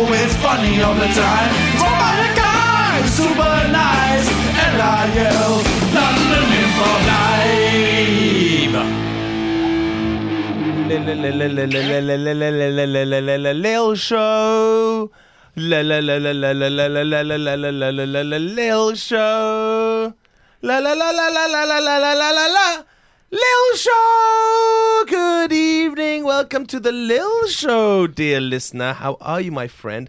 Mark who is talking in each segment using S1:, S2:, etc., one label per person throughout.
S1: funny all the time. Run by a guy, super nice. LIL, London Info Live.
S2: Lil show. Lil show. La la la la la la la la la la la la. Lil show. Good evening. Welcome to the Lil show, dear listener. How are you, my friend?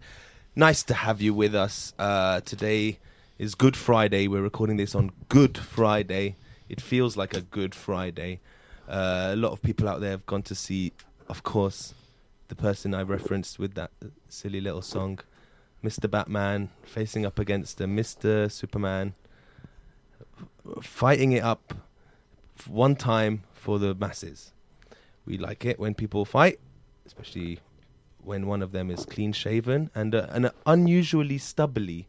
S2: Nice to have you with us. Uh, today is Good Friday. We're recording this on Good Friday. It feels like a Good Friday. Uh, a lot of people out there have gone to see, of course, the person I referenced with that silly little song, Mr. Batman, facing up against a Mr. Superman, fighting it up f- one time for the masses. We like it when people fight, especially when one of them is clean shaven and uh, an unusually stubbly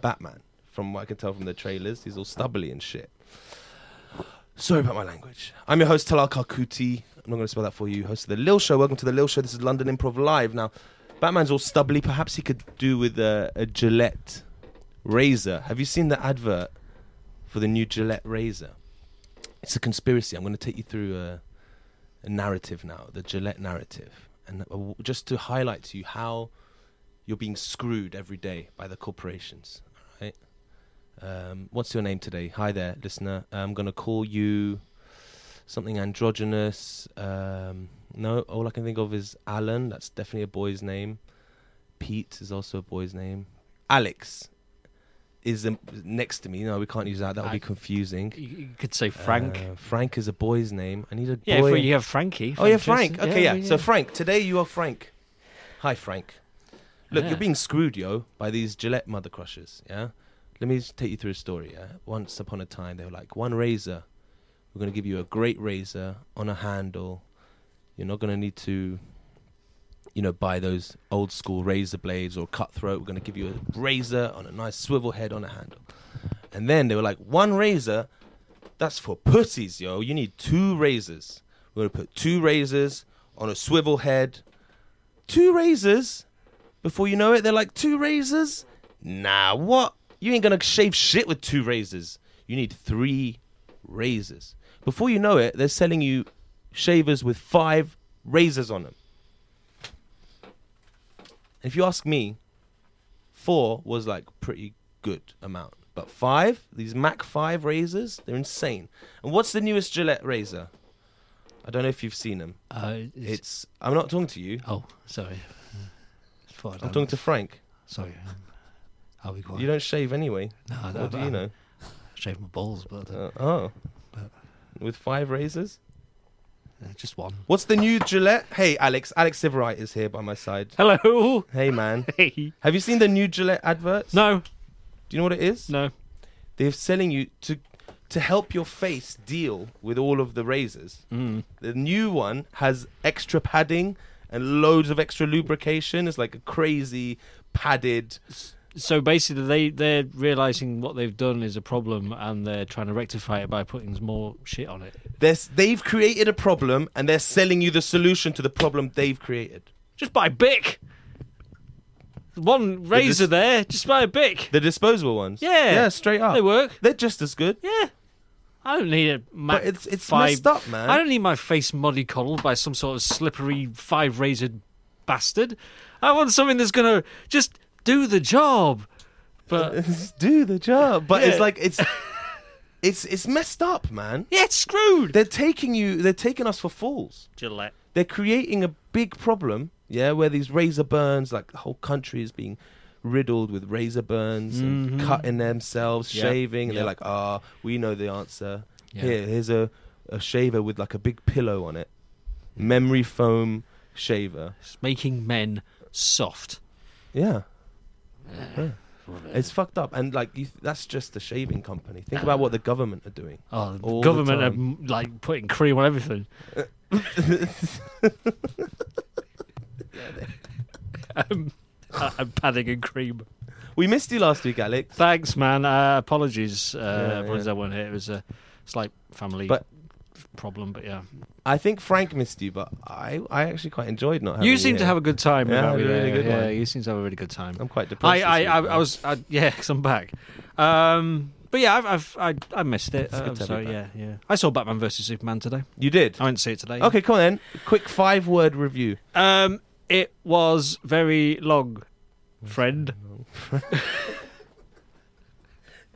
S2: Batman. From what I can tell from the trailers, he's all stubbly and shit. Sorry about my language. I'm your host, Talal Karkuti. I'm not going to spell that for you. Host of The Lil Show. Welcome to The Lil Show. This is London Improv Live. Now, Batman's all stubbly. Perhaps he could do with a, a Gillette razor. Have you seen the advert for the new Gillette razor? It's a conspiracy. I'm going to take you through a, a narrative now, the Gillette narrative. And uh, just to highlight to you how you're being screwed every day by the corporations. All right. Um, what's your name today? Hi there, listener. I'm going to call you something androgynous. Um, no, all I can think of is Alan. That's definitely a boy's name. Pete is also a boy's name. Alex is um, next to me. No, we can't use that. That would be confusing.
S3: You you could say Frank.
S2: Uh, Frank is a boy's name. I need a
S3: yeah, if
S2: boy.
S3: we- you have Frankie.
S2: Oh yeah,
S3: Jason.
S2: Frank. Okay, yeah.
S3: we-
S2: So Frank, today you are Frank. Hi, Frank. Look,
S3: Yeah.
S2: you're being screwed, yo, by these Gillette mother crushers. Yeah. Let me just take you through a story. Yeah. Once upon a time, they were like one razor. We're gonna give you a great razor on a handle. You're not gonna need to, you know, buy those old school razor blades or cutthroat. We're gonna give you a razor on a nice swivel head on a handle. And then they were like, one razor, that's for pussies, yo. You need two razors. We're gonna put two razors on a swivel head. Two razors? Before you know it, they're like, two razors? Nah, what? You ain't gonna shave shit with two razors. You need three razors. Before you know it, they're selling you shavers with five razors on them. If you ask me, four was like pretty good amount. But five, these Mac 5 razors, they're insane. And what's the newest Gillette razor? I don't know if you've seen them.
S3: Uh, it's,
S2: It's I'm not talking to you.
S3: oh, sorry. It's fine,
S2: I'm talking to Frank.
S3: Sorry. um, I'll be quiet.
S2: You don't shave anyway.
S3: no, I
S2: What do you know?
S3: Shave my balls, but uh,
S2: Uh, oh, with five razors.
S3: uh, just one.
S2: What's the new Gillette? Hey, Alex. Alex Siverite is here by my side.
S3: Hello.
S2: Hey, man.
S3: Hey.
S2: Have you seen the new Gillette adverts?
S3: No,
S2: Do you know what it is?
S3: no.
S2: They're selling you to to help your face deal with all of the razors.
S3: Mm.
S2: The new one has extra padding and loads of extra lubrication. It's like a crazy padded.
S3: So basically, they they're realizing what they've done is a problem, and they're trying to rectify it by putting more shit on it.
S2: They're, s- they've created a problem and they're selling you the solution to the problem they've created.
S3: Just buy Bic. One razor
S2: just-
S3: there. Just buy a Bic.
S2: The disposable ones.
S3: Yeah.
S2: Yeah, straight up.
S3: They work.
S2: They're just as good.
S3: Yeah. I don't need a Mac
S2: But it's- it's
S3: five.
S2: messed up, man.
S3: I don't need my face mollycoddled by some sort of slippery five razored bastard. I want something that's gonna just do the job. But
S2: Just do the job. But it's
S3: Yeah.
S2: like it's it's it's messed up, man.
S3: yeah, it's screwed.
S2: They're taking you they're taking us for fools.
S3: Gillette.
S2: They're creating a big problem, yeah, where these razor burns, like the whole country is being riddled with razor burns and
S3: Mm-hmm.
S2: cutting themselves,
S3: Yeah,
S2: shaving, and they're
S3: yeah.
S2: like, ah, we know the answer.
S3: Yeah.
S2: Here, here's a, a shaver with like a big pillow on it.
S3: Mm.
S2: Memory foam shaver.
S3: It's making men soft.
S2: Yeah. Yeah. It's fucked up, and like you, that's just the shaving company. Think about what the government are doing.
S3: Oh, the
S2: All the
S3: government are
S2: time.
S3: mm, like putting cream on everything. um, I- I'm padding and cream.
S2: We missed you last week, Alex.
S3: Thanks, man. Uh, apologies, uh,
S2: Yeah,
S3: apologies
S2: yeah.
S3: I wasn't here. It was a, it's like family
S2: But-
S4: problem, but yeah.
S2: I think Frank missed you, but I, I actually quite enjoyed not having
S4: you seem to
S2: here.
S4: have a good time.
S2: Yeah,
S4: without
S2: we
S4: me
S2: had a
S4: there.
S2: good
S4: yeah,
S2: one.
S4: you seem to have a really good time.
S2: I'm quite depressed.
S4: I,
S2: this week,
S4: I, I,
S2: man.
S4: I was I, yeah, 'cause I'm back. Um, but yeah, I've, I've I, I missed it.
S2: It's good
S4: Uh, I'm
S2: to have
S4: sorry,
S2: you
S4: yeah, yeah. I saw Batman versus Superman today.
S2: You did.
S4: I went to see it today.
S2: Okay, come on then. Quick five word review.
S4: Um, it was very long, friend
S2: His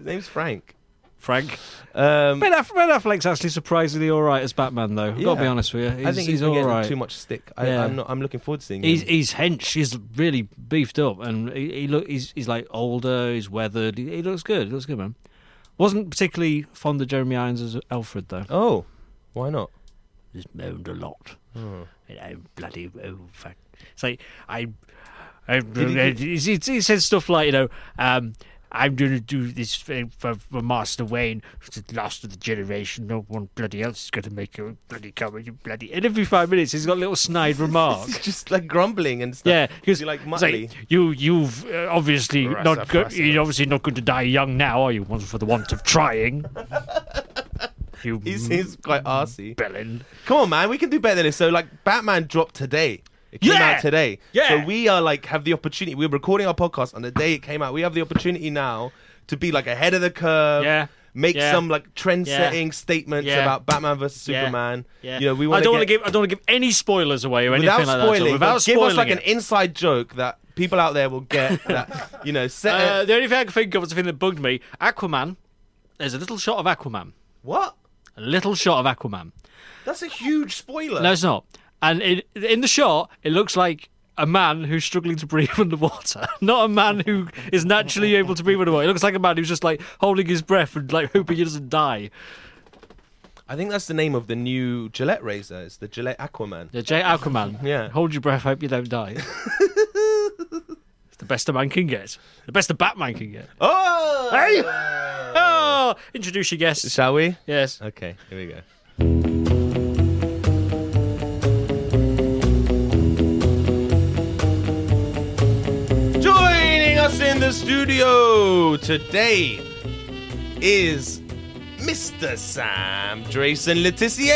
S2: name's Frank.
S4: Frank.
S2: Um,
S4: Ben, Aff- ben Affleck's actually surprisingly all right as Batman, though. I've Got to
S2: Yeah.
S4: be honest with you. He's,
S2: I think
S4: he's
S2: been
S4: all
S2: getting
S4: right.
S2: too much stick. I,
S4: Yeah.
S2: I'm not. I'm looking forward to seeing
S4: He's
S2: him.
S4: he's hench. He's really beefed up, and he, he look he's he's like older. He's weathered. He, he looks good. He looks good, man. Wasn't particularly fond of Jeremy Irons as Alfred though.
S2: Oh, why not?
S4: He's moaned a lot.
S5: Hmm.
S2: Oh.
S4: And I'm bloody oh fuck. It's like I, I
S2: he get-
S4: he, he, he says stuff like you know. um I'm going to do this thing for, for Master Wayne, who's the last of the generation. No one bloody else is going to make a bloody comment. You bloody. And every five minutes, he's got a little snide remark.
S2: He's just like grumbling and stuff.
S4: Yeah,
S2: Is
S4: because
S2: he like
S4: it's
S2: Muttley?
S4: you you've uh, obviously
S2: Rasa
S4: not go-
S2: prasa.
S4: you're obviously not going to die young now, are you? Once for the want of trying, you
S2: He seems quite
S4: Mm-hmm.
S2: arsey.
S4: villain.
S2: Come on, man. We can do better than this. So, like, Batman dropped today. It came
S4: Yeah!
S2: out today.
S4: Yeah.
S2: So we are like have the opportunity. We're recording our podcast on the day it came out. We have the opportunity now to be like ahead of the curve.
S4: Yeah.
S2: Make
S4: Yeah.
S2: some like trend-setting statements
S4: Yeah.
S2: about Batman versus
S4: Yeah.
S2: Superman.
S4: Yeah,
S2: You know, we
S4: I
S2: want
S4: don't want
S2: get
S4: to give I don't want to give any spoilers away or anything
S2: without
S4: like that. at all.
S2: spoiling.
S4: without
S2: but give
S4: spoiling
S2: us like
S4: it.
S2: an inside joke that people out there will get. that you know, set
S4: Uh,
S2: it-
S4: the only thing I can think of was the thing that bugged me. Aquaman. There's a little shot of Aquaman.
S2: what?
S4: A little shot of Aquaman.
S2: That's a huge spoiler.
S4: No, it's not. And it, in the shot, it looks like a man who's struggling to breathe underwater, not a man who is naturally able to breathe underwater. It looks like a man who's just like holding his breath and like hoping he doesn't die.
S2: I think that's the name of the new Gillette razor. It's the Gillette Aquaman.
S4: Yeah, Jay Aquaman.
S2: Yeah.
S4: Hold your breath, hope you don't die. it's the best a man can get. The best a Batman can get.
S2: Oh, hey!
S4: Oh, introduce your guests.
S2: Shall we?
S4: Yes.
S2: Okay, here we go. Joining us in the studio today is Mr. Sam Drayson Letitia.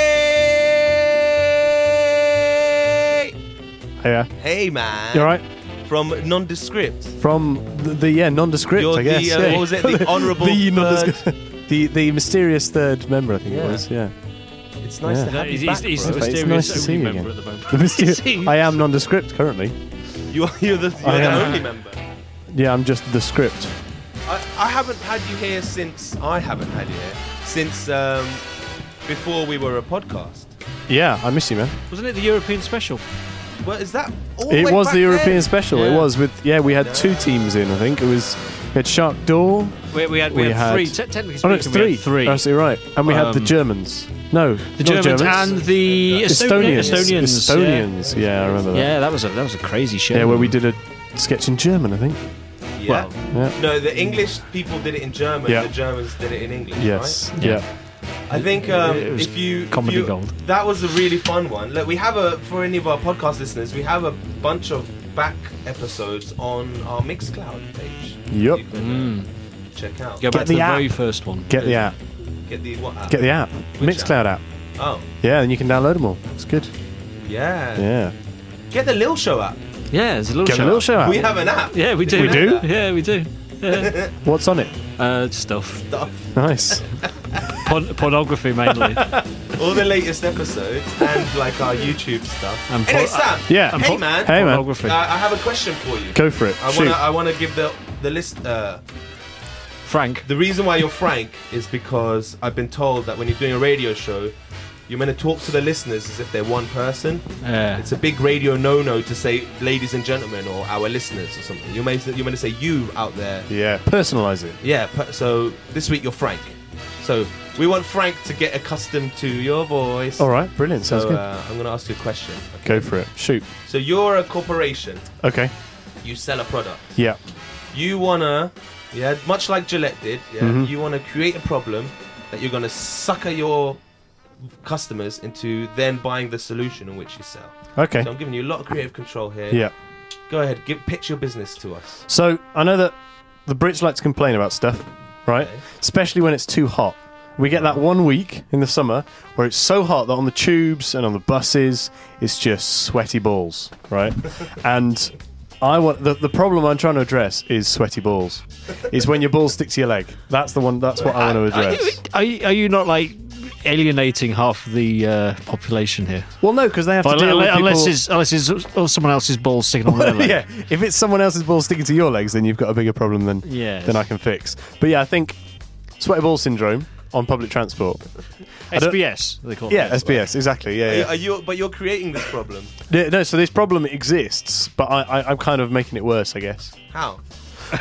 S6: Yeah.
S2: Hey, man.
S6: You alright?
S2: From Nondescript.
S6: From the, the yeah, nondescript,
S2: You're
S6: I guess.
S2: the, uh,
S6: yeah.
S2: what was it, the honourable
S6: the,
S2: third-
S6: nondescript- the the mysterious third member, I think
S2: Yeah.
S6: it was. Yeah.
S2: It's nice
S6: Yeah.
S2: to have
S4: He's,
S2: you back,
S4: he's, he's the
S2: bro.
S6: It's
S4: mysterious
S6: nice to see
S4: only
S6: you
S4: member
S6: again.
S4: at the moment.
S6: The
S4: See?
S6: myster- I am nondescript currently.
S2: You are, you're the, you're
S6: I
S2: the
S6: am.
S2: only member.
S6: Yeah, I'm just the script.
S2: I, I haven't had you here since I haven't had you here since um, before we were a podcast.
S6: Yeah, I miss you, man.
S4: Wasn't it the European special?
S2: Well, is that all the
S6: It
S2: way
S6: was
S2: back
S6: the
S2: then?
S6: European special.
S4: Yeah.
S6: It was with yeah, we had two teams in. I think it was we had Shark Door.
S4: We, we had we,
S6: We
S4: had,
S6: had-
S4: three. Te- technically
S6: Oh,
S4: speaking,
S6: no, it's three.
S4: we had three.
S6: That's right. And we had the
S4: Um,
S6: Germans. No,
S4: the Germans, and the Estonian-
S6: Estonians.
S4: Estonians.
S6: Estonians. Yeah. I remember
S4: Yeah.
S6: that.
S4: yeah, that was a that was a crazy show.
S6: yeah, where we did a sketch in German, I think.
S2: Yeah.
S4: Well,
S6: Yeah.
S2: no, the English people did it in German.
S6: Yeah.
S2: The Germans did it in English.
S6: Yes.
S2: right?
S6: Yeah.
S2: I think um,
S4: It was
S2: if you if
S4: comedy
S2: you-
S4: gold.
S2: that was a really fun one. Look, we have a for any of our podcast listeners, we have a bunch of back episodes on our Mixcloud page.
S6: Yep.
S2: You can, uh, check out.
S4: Go
S6: Get
S4: back to
S6: the
S4: the
S6: app.
S4: very first one.
S6: Get the app.
S2: Get the what app?
S6: Get the app.
S2: Which
S6: Mixcloud app?
S2: oh,
S6: Yeah, and you can download them all. It's good.
S2: yeah.
S6: Yeah.
S2: Get the Lil Show app.
S4: Yeah, it's a little
S6: Get
S4: show.
S6: a little show app.
S2: We have an app.
S4: Yeah, we do.
S6: We do?
S4: Yeah, we do. Yeah.
S6: What's on it?
S4: uh, stuff.
S2: Stuff.
S6: Nice.
S4: Porn- pornography mainly.
S2: all the latest episodes and like our YouTube stuff.
S4: And
S2: anyway,
S4: po-
S2: Sam.
S6: Yeah.
S2: Hey, man.
S6: Hey, man.
S2: Uh,
S4: pornography.
S2: I have a question for you.
S6: Go for it.
S2: I
S6: Shoot.
S2: wanna, I wanna give the the list. Uh,
S4: Frank.
S2: the reason why you're Frank is because I've been told that when you're doing a radio show, you're meant to talk to the listeners as if they're one person.
S4: Yeah.
S2: It's a big radio no-no to say "ladies and gentlemen" or "our listeners" or something. You're meant to, you're meant to say "you" out there.
S6: yeah. Personalize it.
S2: Yeah. per- So this week you're Frank. So we want Frank to get accustomed to your voice.
S6: All right. Brilliant. Sounds
S2: So
S6: good.
S2: uh, I'm going to ask you a question. Okay.
S6: Go for it. Shoot.
S2: So you're a corporation.
S6: Okay.
S2: You sell a product.
S6: Yeah.
S2: You wanna, yeah, much like Gillette did. Yeah,
S6: Mm-hmm.
S2: you wanna create a problem that you're gonna sucker your customers into then buying the solution in which you sell.
S6: Okay.
S2: So I'm giving you a lot of creative control here.
S6: Yeah.
S2: Go ahead, give pitch your business to us.
S6: So I know that the Brits like to complain about stuff, right?
S2: Okay.
S6: Especially when it's too hot. We get that one week in the summer where it's so hot that on the tubes and on the buses, it's just sweaty balls, right? and I want the, the problem I'm trying to address is sweaty balls. Is when your balls stick to your leg. That's the one. That's what I want to address.
S4: Are you, are you not like alienating half the uh, population here?
S6: Well, no, because they have to
S4: Unless,
S6: deal with people.
S4: unless it's unless it's or someone else's balls sticking on their leg.
S6: yeah, if it's someone else's balls sticking to your legs, then you've got a bigger problem than
S4: Yes.
S6: than I can fix. But yeah, I think sweaty ball syndrome on public transport. don't-
S4: SBS they call it.
S6: Yeah, SBS, exactly. Yeah, yeah.
S2: Are you, but you're creating this problem.
S6: No, no, so this problem exists, but I, I, I'm kind of making it worse, I guess,
S2: How?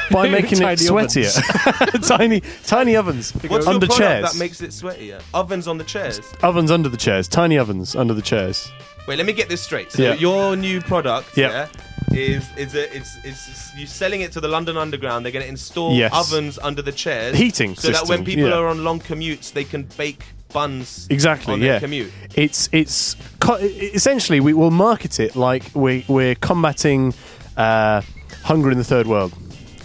S6: by making it
S4: Tiny
S6: sweatier. tiny, tiny ovens
S2: What's
S6: under
S2: your product
S6: chairs.
S2: that makes it sweatier? Ovens on the chairs.
S6: ovens under the chairs. Tiny ovens under the chairs.
S2: Wait, let me get this straight. So
S6: Yeah.
S2: your new product,
S6: Yeah.
S2: yeah, is is a, it's it's you selling it to the London Underground. They're going to install
S6: Yes.
S2: ovens under the chairs,
S6: Heating
S2: so that when
S6: system,
S2: people
S6: yeah.
S2: are on long commutes, they can bake buns
S6: Exactly.
S2: on
S6: yeah.
S2: their commute.
S6: It's it's co- essentially we will market it like we we're combating uh, hunger in the third world.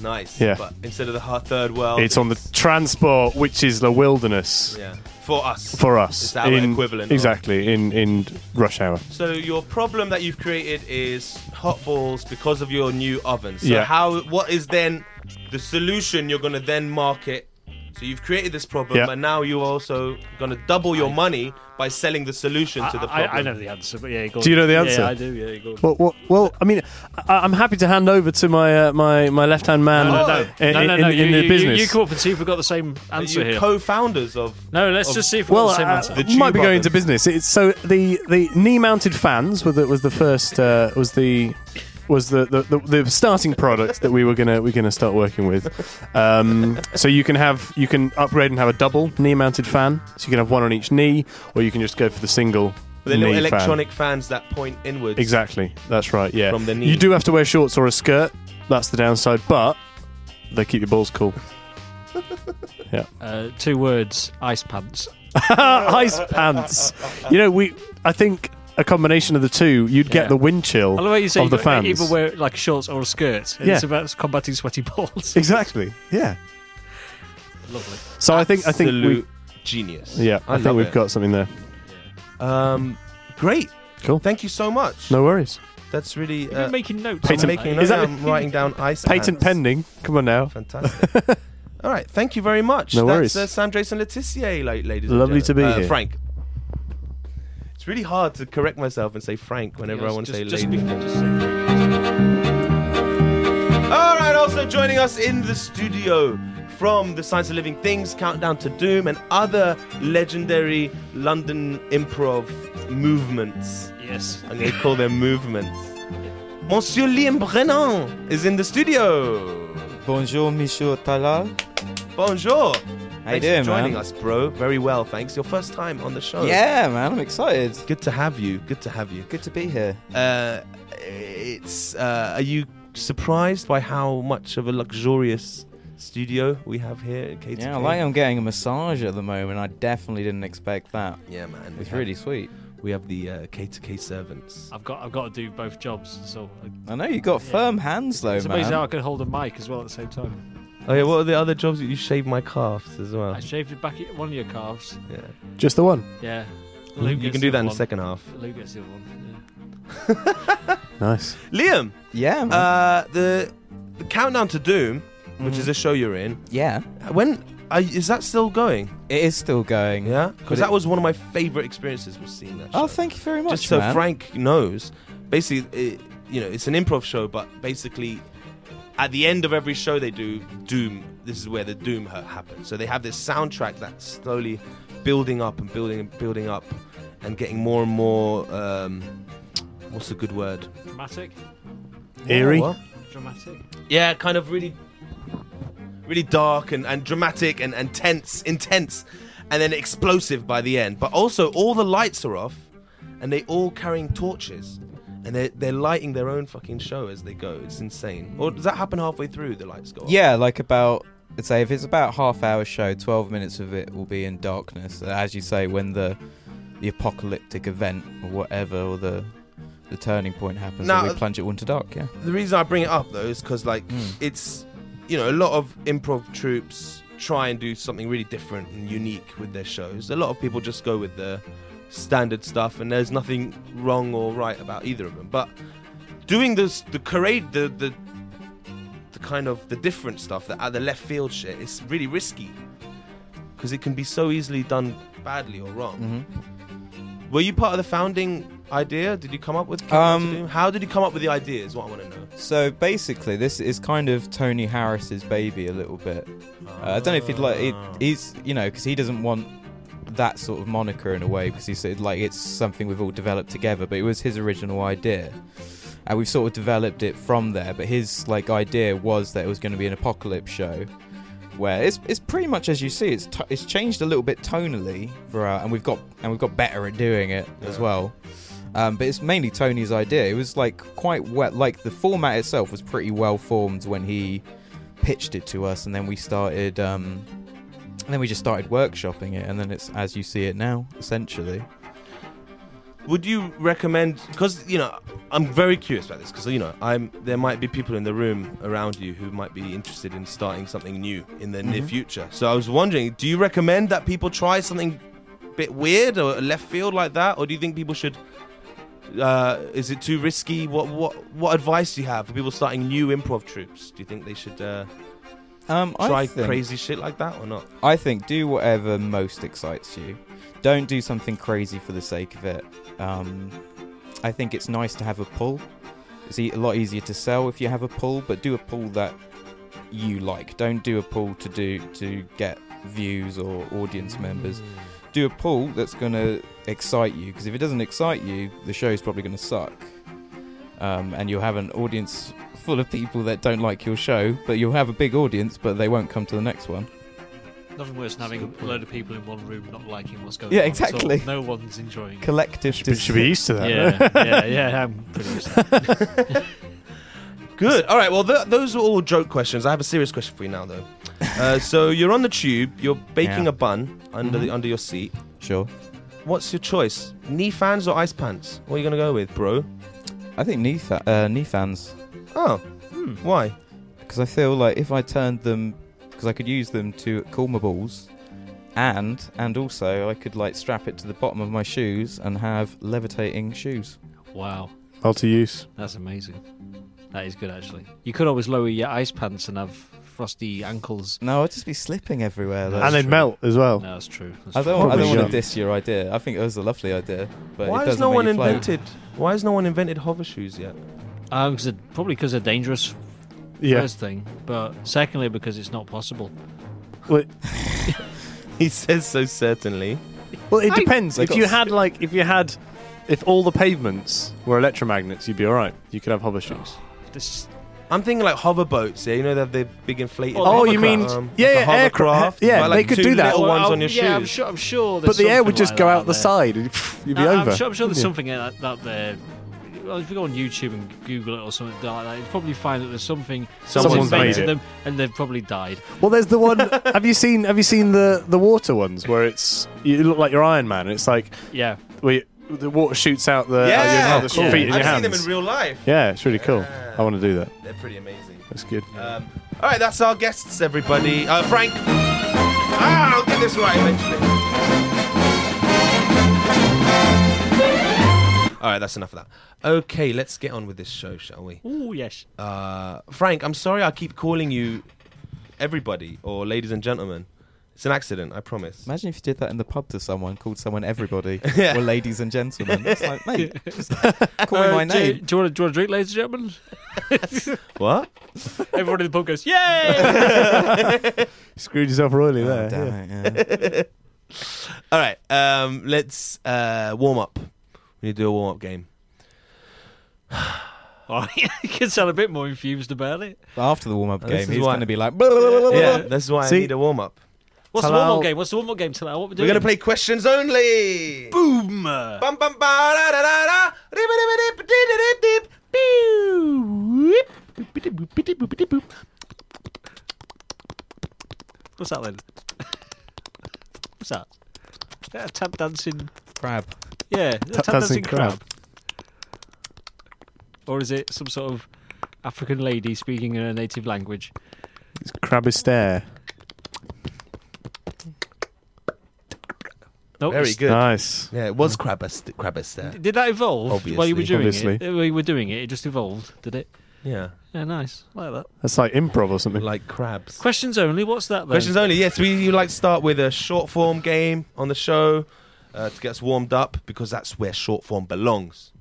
S2: Nice.
S6: Yeah.
S2: But instead of the ha- third world,
S6: It's on the transport, which is the wilderness
S2: yeah for us.
S6: for us.
S2: It's our
S6: in-
S2: equivalent of-
S6: Exactly in in rush hour.
S2: So your problem that you've created is hot balls because of your new oven. So
S6: Yeah.
S2: how what is then the solution you're gonna then market? So you've created this problem
S6: Yeah.
S2: and now you're also gonna double your money by selling the solution to the
S3: I,
S2: problem.
S3: I know the answer, but yeah, go
S6: Do you know the answer?
S3: Yeah, I do. Yeah, go on.
S6: Well, well, well I mean, I, I'm happy to hand over to my uh, my my left hand man.
S3: No, no,
S6: in,
S3: no, no,
S6: in-
S3: no.
S6: in
S3: you,
S6: the
S3: you,
S6: business.
S3: You, you come up and see if we've got the same answer
S2: You're
S3: here.
S2: co-founders of
S3: no, let's
S2: of-
S3: just see if we've
S6: well,
S3: got the same
S6: uh,
S3: answer.
S2: The
S6: might be
S2: tube
S6: going
S2: oven.
S6: into business. It's, so the the knee mounted fans were the, was the first uh, was the was the, the, the, the starting product that we were gonna we are gonna start working with. Um, so you can have you can upgrade and have a double knee mounted fan. So you can have one on each knee, or you can just go for the single.
S2: the little
S6: knee fan.
S2: electronic fans that point inwards.
S6: Exactly. That's right. Yeah.
S2: From the knee.
S6: You do have to wear shorts or a skirt. That's the downside, but they keep your balls cool.
S3: Uh, two words: ice pants.
S6: Ice pants. You know, we. I think a combination of the two, you'd
S3: Yeah.
S6: get the wind chill
S3: I love how you say
S6: of the
S3: you can
S6: fans.
S3: either wear like shorts or a skirt.
S6: Yeah.
S3: It's about combating sweaty balls.
S6: exactly. Yeah.
S3: Lovely.
S6: So I think I think we.
S2: Absolute genius.
S6: Yeah, I, think
S2: love
S6: we've
S2: it.
S6: got something there.
S2: um great.
S6: Cool.
S2: Thank you so much.
S6: No worries.
S2: That's really
S3: You're
S2: uh,
S3: making notes.
S6: Patent-
S2: I'm
S3: aren't
S2: making
S3: you?
S2: no,
S6: Is that-
S2: I'm writing down ice
S6: Patent
S2: pants.
S6: pending. Come on now.
S2: Fantastic. All right, thank you very much.
S6: No worries.
S2: That's uh, Sandres and Letitia, like, ladies.
S6: Lovely
S2: and
S6: to be
S2: gentlemen. uh,
S6: here.
S2: Frank. It's really hard to correct myself and say Frank whenever I want to
S3: Just-
S2: say
S3: just
S2: lady.
S3: before- just say-
S2: All right, also joining us in the studio from the Science of Living Things, Countdown to Doom, and other legendary London improv movements.
S3: Yes.
S2: I'm going to call them movements. Monsieur Liam Brennan is in the studio.
S7: Bonjour, Monsieur Talal.
S2: Bonjour.
S7: How you
S2: thanks
S7: doing,
S2: for joining
S7: man?
S2: us, bro. Very well, thanks. Your first time on the show.
S7: Yeah, man, I'm excited.
S2: Good to have you. Good to have you.
S7: Good to be here.
S2: Uh, it's. Uh, are you surprised by how much of a luxurious studio we have here at KTK?
S7: Yeah, I like I'm getting a massage at the moment. I definitely didn't expect that.
S2: Yeah, man.
S7: It's
S2: we
S7: really sweet.
S2: Have, we have the uh, K2K servants.
S3: I've got I've got to do both jobs, so uh,
S7: I know you got
S3: Yeah.
S7: firm hands though,
S3: it's amazing
S7: man.
S3: how I can hold a mic as well at the same time.
S2: Oh yeah. What are the other jobs? You shave my calves as well.
S3: I shaved it back at one of your calves.
S2: Oh. Yeah.
S6: Just the one.
S3: Yeah. Luke
S2: You
S3: gets
S2: can
S3: the
S2: do that in
S3: other
S2: the second half.
S3: one. Luke gets the other one.
S6: Nice.
S2: Liam,
S7: Yeah, man.
S2: uh, the the countdown to Doom, which
S7: Mhm.
S2: is a show you're in.
S7: yeah.
S2: When are, is that still going?
S7: It is still going.
S2: Yeah,
S7: But
S2: because that
S7: it-
S2: was one of my favorite experiences was seeing that. Show.
S7: Oh, thank you very much,
S2: Just so
S7: man.
S2: Frank knows, basically, it, you know, it's an improv show, but basically, at the end of every show they do Doom. This is where the Doom ha- happens. So they have this soundtrack that's slowly building up and building and building up, and getting more and more. Um, what's a good word?
S3: Yeah. Dramatic. Oh,
S6: Eerie.
S2: What?
S3: Dramatic.
S2: yeah, kind of really, really dark and, and dramatic and, and tense, intense, and then explosive by the end. But also, all the lights are off, and they all carrying torches, and they're, they're lighting their own fucking show as they go. It's insane. Or does that happen halfway through? The lights go off.
S7: Yeah, like about I'd say if it's about half hour show, twelve minutes of it will be in darkness. Uh, As you say, when the the apocalyptic event or whatever or the the turning point happens,
S2: Now-
S7: then we plunge it all into dark. Yeah.
S2: The reason I bring it up though is because like
S7: Mm.
S2: it's you know, a lot of improv troops try and do something really different and unique with their shows. A lot of people just go with the standard stuff, and there's nothing wrong or right about either of them. But doing this, the courage, the the the kind of the different stuff, the, the left field shit, it's really risky because it can be so easily done badly or wrong.
S7: Mm-hmm.
S2: Were you part of the founding idea? Did you come up with?
S7: Um,
S2: to do? how did you come up with the idea? Is what I want to know.
S7: So basically, this is kind of Tony Harris's baby a little bit. Uh, I don't know if he'd like. It, he's you know because he doesn't want that sort of moniker in a way because he said like it's something we've all developed together, but it was his original idea, and we've sort of developed it from there. But his like idea was that it was going to be an apocalypse show. Where it's, it's pretty much as you see, it's t- it's changed a little bit tonally throughout, and we've got and we've got better at doing it as well. Um, but it's mainly Tony's idea. It was like quite well, like the format itself was pretty well formed when he pitched it to us, and then we started, um, and then we just started workshopping it, and then it's as you see it now, essentially.
S2: would you recommend because you know i'm very curious about this because you know i'm there might be people in the room around you who might be interested in starting something new in the
S7: Mm-hmm.
S2: near future so i was wondering do you recommend that people try something bit weird or left field like that or do you think people should uh, is it too risky what what what advice do you have for people starting new improv troops do you think they should uh,
S7: Um, I
S2: try
S7: think-
S2: crazy shit like that or not
S7: I think do whatever most excites you. Don't do something crazy for the sake of it. Um, I think it's nice to have a pull. It's e- a lot easier to sell if you have a pull, but do a pull that you like. Don't do a pull to do to get views or audience members. Do a pull that's going to excite you because if it doesn't excite you, the show's probably going to suck. Um, and you'll have an audience full of people that don't like your show, but you'll have a big audience, but they won't come to the next one.
S4: Nothing worse than having a load of people in one room not liking what's going
S7: Yeah,
S4: on.
S7: exactly.
S4: So no one's enjoying it.
S7: collective
S6: Should be, should be used to that.
S4: Yeah, yeah, yeah. I'm pretty used to that.
S2: Good. All right. Well, th- those were all joke questions. I have a serious question for you now, though. Uh, so you're on the tube. You're baking
S7: Yeah.
S2: a bun under the under your seat.
S7: Mm-hmm. Sure.
S2: What's your choice? Knee fans or ice pants? What are you gonna go with, bro?
S7: I think knee, fa- uh, knee fans
S2: Oh, why?
S7: because I feel like if I turned them, because I could use them to cool my balls, and and also I could like strap it to the bottom of my shoes and have levitating shoes.
S4: Wow,
S6: Multi-use.
S4: that's amazing. That is good, actually. You could always lower your ice pants and have frosty ankles.
S7: No, I'd just be slipping everywhere. Though.
S4: That's
S6: and they'd
S4: true.
S6: melt as
S4: No,
S6: well.
S4: that's true. That's
S7: I
S4: true.
S7: don't. I
S6: Probably
S7: don't want
S6: not.
S7: to diss your idea. I think it was a lovely idea, but
S2: why
S7: it
S2: has
S7: doesn't
S2: no
S7: make
S2: one
S7: you float.
S2: invented? Why has no one invented hover shoes yet?
S4: Um, 'cause it- probably because they're dangerous.
S6: Yeah.
S4: First thing, but secondly because it's not possible.
S6: Well,
S2: He says so certainly.
S6: Well, it depends.
S7: They
S6: If
S7: got
S6: you
S7: s-
S6: had like, if you had, if all the pavements were electromagnets, you'd be all right. You could have hover shoes.
S4: This
S2: I'm thinking like hover boats. Yeah, you know that they're big inflated.
S4: Oh,
S6: you mean- yeah,
S2: like a
S6: yeah,
S2: hovercraft?
S6: aircraft. Yeah,
S2: But,
S6: they could
S2: two
S6: do that.
S2: little
S4: Well,
S2: ones
S4: I'll-
S2: on your
S4: yeah, I'm
S2: shoes.
S4: sure. I'm sure.
S6: But
S4: there's
S6: the air would
S4: something
S6: just
S4: like
S6: go
S4: that
S6: out the
S4: there.
S6: side. And pff, you'd be
S4: No,
S6: over.
S4: I'm sure, I'm sure there's
S6: wouldn't you?
S4: something out that there. Well, if you go on YouTube and Google it or something like that, you'd probably find that there's something
S6: Someone's made
S4: invented
S6: it.
S4: them and they've probably died.
S6: Well, there's the one. have you seen? Have you seen the the water ones where it's you look like your Iron Man? and It's like
S4: Yeah.
S6: where you, the water shoots out the, out your-
S2: Yeah,
S6: out the
S4: cool.
S6: feet and
S2: I've
S6: your
S2: seen
S6: hands.
S2: them in real life.
S6: yeah, it's really cool. I want to do that.
S2: They're pretty amazing.
S6: That's good.
S2: Um, all right, that's our guests, everybody. Uh, Frank. Ah, I'll get this right eventually. All right, that's enough of that. Okay, let's get on with this show, shall we?
S4: Oh yes.
S2: Uh, Frank, I'm sorry I keep calling you everybody or ladies and gentlemen. It's an accident, I promise.
S7: Imagine if you did that in the pub to someone, called someone everybody,
S2: Yeah.
S7: or ladies and gentlemen. It's like, mate, just call me my
S4: Uh, do, you-
S7: name.
S4: Do you want to, do you want to drink, ladies and gentlemen?
S2: What?
S4: Everyone in the pub goes, "Yay!"
S6: Screwed yourself royally
S7: Oh,
S6: there.
S7: damn
S6: yeah.
S7: it, yeah.
S2: All right, um, let's uh, warm up. We need to do a warm up game.
S4: oh, yeah, you can sound a bit more infused about it.
S7: But after the warm up
S2: Oh, this
S7: game,
S2: is
S7: he's
S2: why-
S7: going to be like,
S2: Yeah, that's why
S6: See-
S2: I need a warm up.
S4: What's the
S6: Talal-
S4: warm-up game? What's the warm-up game tonight? What we're
S2: We're
S4: doing?
S2: going to play questions only.
S4: boom.
S2: Bum bum ba da da da da. Ribbidi-bidi, bidi-dip-dip. Pew. Whip. Boop-bidi-boop-bidi-boop-bidi-boop.
S4: What's that then? What's that? Is that a tap dancing.
S7: crab.
S4: Yeah, tap, tap
S6: dancing
S4: dancing,
S6: crab.
S4: crab. Or is it some sort of African lady speaking in her native language?
S6: Trabistair.
S4: Nope,
S2: Very
S4: it's-
S2: good.
S6: Nice.
S2: Yeah, it was Krabbis, Krabbis there.
S4: Did that evolve while you were
S2: Obviously.
S4: doing
S6: Obviously.
S4: it? Uh, While you were doing it, it just evolved, did it?
S2: Yeah,
S4: Yeah, nice. Like that.
S6: That's like improv or something.
S2: like crabs.
S4: Questions only. What's that? Then?
S2: Questions only. Yes, we you like to start with a short form game on the show uh, to get us warmed up because that's where short form belongs.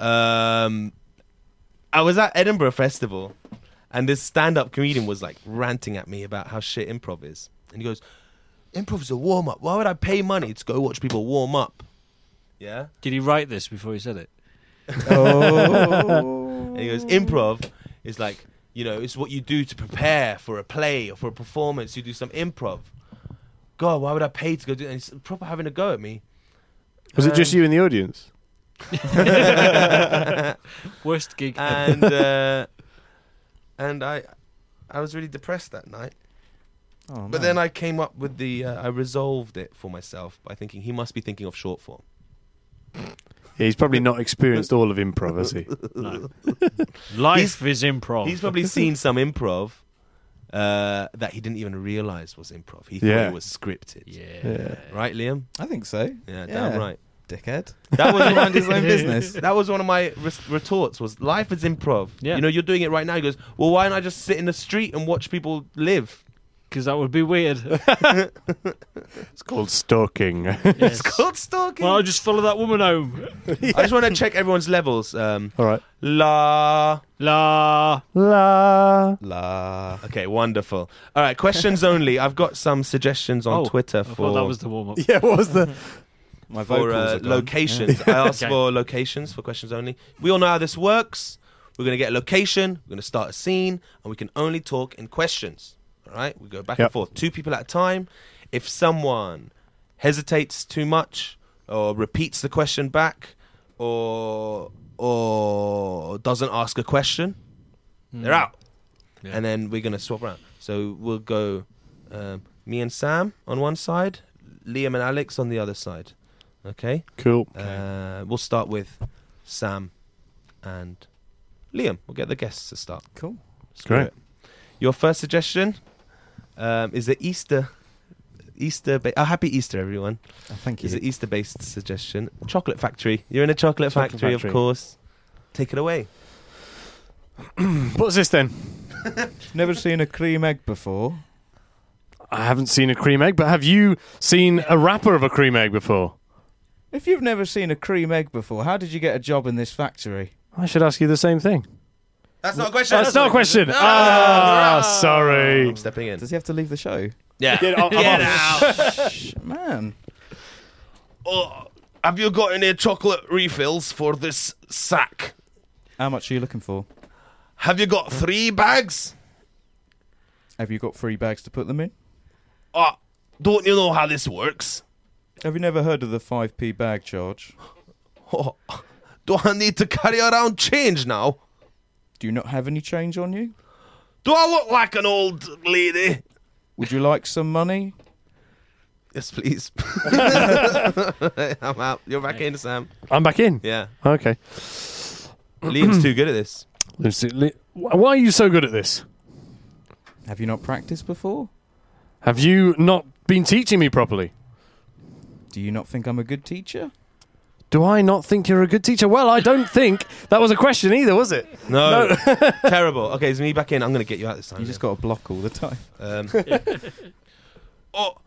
S2: Um, I was at Edinburgh Festival, and this stand up comedian was like ranting at me about how shit improv is, and he goes, "Improv is a warm up. Why would I pay money to go watch people warm up?" Yeah.
S4: Did he write this before he said it?
S2: And he goes, improv is like, you know, it's what you do to prepare for a play or for a performance. You do some improv. God, why would I pay to go do that? And he's proper having a go at me.
S6: Was it just
S2: Um,
S6: you in the audience?
S4: Worst gig. ever.
S2: And uh, and I I was really depressed that night.
S7: Oh,
S2: But then I came up with the uh, I resolved it for myself by thinking he must be thinking of short form.
S6: Yeah, he's probably not experienced all of improv, has he?
S4: No. Life is improv.
S2: He's probably seen some improv uh, that he didn't even realize was improv. He thought
S6: Yeah.
S2: it was scripted.
S4: yeah.
S6: Yeah.
S2: Right, Liam?
S7: I think so.
S2: Yeah,
S7: Yeah.
S2: damn right.
S7: Dickhead.
S2: That was
S7: Mind his own business.
S2: That was one of my res- retorts. Was life is improv.
S4: Yeah.
S2: You know, you're doing it right now. He goes, well, why don't I just sit in the street and watch people live?
S4: Because that would be weird.
S6: It's called stalking.
S4: Yes.
S2: Cold stalking.
S4: Well, I'll just follow that woman home.
S2: I just want to check everyone's levels. Um,
S6: all right.
S2: la.
S4: La.
S6: La.
S7: La.
S2: Okay, wonderful. All right, questions only. I've got some suggestions on
S4: Oh,
S2: Twitter
S4: I
S2: for
S4: thought that was the warm up.
S6: Yeah, what was the?
S7: My
S2: for
S7: vocals
S2: uh,
S7: are gone.
S2: locations. I asked
S4: Okay.
S2: for locations for questions only. We all know how this works. We're going to get a location, we're going to start a scene, and we can only talk in questions. All right? We go back
S6: Yep.
S2: and forth, two people at a time. If someone hesitates too much or repeats the question back or or doesn't ask a question,
S7: Hmm.
S2: they're out. And then we're going to swap around. So we'll go um, me and Sam on one side, Liam and Alex on the other side. Okay?
S6: Cool.
S2: Uh, we'll start with Sam and Liam. We'll get the guests to start.
S7: Cool.
S2: Screw
S6: Great.
S2: it. Your first suggestion um, is the Easter. Easter. Ba- oh, happy Easter, everyone.
S7: Oh, thank
S2: Is
S7: you.
S2: an Easter based suggestion. Chocolate Factory. You're in a chocolate,
S6: Chocolate
S2: factory,
S6: factory.
S2: of course. Take it away.
S6: What's this then?
S7: Never seen a cream egg before.
S6: I haven't seen a cream egg, but have you seen a wrapper of a cream egg before?
S7: If you've never seen a cream egg before, how did you get a job in this factory?
S6: I should ask you the same thing.
S2: That's not a question.
S6: That's not a question. Ah, sorry.
S2: I'm stepping in.
S7: Does he have to leave the show?
S2: Yeah.
S6: Get o- I'm off.
S7: Shh, Man.
S2: Oh, have you got any chocolate refills for this sack?
S7: How much are you looking for?
S2: Have you got three bags?
S7: Have you got three bags to put them in?
S2: Oh, don't you know how this works?
S7: Have you never heard of the 5p bag charge?
S2: Oh, do I need to carry around change now?
S7: Do you not have any change on you?
S2: Do I look like an old lady?
S7: Would you like some money?
S2: Yes, please. I'm out. You're back in, Sam.
S6: I'm back in.
S2: Yeah.
S6: Okay.
S2: Liam's too good at this.
S6: Let's see. Li- Why are you so good at this?
S7: Have you not practiced before?
S6: Have you not been teaching me properly?
S7: Do you not think I'm a good teacher?
S6: Do I not think you're a good teacher? Well, I don't think that was a question either, was it?
S2: No. Terrible. Okay, it's me back in. I'm going to get you out this time.
S7: You just got to block all the time.
S2: Um, oh,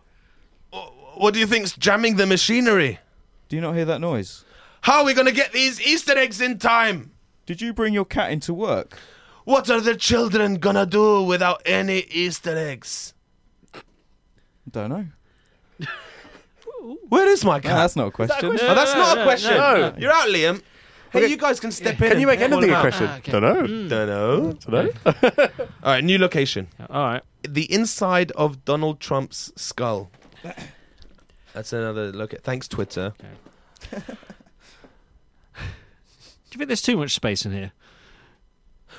S2: oh, what do you think's jamming the machinery?
S7: Do you not hear that noise?
S2: How are we going to get these Easter eggs in time?
S7: Did you bring your cat into work?
S2: What are the children going to do without any Easter eggs?
S7: Don't know.
S2: Where is my
S7: No,
S2: cat?
S7: that's not a question.
S2: Oh, that's not a question.
S6: no.
S2: You're out, Liam. Hey, you guys can step in.
S6: Can you make anything a
S2: about-
S6: question?
S8: Ah,
S6: Don't know.
S2: Don't know.
S6: Don't know.
S2: All right, new location.
S4: All right.
S2: The inside of Donald Trump's skull. That's another look at. Thanks, Twitter.
S4: Do you think there's too much space in here?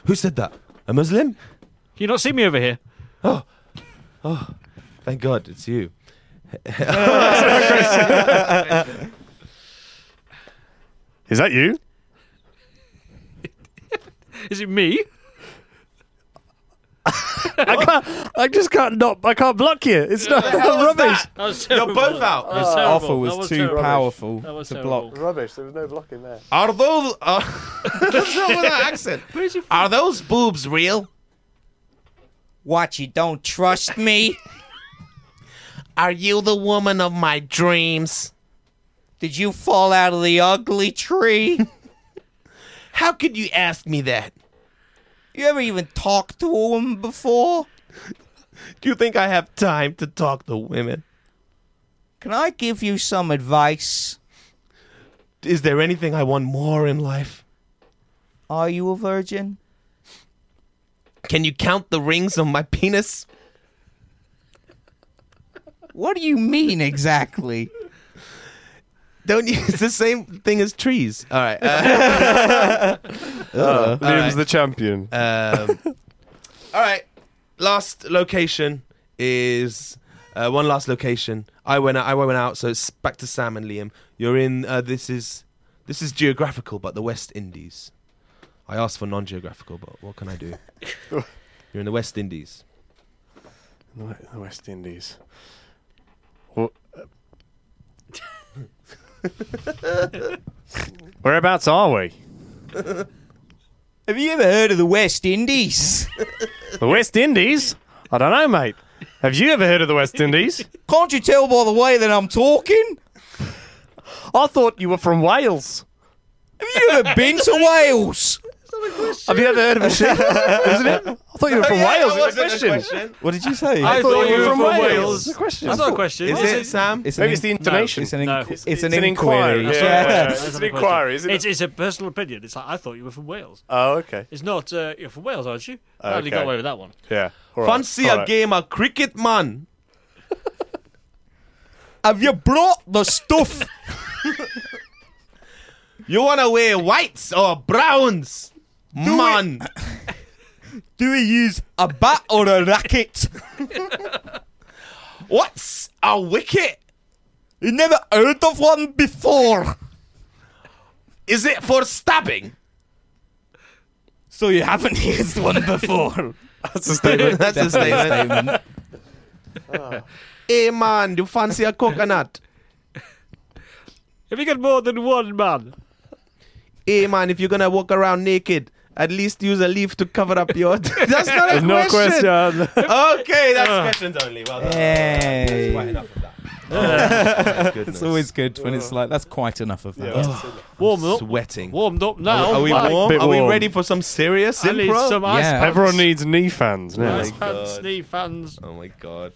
S2: Who said that? A Muslim?
S4: You not see me over here?
S2: Thank God, it's you.
S6: Is that you?
S4: Is it me?
S6: I can't. I just can't not. I can't block you. It's not rubbish.
S4: That was
S2: You're
S4: terrible.
S2: both out.
S4: Ah, That was terrible.
S8: Arthur was,
S4: That
S8: too
S4: terrible.
S8: powerful
S4: That was
S8: to
S4: terrible.
S8: block.
S6: Rubbish. There was no blocking there.
S2: Are those? Uh, what's wrong with that accent? Are those boobs real?
S8: What, you don't trust me?
S2: Are you the woman of my dreams?
S8: Did you fall out of the ugly tree?
S2: How could you ask me that?
S8: you ever even talked to a woman before?
S2: Do you think I have time to talk to women?
S8: Can I give you some advice?
S2: Is there anything I want more in life?
S8: Are you a virgin?
S2: Can you count the rings on my penis?
S8: What do you mean exactly?
S2: Don't you? It's the same thing as trees. All right. uh,
S6: Liam's
S2: Alright.
S6: the champion.
S2: Um, all right. Last location is uh, one last location. I went. Out, I went out. So it's back to Sam and Liam. You're in. Uh, this is this is geographical, but the West Indies. I asked for non-geographical, but what can I do? You're in the West Indies.
S6: The West Indies.
S8: Uh-huh.
S6: Whereabouts are we?
S8: Have you ever heard of the West Indies?
S6: The West Indies? I don't know, mate. Have you ever heard of the West Indies?
S8: Can't you tell by the way that I'm talking?
S6: I thought you were from Wales.
S8: Have you ever been to Wales?
S6: Have you ever heard of a ship? Isn't it? I thought you were
S8: Oh,
S6: from Wales. It's a question.
S8: What did you say?
S4: I thought you were from Wales.
S6: It's a question.
S4: That's not a question.
S2: Is it Sam?
S8: It's
S6: Maybe it's the intonation.
S8: It's an,
S4: No.
S8: inqu- it's, an, inquiry.
S6: Yeah,
S8: Yeah.
S6: yeah, yeah.
S4: That's
S6: It's
S4: not
S6: an
S4: a question.
S6: inquiry, isn't
S4: It's,
S6: it?
S4: it's a personal opinion. It's like I thought you were from Wales.
S6: Oh, okay. Oh,
S4: It's not. Uh, you're from Wales, aren't you? I only
S6: Okay.
S4: got away with that one.
S6: Yeah. All right.
S2: Fancy
S6: All
S2: a
S6: right.
S2: game of cricket, man?
S8: Have you brought the stuff?
S2: You wanna wear whites or browns, man?
S8: Do we use a bat or a racket?
S2: What's a wicket?
S8: You never heard of one before.
S2: Is it for stabbing?
S8: So you haven't used one before.
S6: That's a statement.
S2: That's a statement. Hey man, you fancy a coconut?
S4: Have you got more than one man?
S2: Hey man, if you're gonna walk around naked, at least use a leaf to cover up your. that's not a
S6: no question.
S2: Okay, that's
S4: Ah.
S2: questions only. Well done.
S8: Hey.
S2: Quite enough of that.
S8: It's always good when it's like, that's quite enough of that.
S2: Oh.
S4: Warm up.
S2: sweating.
S4: Warmed up now. Oh
S2: Are we
S4: Wow.
S2: warm?
S6: Bit
S2: Are we
S6: warm.
S2: ready for some serious
S4: I need
S2: improv?
S4: some ice
S8: Yeah.
S4: pants.
S6: Everyone needs knee fans now.
S4: ice pants,
S2: Oh God.
S4: knee fans.
S2: Oh my god.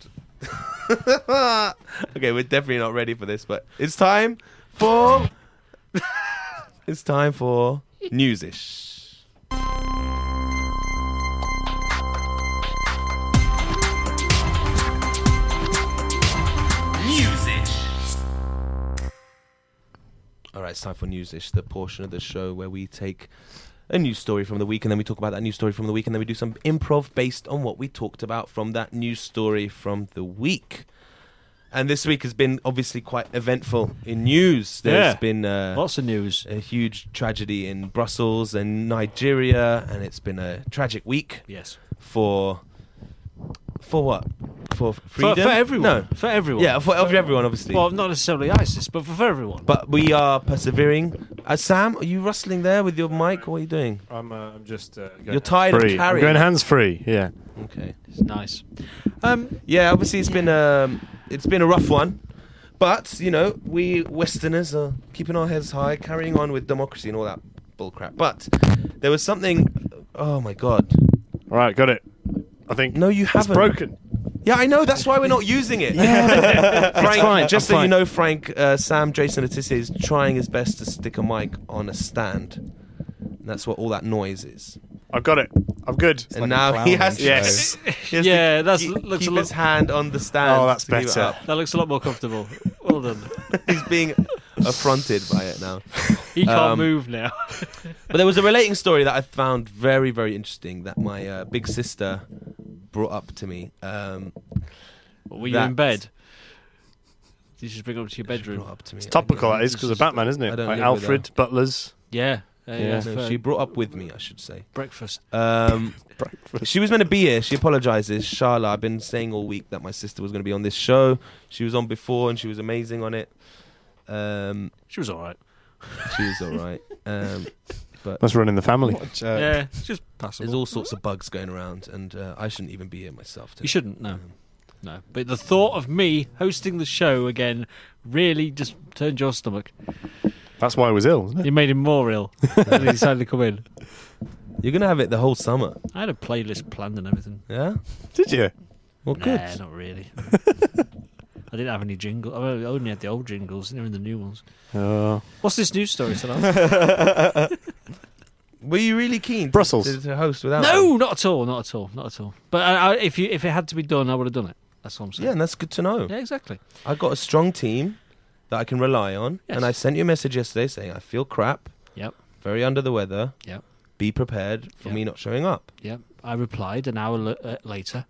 S2: okay, we're definitely not ready for this, but it's time for It's time for newsish. All right, it's time for newsish, the portion of the show where we take a news story from the week, and then we talk about that news story from the week, and then we do some improv based on what we talked about from that news story from the week. And this week has been obviously quite eventful in news. There's
S4: Yeah.
S2: been uh,
S9: Lots of news.
S2: a huge tragedy in Brussels and Nigeria, and it's been a tragic week
S9: Yes.
S2: for for what for
S9: For,
S2: freedom
S9: for everyone.
S2: No,
S9: For everyone.
S2: yeah, for everyone, obviously.
S9: Well, not necessarily ISIS, but for, for everyone.
S2: but we are persevering. Uh, Sam, are you rustling there with your mic? What are you doing?
S10: I'm, uh, I'm just. Uh, going
S2: You're tired
S6: Free.
S2: of
S6: I'm
S2: carrying.
S6: going hands free. Yeah.
S2: okay.
S9: it's nice. Um,
S2: Yeah, obviously it's been um, it's been a rough one, but you know we Westerners are keeping our heads high, carrying on with democracy and all that bullcrap. But there was something. Oh my god.
S6: All right, got it. I think.
S2: No, you
S6: It's
S2: haven't.
S6: broken.
S2: Yeah, I know. That's why we're not using it. Frank,
S6: fine,
S2: just
S6: I'm
S2: so you
S6: fine.
S2: know, Frank, uh, Sam, Jason, Letitia is trying his best to stick a mic on a stand. And that's what all that noise is.
S6: I've got it. I'm good.
S2: and
S8: like a
S2: now he
S8: clown
S2: has, to,
S6: Yes.
S2: he has to
S9: Yeah, that's-
S2: keep,
S9: looks a
S2: keep
S9: lot-
S2: his hand on the stand.
S6: Oh, that's
S2: to keep it
S6: better.
S2: up.
S9: that looks a lot more comfortable. Well done.
S2: He's being affronted by it now.
S4: He can't
S2: Um,
S4: move now.
S2: But there was a relating story that I found very, very interesting that my uh, big sister brought up to me. Um,
S9: Were you
S2: That-
S9: in bed? Did you just bring it up to your
S2: brought
S9: bedroom?
S2: up to me.
S6: It's topical that is because of Batman, isn't
S2: I
S6: it?
S2: don't
S6: Like
S2: live with
S6: Alfred Butler's
S9: Yeah.
S4: Uh,
S6: Yeah.
S4: for
S2: No, she brought up with me, I should say.
S4: breakfast.
S2: Um, she was meant to be here. She apologizes. Sharla, I've been saying all week that my sister was going to be on this show. She was on before and she was amazing on it. Um,
S3: She was all right.
S2: she was all right. Um,
S6: That's running the family.
S3: yeah, it's just
S2: there's
S3: passable.
S2: all sorts of bugs going around, and uh, I shouldn't even be here myself.
S4: You shouldn't. No,
S2: Um,
S4: no. But the thought of me hosting the show again really just turned your stomach.
S6: That's why I was ill, isn't it?
S4: You made him more ill. and he decided to come in.
S2: You're going to have it the whole summer.
S4: I had a playlist planned and everything.
S2: Yeah?
S6: Did you?
S2: Well,
S4: nah,
S2: good.
S4: not really. I didn't have any jingles. I only had the old jingles. and even the new ones.
S6: Oh.
S4: What's this new story tonight?
S2: Were you really keen to-
S6: Brussels.
S2: To, to host without?
S4: no, not at all. Not at all. Not at all. But I, I, if you if it had to be done, I would have done it. That's what I'm
S2: Yeah,
S4: saying.
S2: and that's good to know.
S4: Yeah, exactly.
S2: I got a strong team that I can rely on,
S4: Yes.
S2: and I sent you a message yesterday saying I feel crap.
S4: Yep.
S2: Very under the weather.
S4: Yep.
S2: Be prepared for
S4: Yep.
S2: me not showing up.
S4: Yeah, I replied an hour l- uh, later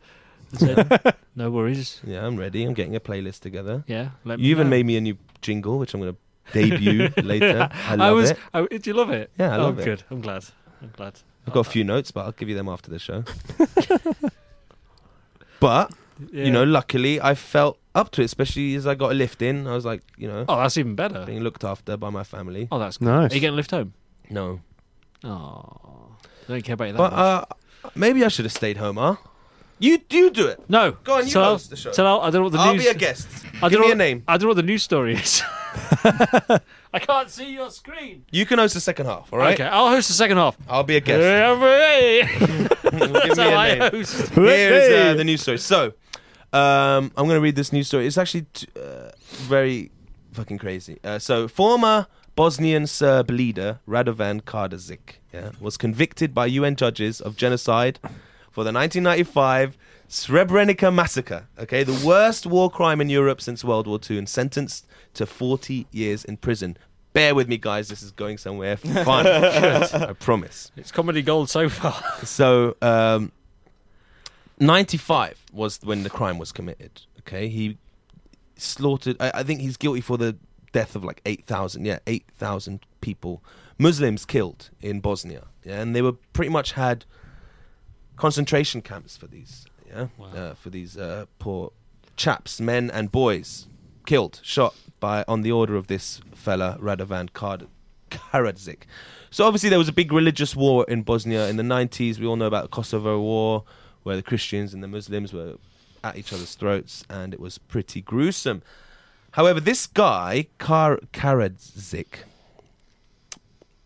S4: and said, "No worries.
S2: Yeah, I'm ready. I'm getting a playlist together.
S4: Yeah, let
S2: You
S4: me
S2: even
S4: know.
S2: made me a new jingle, which I'm going to debut later. I love
S4: was.
S2: it.
S4: I, did you love it?
S2: Yeah, I
S4: oh,
S2: love it.
S4: Good. I'm glad. I'm glad.
S2: I've got a few notes, but I'll give you them after the show. but
S4: Yeah.
S2: you know, luckily I felt up to it, especially as I got a lift in. I was like, you know,
S4: Oh, that's even better.
S2: being looked after by my family.
S4: Oh, that's.
S6: Nice.
S4: Are you getting a lift home?
S2: No,
S4: Oh, I don't care about you that
S2: but
S4: much.
S2: uh, maybe I should have stayed home. Huh? You do do it.
S4: no.
S2: go on, you
S4: Tell-
S2: host the show.
S4: tell- I don't know what the
S2: I'll
S4: news.
S2: be a guest.
S4: I
S2: Give
S4: don't know
S2: me
S4: what,
S2: a name.
S4: I don't know what the news story is. I can't see your screen.
S2: You can host the second half. All right.
S4: Okay, I'll host the second half.
S2: I'll be a guest.
S4: That's
S2: Give me
S4: how
S2: a
S4: I
S2: name.
S4: host.
S2: Here is uh, the news story. So, um, I'm going to read this news story. It's actually t- uh, very fucking crazy. Uh, so, former Bosnian Serb leader Radovan Kardazic yeah, was convicted by UN judges of genocide for the 1995 Srebrenica massacre. Okay, the worst war crime in Europe since World War II, and sentenced to 40 years in prison. Bear with me, guys. This is going somewhere fun. I promise.
S4: It's comedy gold so far.
S2: So, um, 95 was when the crime was committed. Okay, he slaughtered. I, I think he's guilty for the death of like 8,000. Yeah, 8,000 people, Muslims killed in Bosnia. Yeah, and they were pretty much had concentration camps for these. Yeah, uh, for these uh, poor chaps, men and boys, killed, shot by on the order of this fella Radovan Kard- Karadzic. So obviously there was a big religious war in Bosnia in the 90s. We all know about the Kosovo War, where the Christians and the Muslims were at each other's throats, and it was pretty gruesome. However, this guy Kar- Karadzic,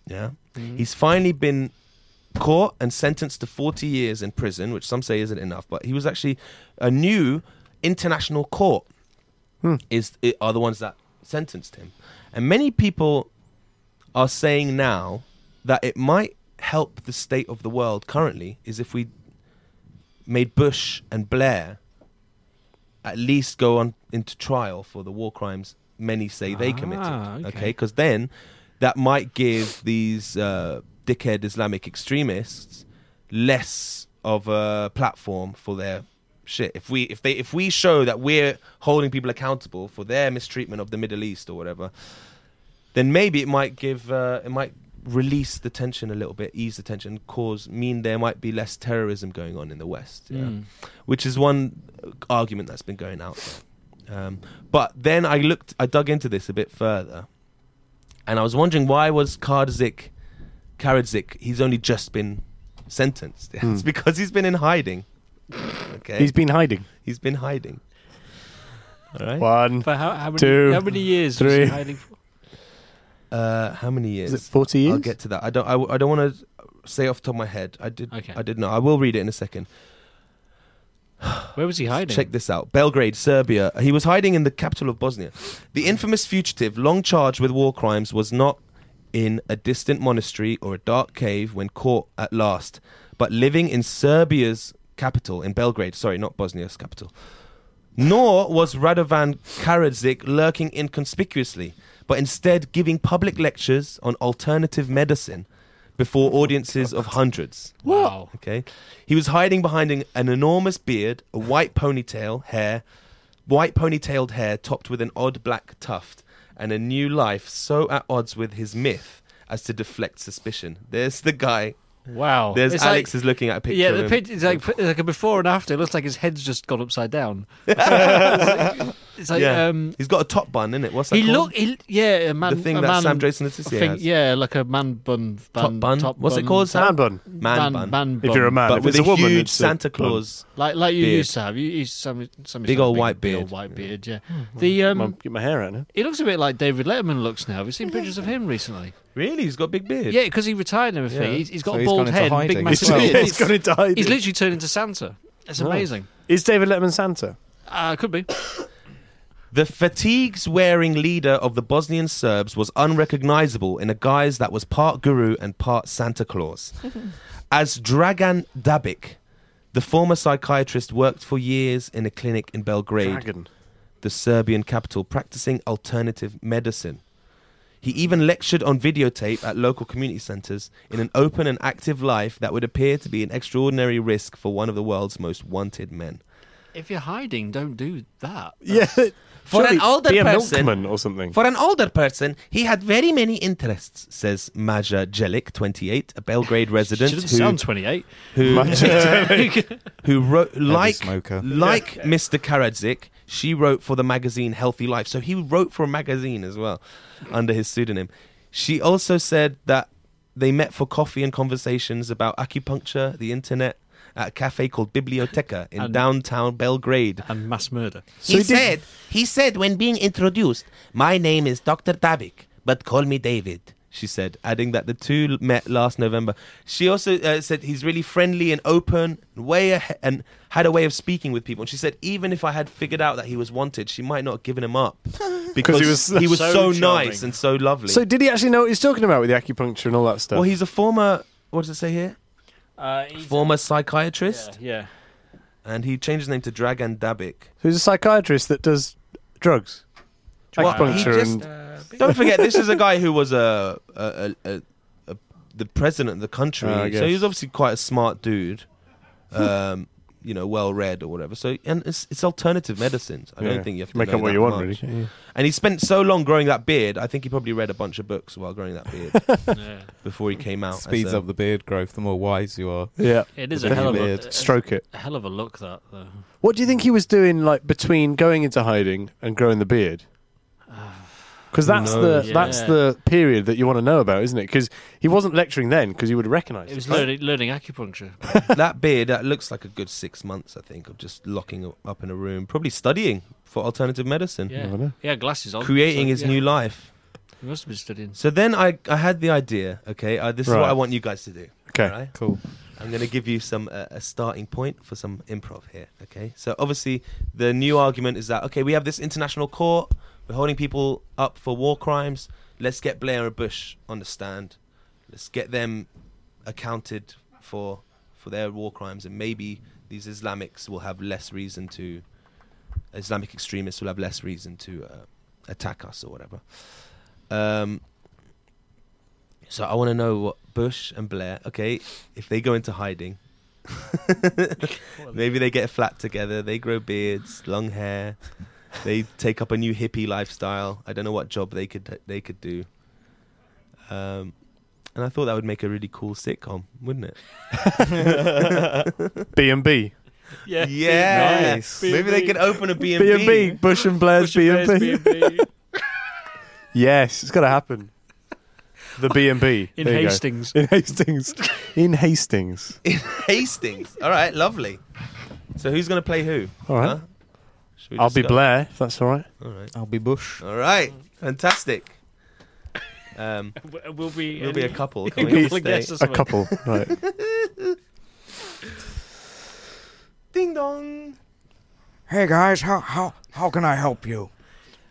S2: yeah, he's finally been caught and sentenced to 40 years in prison, which some say isn't enough, but he was actually a new international court is i- are the ones that sentenced him. And many people are saying now that it might help the state of the world currently is if we made Bush and Blair at least go on into trial for the war crimes many say they
S4: Ah,
S2: committed.
S4: okay.
S2: Okay, because then that might give these uh, dickhead Islamic extremists less of a platform for their shit. If we if they if we show that we're holding people accountable for their mistreatment of the Middle East or whatever, then maybe it might give uh, it might release the tension a little bit, ease the tension, cause mean there might be less terrorism going on in the West, yeah?
S4: Mm.
S2: which is one uh, argument that's been going out. There. Um, but then I looked, I dug into this a bit further, and I was wondering why was Kardzik, Karadzic, he's only just been sentenced. it's because he's been in hiding. Okay,
S6: Hmm. He's been hiding.
S2: he's been hiding. All right.
S6: One.
S4: For how, how many,
S6: Two,
S4: how many years was he
S6: three.
S4: hiding for?
S2: Uh, how many years?
S6: Is it 40 years?
S2: I'll get to that. I don't. I, w- I don't want to say off the top of my head. I did.
S4: Okay.
S2: I did not. I will read it in a second.
S4: Where was he hiding?
S2: Check this out. Belgrade, Serbia. He was hiding in the capital of Bosnia.
S4: Hmm.
S2: The infamous fugitive, long charged with war crimes, was not in a distant monastery or a dark cave when caught at last, but living in Serbia's capital, in Belgrade. Sorry, not Bosnia's capital. Nor was Radovan Karadzic lurking inconspicuously, but instead giving public lectures on alternative medicine before audiences of hundreds.
S4: Wow.
S2: Okay. He was hiding behind an, an enormous beard, a white ponytail, hair, white ponytailed hair topped with an odd black tuft, and a new life so at odds with his myth as to deflect suspicion. There's the guy.
S4: Wow.
S2: There's
S4: It's
S2: Alex
S4: like-
S2: is looking at a picture.
S4: yeah,
S2: of
S4: the
S2: him.
S4: picture is like, it's like a before and after. It looks like his head's just gone upside down. it's like,
S2: Yeah.
S4: um,
S2: He's got a top bun, innit? What's that
S4: he
S2: called?
S4: look, he, yeah, a man,
S2: the thing
S4: a
S2: that
S4: man,
S2: Sam Jason Letitia
S4: thing-
S2: has.
S4: yeah, like a man bun,
S2: Top bun.
S4: top
S2: What's it
S4: bun,
S2: called,
S4: top-
S6: Man bun.
S2: Man bun.
S4: man
S6: If you're a man,
S2: but
S6: if
S2: with
S6: it's
S2: a,
S6: a woman,
S2: huge
S6: it's a
S2: Santa
S6: bun.
S2: Claus.
S4: like like you
S2: beard.
S4: used to have. You used some, some
S2: Big old white
S4: big old
S2: beard. Hmm.
S4: white beard. Yeah, the
S6: I'm gonna
S4: um,
S6: get my hair out now.
S4: he looks a bit like David Letterman looks now. Have you seen pictures of him recently?
S2: Really? He's got big beard.
S4: Yeah, because he retired and everything.
S2: Yeah.
S4: He's, he's got
S7: So
S4: a
S7: he's
S4: bald
S7: gone into
S4: head, and big
S7: hiding.
S4: massive.
S7: Well,
S6: He's-
S4: beard.
S6: he's gonna die.
S4: He's literally turned into Santa. It's
S6: Nice.
S4: amazing.
S6: Is David Letterman Santa?
S4: Uh, could be.
S2: The fatigues wearing leader of the Bosnian Serbs was unrecognizable in a guise that was part guru and part Santa Claus. As Dragan Dabic, the former psychiatrist worked for years in a clinic in Belgrade,
S6: Dragon.
S2: the Serbian capital, practicing alternative medicine. He even lectured on videotape at local community centers in an open and active life that would appear to be an extraordinary risk for one of the world's most wanted men.
S4: If you're hiding, don't do that.
S6: Yeah.
S2: For an
S6: Surely
S2: older
S6: be a
S2: person-
S6: milkman or something.
S2: For an older person, he had very many interests, says Maja Jelic, 28, a Belgrade resident
S4: Shouldn't
S2: who,
S4: sound 28.
S2: who, who wrote, like,
S7: smoker.
S2: like Mr. Karadžić, she wrote for the magazine Healthy Life. So he wrote for a magazine as well under his pseudonym. She also said that they met for coffee and conversations about acupuncture, the internet, at a cafe called Biblioteca in
S4: And-
S2: downtown Belgrade
S4: And mass murder.
S2: he said, he said when being introduced, my name is Dr. Tabik, but call me David. She said, adding that the two l- met last November. She also uh, said he's really friendly and open, way ahe- and had a way of speaking with people. And she said, even if I had figured out that he was wanted, she might not have given him up because he was
S6: was
S2: so,
S4: so
S2: nice
S4: charming.
S2: and so lovely.
S6: So did he actually know what he's talking about with the acupuncture and all that stuff?
S2: well, he's a former. What does it say here?
S4: Uh, he's-
S2: Former psychiatrist,
S4: yeah, yeah.
S2: and he changed his name to Dragan Dabic.
S6: so he's a psychiatrist that does drugs,
S2: Well, he
S6: acupuncture,
S2: just- uh,
S6: and
S8: uh,
S2: Don't forget, this is a guy who was a, a, a, a, a the president of the country,
S6: Oh, I
S2: so he was
S6: guess.
S2: obviously quite a smart dude, um, you know, well read or whatever. So and it's, it's alternative medicines. I
S6: Yeah.
S2: don't think you have to
S6: make
S2: know
S6: up what
S2: that
S6: you want,
S2: much.
S6: really.
S2: And he spent so long growing that beard. I think he probably read a bunch of books while growing that beard
S4: yeah.
S2: before he came out. as
S7: Speeds
S2: a-
S7: up the beard growth the more wise you are.
S6: Yeah.
S4: It is
S7: With
S4: a hell of
S7: a
S4: a,
S7: beard.
S4: a-
S6: Stroke it.
S4: a hell of a look, that, though.
S6: What do you think he was doing, like between going into hiding and growing the beard? Because that's
S2: Who
S6: the
S2: knows?
S6: that's
S4: Yeah.
S6: the period that you want to know about, isn't it? Because he wasn't lecturing then, because you would recognise.
S4: It was learning, learning acupuncture.
S2: that beard that looks like a good six months, I think, of just locking up in a room, probably studying for alternative medicine,
S6: Never
S4: Yeah.
S6: know.
S4: Yeah, glasses on.
S2: creating
S4: so,
S2: his
S4: yeah.
S2: new life.
S4: He must have been studying.
S2: So then I, I had the idea. Okay, uh, this is what
S6: Right.
S2: I want you guys to do.
S6: Okay.
S2: right?
S7: Cool.
S2: I'm going to give you some uh, a starting point for some improv here. Okay, so obviously the new argument is that okay, we have this international court. We're holding people up for war crimes. Let's get Blair and Bush on the stand. Let's get them accounted for for their war crimes, and maybe these Islamics will have less reason to. Islamic extremists will have less reason to uh, attack us or whatever. Um, so I want to know what Bush and Blair. Okay, if they go into hiding, maybe they get flat together. They grow beards, long hair. They take up a new hippie lifestyle. I don't know what job they could they could do. Um, and I thought that would make a really cool sitcom, wouldn't it?
S6: B and B,
S4: Yeah.
S2: Yeah,
S7: Nice.
S2: maybe they could open a B
S6: B and B,
S2: and B.
S6: Bush and Blair's B and B. Yes, it's got to happen. The B and B
S4: In
S6: There you go.
S4: Hastings.
S6: In Hastings. In Hastings.
S2: Hastings. All right, lovely. So who's gonna play who?
S6: All right.
S2: Huh? Should we
S6: I'll be
S2: discuss?
S6: Blair, if that's all right.
S2: All right.
S7: I'll be Bush.
S2: All right. Fantastic. Um,
S4: Will be.
S2: We'll be a couple.
S4: A
S2: can't we?
S4: couple
S2: Stay.
S4: of guesses.
S6: A
S4: Right.
S6: couple, right.
S2: Ding dong.
S5: Hey guys, how how how can I help you?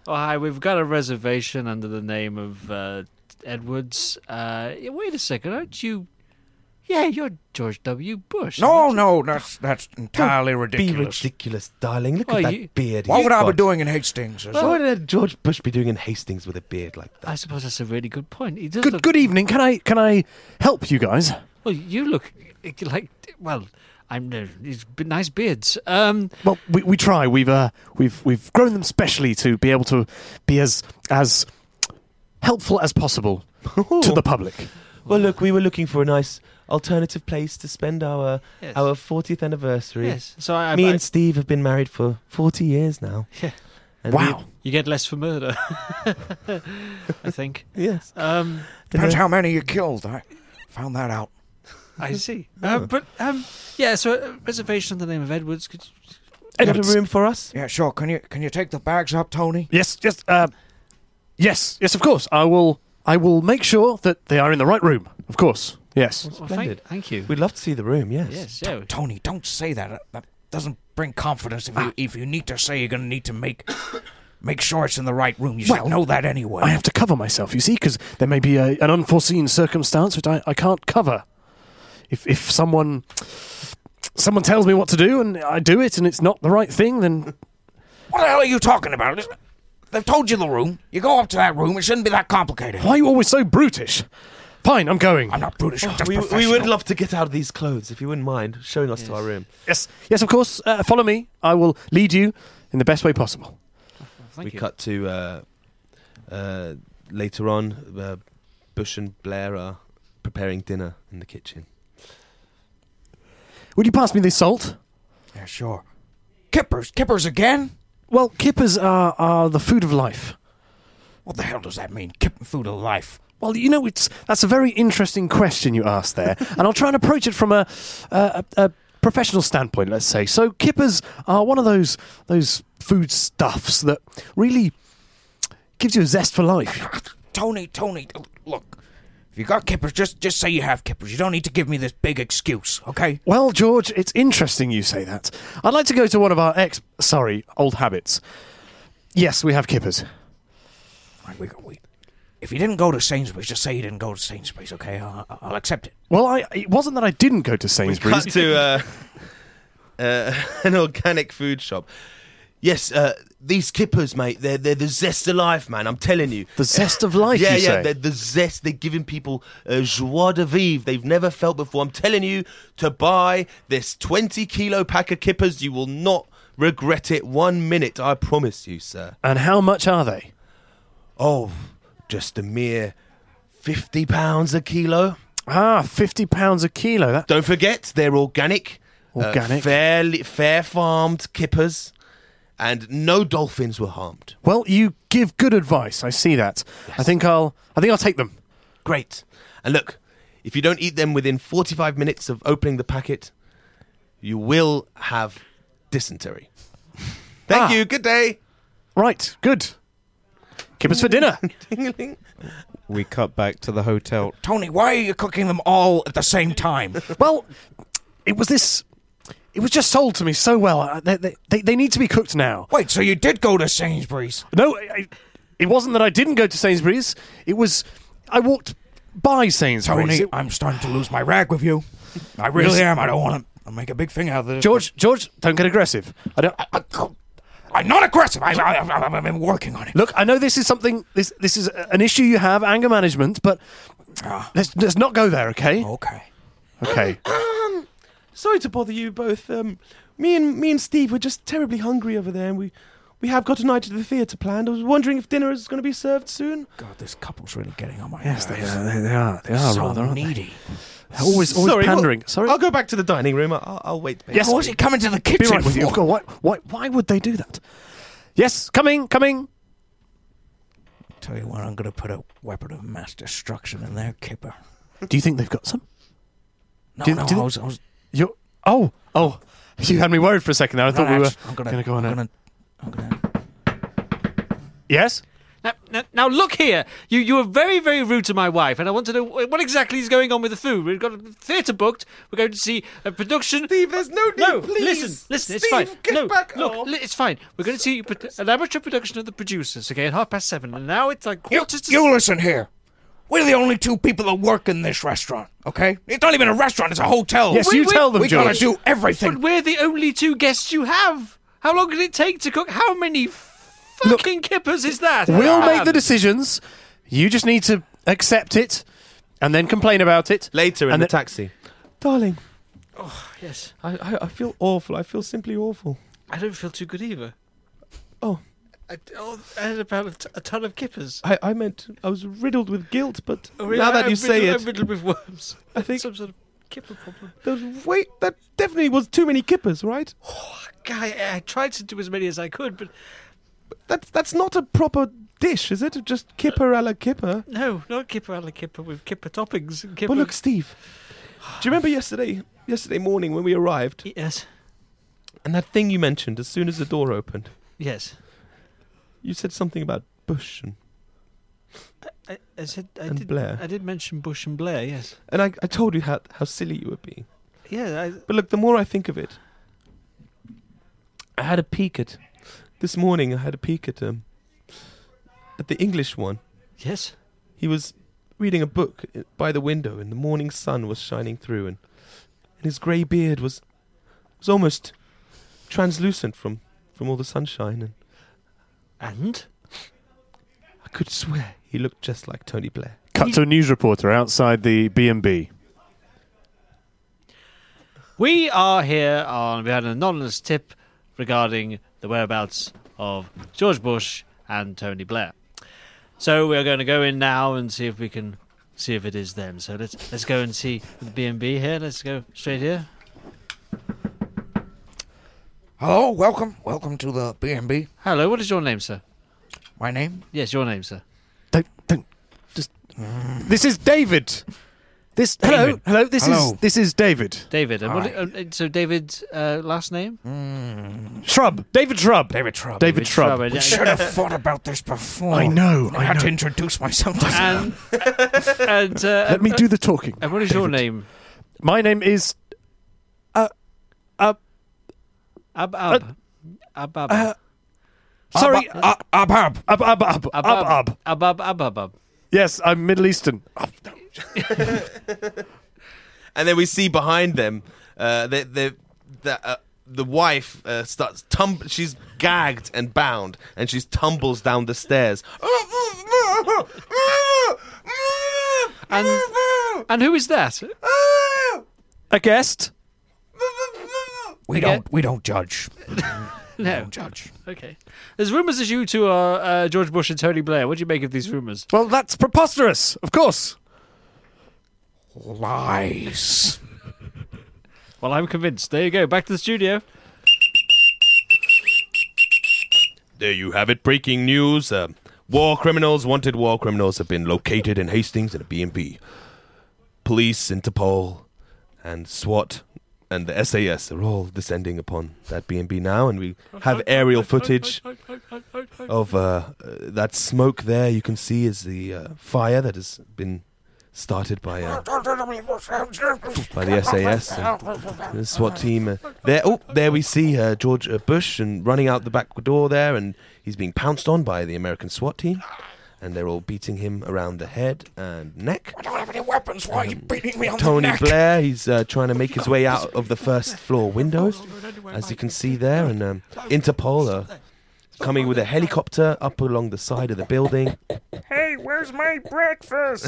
S4: Oh, hi. We've got a reservation under the name of uh, Edwards. Uh, yeah, wait a second, aren't you? Yeah, you're George W. Bush.
S5: No,
S4: aren't you?
S5: no, that's that's entirely
S2: Be
S5: ridiculous.
S2: ridiculous, darling. Look
S4: Well,
S2: at that
S4: you-
S2: beard.
S5: What
S2: he's
S5: would I be
S2: got.
S5: doing in Hastings?
S2: What would uh, George Bush be doing in Hastings with a beard like that?
S4: I suppose that's a really good point. He does
S6: Good
S4: look.
S6: good evening. Can I can I help you guys?
S4: Well, you look like. Well, I'm. no, He's b- nice beards. Um,
S6: Well, we, we try. We've uh, we've we've grown them specially to be able to be as as helpful as possible. to the public.
S2: Well, look, we were looking for a nice alternative place to spend our
S4: Yes.
S2: our 40th anniversary.
S4: yes. So I, I,
S2: Me and Steve have been married for 40 years now.
S4: Yeah.
S2: And
S6: Wow.
S4: you get less for murder. I think.
S2: we- yes.
S4: Um,
S5: Depends how many you killed. I found that out.
S4: I see.
S5: Oh.
S4: Uh, but um, yeah. So uh, reservation in the name of Edwards. Could
S2: Got a room for us?
S5: Yeah, sure. Can you can you take the bags up, Tony?
S6: Yes, yes, uh, yes, yes. Of course, I will. I will make sure that they are in the right room. Of course. Yes.
S4: well,
S2: Splendid.
S4: thank, thank you.
S2: We'd love to see the room, yes.
S4: Yes. Yeah.
S5: Tony, don't say that. Uh, That doesn't bring confidence. If you if you need to say, you're gonna need to make make sure it's in the right room. You
S6: Well,
S5: should know that anyway.
S6: I have to cover myself, you see, because there may be a, an unforeseen circumstance which I, I can't cover. If if someone someone tells me what to do and I do it and it's not the right thing, then
S5: what the hell are you talking about? They've told you the room. You go up to that room. It shouldn't be that complicated.
S6: why are you always so brutish? Fine, I'm going.
S5: I'm not brutish. I'm just
S2: Oh, We, we
S5: professional.
S2: would love to get out of these clothes, if you wouldn't mind showing us to our room.
S6: yes, yes, of course. Uh, follow me. I will lead you in the best way possible.
S4: Thank
S2: we
S4: you.
S2: cut to uh, uh, later on. Uh, Bush and Blair are preparing dinner in the kitchen.
S6: Would you pass me the salt?
S5: Yeah, sure. Kippers, kippers again.
S6: Well, kippers are, are the food of life.
S5: What the hell does that mean? Kip food of life.
S6: Well, you know, it's that's a very interesting question you asked there, and I'll try and approach it from a, a, a professional standpoint, let's say. So, kippers are one of those those food stuffs that really gives you a zest for life.
S5: Tony, Tony, uh, look. If you got kippers, just just say you have kippers. You don't need to give me this big excuse, okay?
S6: Well, George, it's interesting you say that. I'd like to go to one of our ex, sorry, old habits. Yes, we have kippers.
S5: Right, we, we, if you didn't go to Sainsbury's, just say you didn't go to Sainsbury's, okay? I'll, I'll I'll accept it.
S6: Well, I, it wasn't that I didn't go to Sainsbury's.
S2: Cut to uh, uh, an organic food shop. Yes, uh, these kippers, mate, they're, they're the zest of life, man, I'm telling you.
S6: The zest of life,
S2: yeah,
S6: you
S2: yeah,
S6: say?
S2: they're the zest. They're giving people a joie de vivre they've never felt before. I'm telling you to buy this 20 kilo pack of kippers. You will not regret it one minute, I promise you, sir.
S6: and how much are they?
S2: Oh, just a mere fifty pounds a kilo.
S6: Ah, fifty pounds a kilo. That
S2: Don't forget, they're organic, uh,
S6: Organic.
S2: fairly fair farmed kippers, and no dolphins were harmed.
S6: well, you give good advice. I see that. I think I'll. I think I'll take them.
S2: Great. And look, if you don't eat them within forty-five minutes of opening the packet, you will have dysentery. Thank
S6: Ah.
S2: you. Good day.
S6: Right. Good. Kippers for dinner.
S2: Ding-a-ling.
S7: We cut back to the hotel.
S5: Tony, why are you cooking them all at the same time?
S6: well, it was this. It was just sold to me so well. I- They, they, they, they need to be cooked now.
S5: Wait, so you did go to Sainsbury's?
S6: No, I, I- it wasn't that I didn't go to Sainsbury's. It was I walked by Sainsbury's.
S5: Tony,
S6: It-
S5: I'm starting to lose my rag with you. I really am. I don't want to make a big thing out of this.
S6: George, George, don't get aggressive. I don't.
S5: I, am not aggressive. I, I, I, I've been working on it.
S6: Look, I know this is something. This this is an issue you have, anger management. But
S5: Ah.
S6: let's let's not go there, okay?
S5: Okay.
S6: Okay.
S2: Sorry to bother you both. Um, me and me and Steve were just terribly hungry over there, and we we have got a night at the theatre planned. I was wondering if dinner is going to be served soon.
S5: God, this couple's really getting on my
S6: Yes, they
S5: nerves.
S6: are. They, they are. They are
S5: so
S6: rather, aren't they?
S5: needy.
S6: They're Always, always
S2: Sorry,
S6: pandering.
S2: well,
S6: Sorry.
S2: I'll go back to the dining room. I- I'll, I'll wait. Babe.
S6: yes.
S5: Why is he coming to the kitchen
S6: be right with you.
S5: for?
S6: Of course, Why, why, why would they do that? Yes, coming, coming.
S5: Tell you what, I'm going to put a weapon of mass destruction in their kipper.
S6: Do you think they've got some?
S5: No,
S6: Do you-
S5: no,
S6: do you-
S5: I was, I was
S6: You. Oh, oh. You had me worried for a second there. I thought
S5: not
S6: we were
S5: act- I'm gonna,
S6: going to go on.
S5: I'm
S6: a-
S5: gonna, I'm gonna,
S6: Yes.
S4: Now, now, now look here. You you were very very rude to my wife, and I want to know wh- what exactly is going on with the food. We've got a theatre booked. We're going to see a production.
S2: Steve, there's no need.
S4: no,
S2: please.
S4: listen, listen. It's
S2: Steve,
S4: fine.
S2: Get
S4: no,
S2: back
S4: look,
S2: up.
S4: li- it's fine. We're going to see pro- an amateur production of the producers. Okay, at half past seven, and now it's like
S5: you,
S4: quarter to.
S5: you listen here. We're the only two people that work in this restaurant, okay? It's not even a restaurant, it's a hotel.
S6: Yes,
S4: Wait,
S6: you
S4: wait,
S6: tell them,
S5: we gotta
S6: George.
S5: do
S4: but
S5: everything.
S4: we're the only two guests you have. How long did it take to cook? How many fucking kippers is that?
S6: We'll
S4: Ah,
S6: make the decisions. You just need to accept it, and then complain about it
S2: Later in
S6: And
S2: the
S6: the-
S2: taxi, darling. Oh,
S4: Yes,
S2: I, I I feel awful. I feel simply awful.
S4: I don't feel too good either.
S2: Oh,
S4: I, I, oh, I had about a, t- a ton of kippers.
S2: I, I meant I was riddled with guilt, but
S4: Oh,
S2: now
S4: really?
S2: that
S4: I'm
S2: you say
S4: riddled-
S2: it,
S4: I'm riddled with worms.
S2: I think
S4: Some sort of kipper problem.
S2: there's, wait, that definitely was too many kippers, right?
S4: I, I tried to do as many as I could, but
S2: That's that's not a proper dish, is it? Just kipper a la kipper.
S4: no, not kipper a la kipper with kipper toppings. And kipper.
S2: But look, Steve, do you remember yesterday? Yesterday morning when we arrived,
S4: yes,
S2: and that thing you mentioned as soon as the door opened,
S4: yes.
S2: you said something about bush and,
S4: I, I said I
S2: and
S4: did.
S2: Blair,
S4: I did mention Bush and Blair. Yes,
S2: and I, I told you how how silly you were being.
S4: yeah. I,
S2: But look, the more I think of it, I had a peek at this morning. I had a peek at um at the English one.
S4: yes.
S2: He was reading a book i- by the window, and the morning sun was shining through, and, and his grey beard was was almost translucent from from all the sunshine. And
S4: And
S2: I could swear he looked just like Tony Blair.
S6: Cut to a news reporter outside the B&B.
S4: We are here on. We had an anonymous tip regarding the whereabouts of George Bush and Tony Blair. So we are going to go in now and see if we can see if it is them. So let's let's go and see the B and B here. Let's go straight here.
S5: Hello, welcome, welcome to the B&B.
S4: Hello, what is your name, sir?
S5: My name?
S4: Yes, your name, sir.
S6: Don't, don't, just. This is David. This hello,
S4: David.
S6: hello. This
S5: Hello.
S6: is this is David
S4: David. And what,
S5: Hi.
S4: uh, so David's uh, last name?
S6: Shrub. David Shrub. David,
S5: Hmm. David Trump.
S6: Shrub.
S4: Shrub.
S5: I should have thought about this before.
S6: I know.
S5: I
S6: I
S5: had to
S6: know.
S5: introduce myself.
S4: And and, uh,
S6: Let me do the talking.
S4: and what is your
S6: David.
S4: name?
S6: My name is uh,
S4: Ab Ab. Ab Ab. Ab
S6: uh, sorry. uh,
S5: Ab- Ab- Abhab.
S6: Ab ab ab ab
S4: Ab.
S6: ab.
S4: Ab Ab Ab Ab.
S6: Yes, I'm Middle Eastern. Ab-
S2: And then we see behind them, uh, the the the. Uh, the wife uh, starts tum. She's gagged and bound, and she tumbles down the stairs.
S4: And and who is that?
S6: A guest.
S5: We don't, we don't judge.
S4: No.
S5: Don't judge.
S4: Okay. There's rumours that you two are uh, George Bush and Tony Blair. What do you make of these rumours?
S6: Well, that's preposterous. Of course.
S5: Lies.
S4: Well, I'm convinced. There you go. Back to the studio.
S2: There you have it. Breaking news: uh, War criminals, wanted war criminals, have been located in Hastings at a B&B. Police, Interpol, and SWAT, and the SAS are all descending upon that B&B now, and we have aerial footage of uh, uh, that smoke. There, you can see is the uh, fire that has been started by uh, by the SAS. And the SWAT team. Uh, there, oh, there we see uh, George uh, Bush and running out the back door there, and he's being pounced on by the American SWAT team, and they're all beating him around the head and neck.
S5: I don't have any weapons. Why are
S6: Um,
S5: you beating me on
S2: Tony
S5: the neck?
S2: Blair, he's uh, trying to make his way out of the first floor windows, as you can see there, and um, Interpol are coming with a helicopter up along the side of the building.
S5: Hey, where's my breakfast?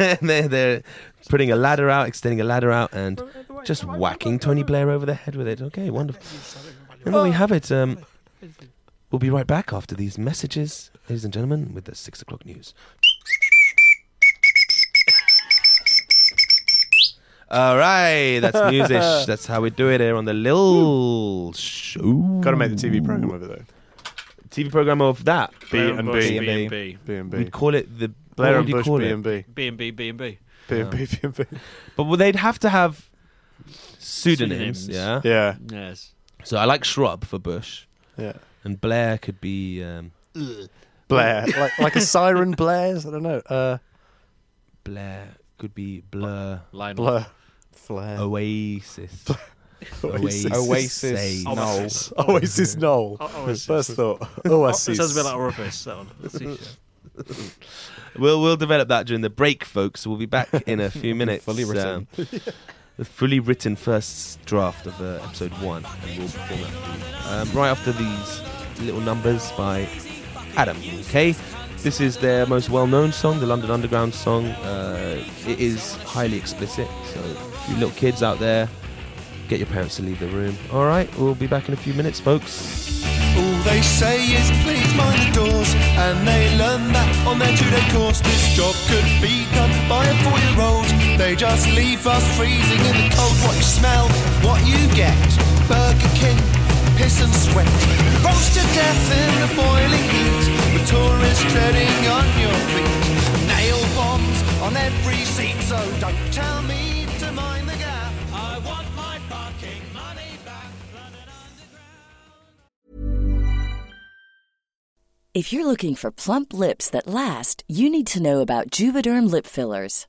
S2: and they're, they're putting a ladder out, extending a ladder out, and just whacking Tony Blair over the head with it. Okay, wonderful. And there we
S4: Oh,
S2: have it. Um, we'll be right back after these messages, ladies and gentlemen, with the six o'clock news. All right, that's news-ish. That's how we do it here on the Lil Show.
S6: Got to make the TV program over there.
S2: TV program of that.
S6: B and B.
S7: B&B.
S4: B
S6: B and
S2: We'd
S6: B.
S2: call it the
S6: Blair
S2: what
S6: and
S2: would you
S6: Bush.
S2: call
S6: B
S2: it?
S6: and B.
S4: and B B and B.
S6: B and B. B and B.
S2: But well, they'd have to have pseudonyms,
S4: Pseudonyms.
S2: yeah.
S6: Yeah.
S4: Yes.
S2: So I like Shrub for Bush,
S6: Yeah.
S2: and Blair could be um,
S6: Blair, like like a siren blares. I don't know. Uh,
S2: Blair could be Blur
S4: Lionel.
S6: blur.
S7: Flair.
S2: Oasis.
S6: Oasis. Oh,
S7: Oasis.
S2: Say.
S7: No.
S6: Oasis Knoll.
S4: Oh, Oasis.
S6: First thought.
S4: Oh, That
S6: Oasis.
S4: sounds a bit like Orifice. That one. Let's see.
S2: We'll we'll develop that during the break, folks. We'll be back in a few minutes.
S7: Fully written.
S2: um, the fully written first draft of uh, episode one, and we'll perform that. Um, right after these little numbers by Adam. Okay, this is their most well-known song, the London Underground song. Uh, it is highly explicit, so you little kids out there, get your parents to leave the room. All right, we'll be back in a few minutes, folks.
S11: All they say is please mind the attitude, of course, this job could be done by a four year old. They just leave us freezing in the cold. What you smell, what you get. Burger King, piss and sweat. Roast to death in the boiling heat. With tourists treading on your feet. Nail bombs on every seat, so don't tell me to mind the gap. I want my fucking money back. Running underground.
S12: If you're looking for plump lips that last, you need to know about Juvederm lip fillers.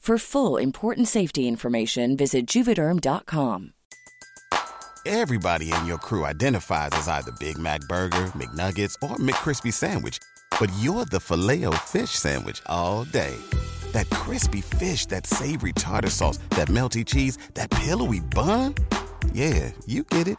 S12: For full important safety information, visit juvederm.com.
S13: Everybody in your crew identifies as either Big Mac Burger, McNuggets, or McCrispy Sandwich. But you're the filet fish Sandwich all day. That crispy fish, that savory tartar sauce, that melty cheese, that pillowy bun. Yeah, you get it.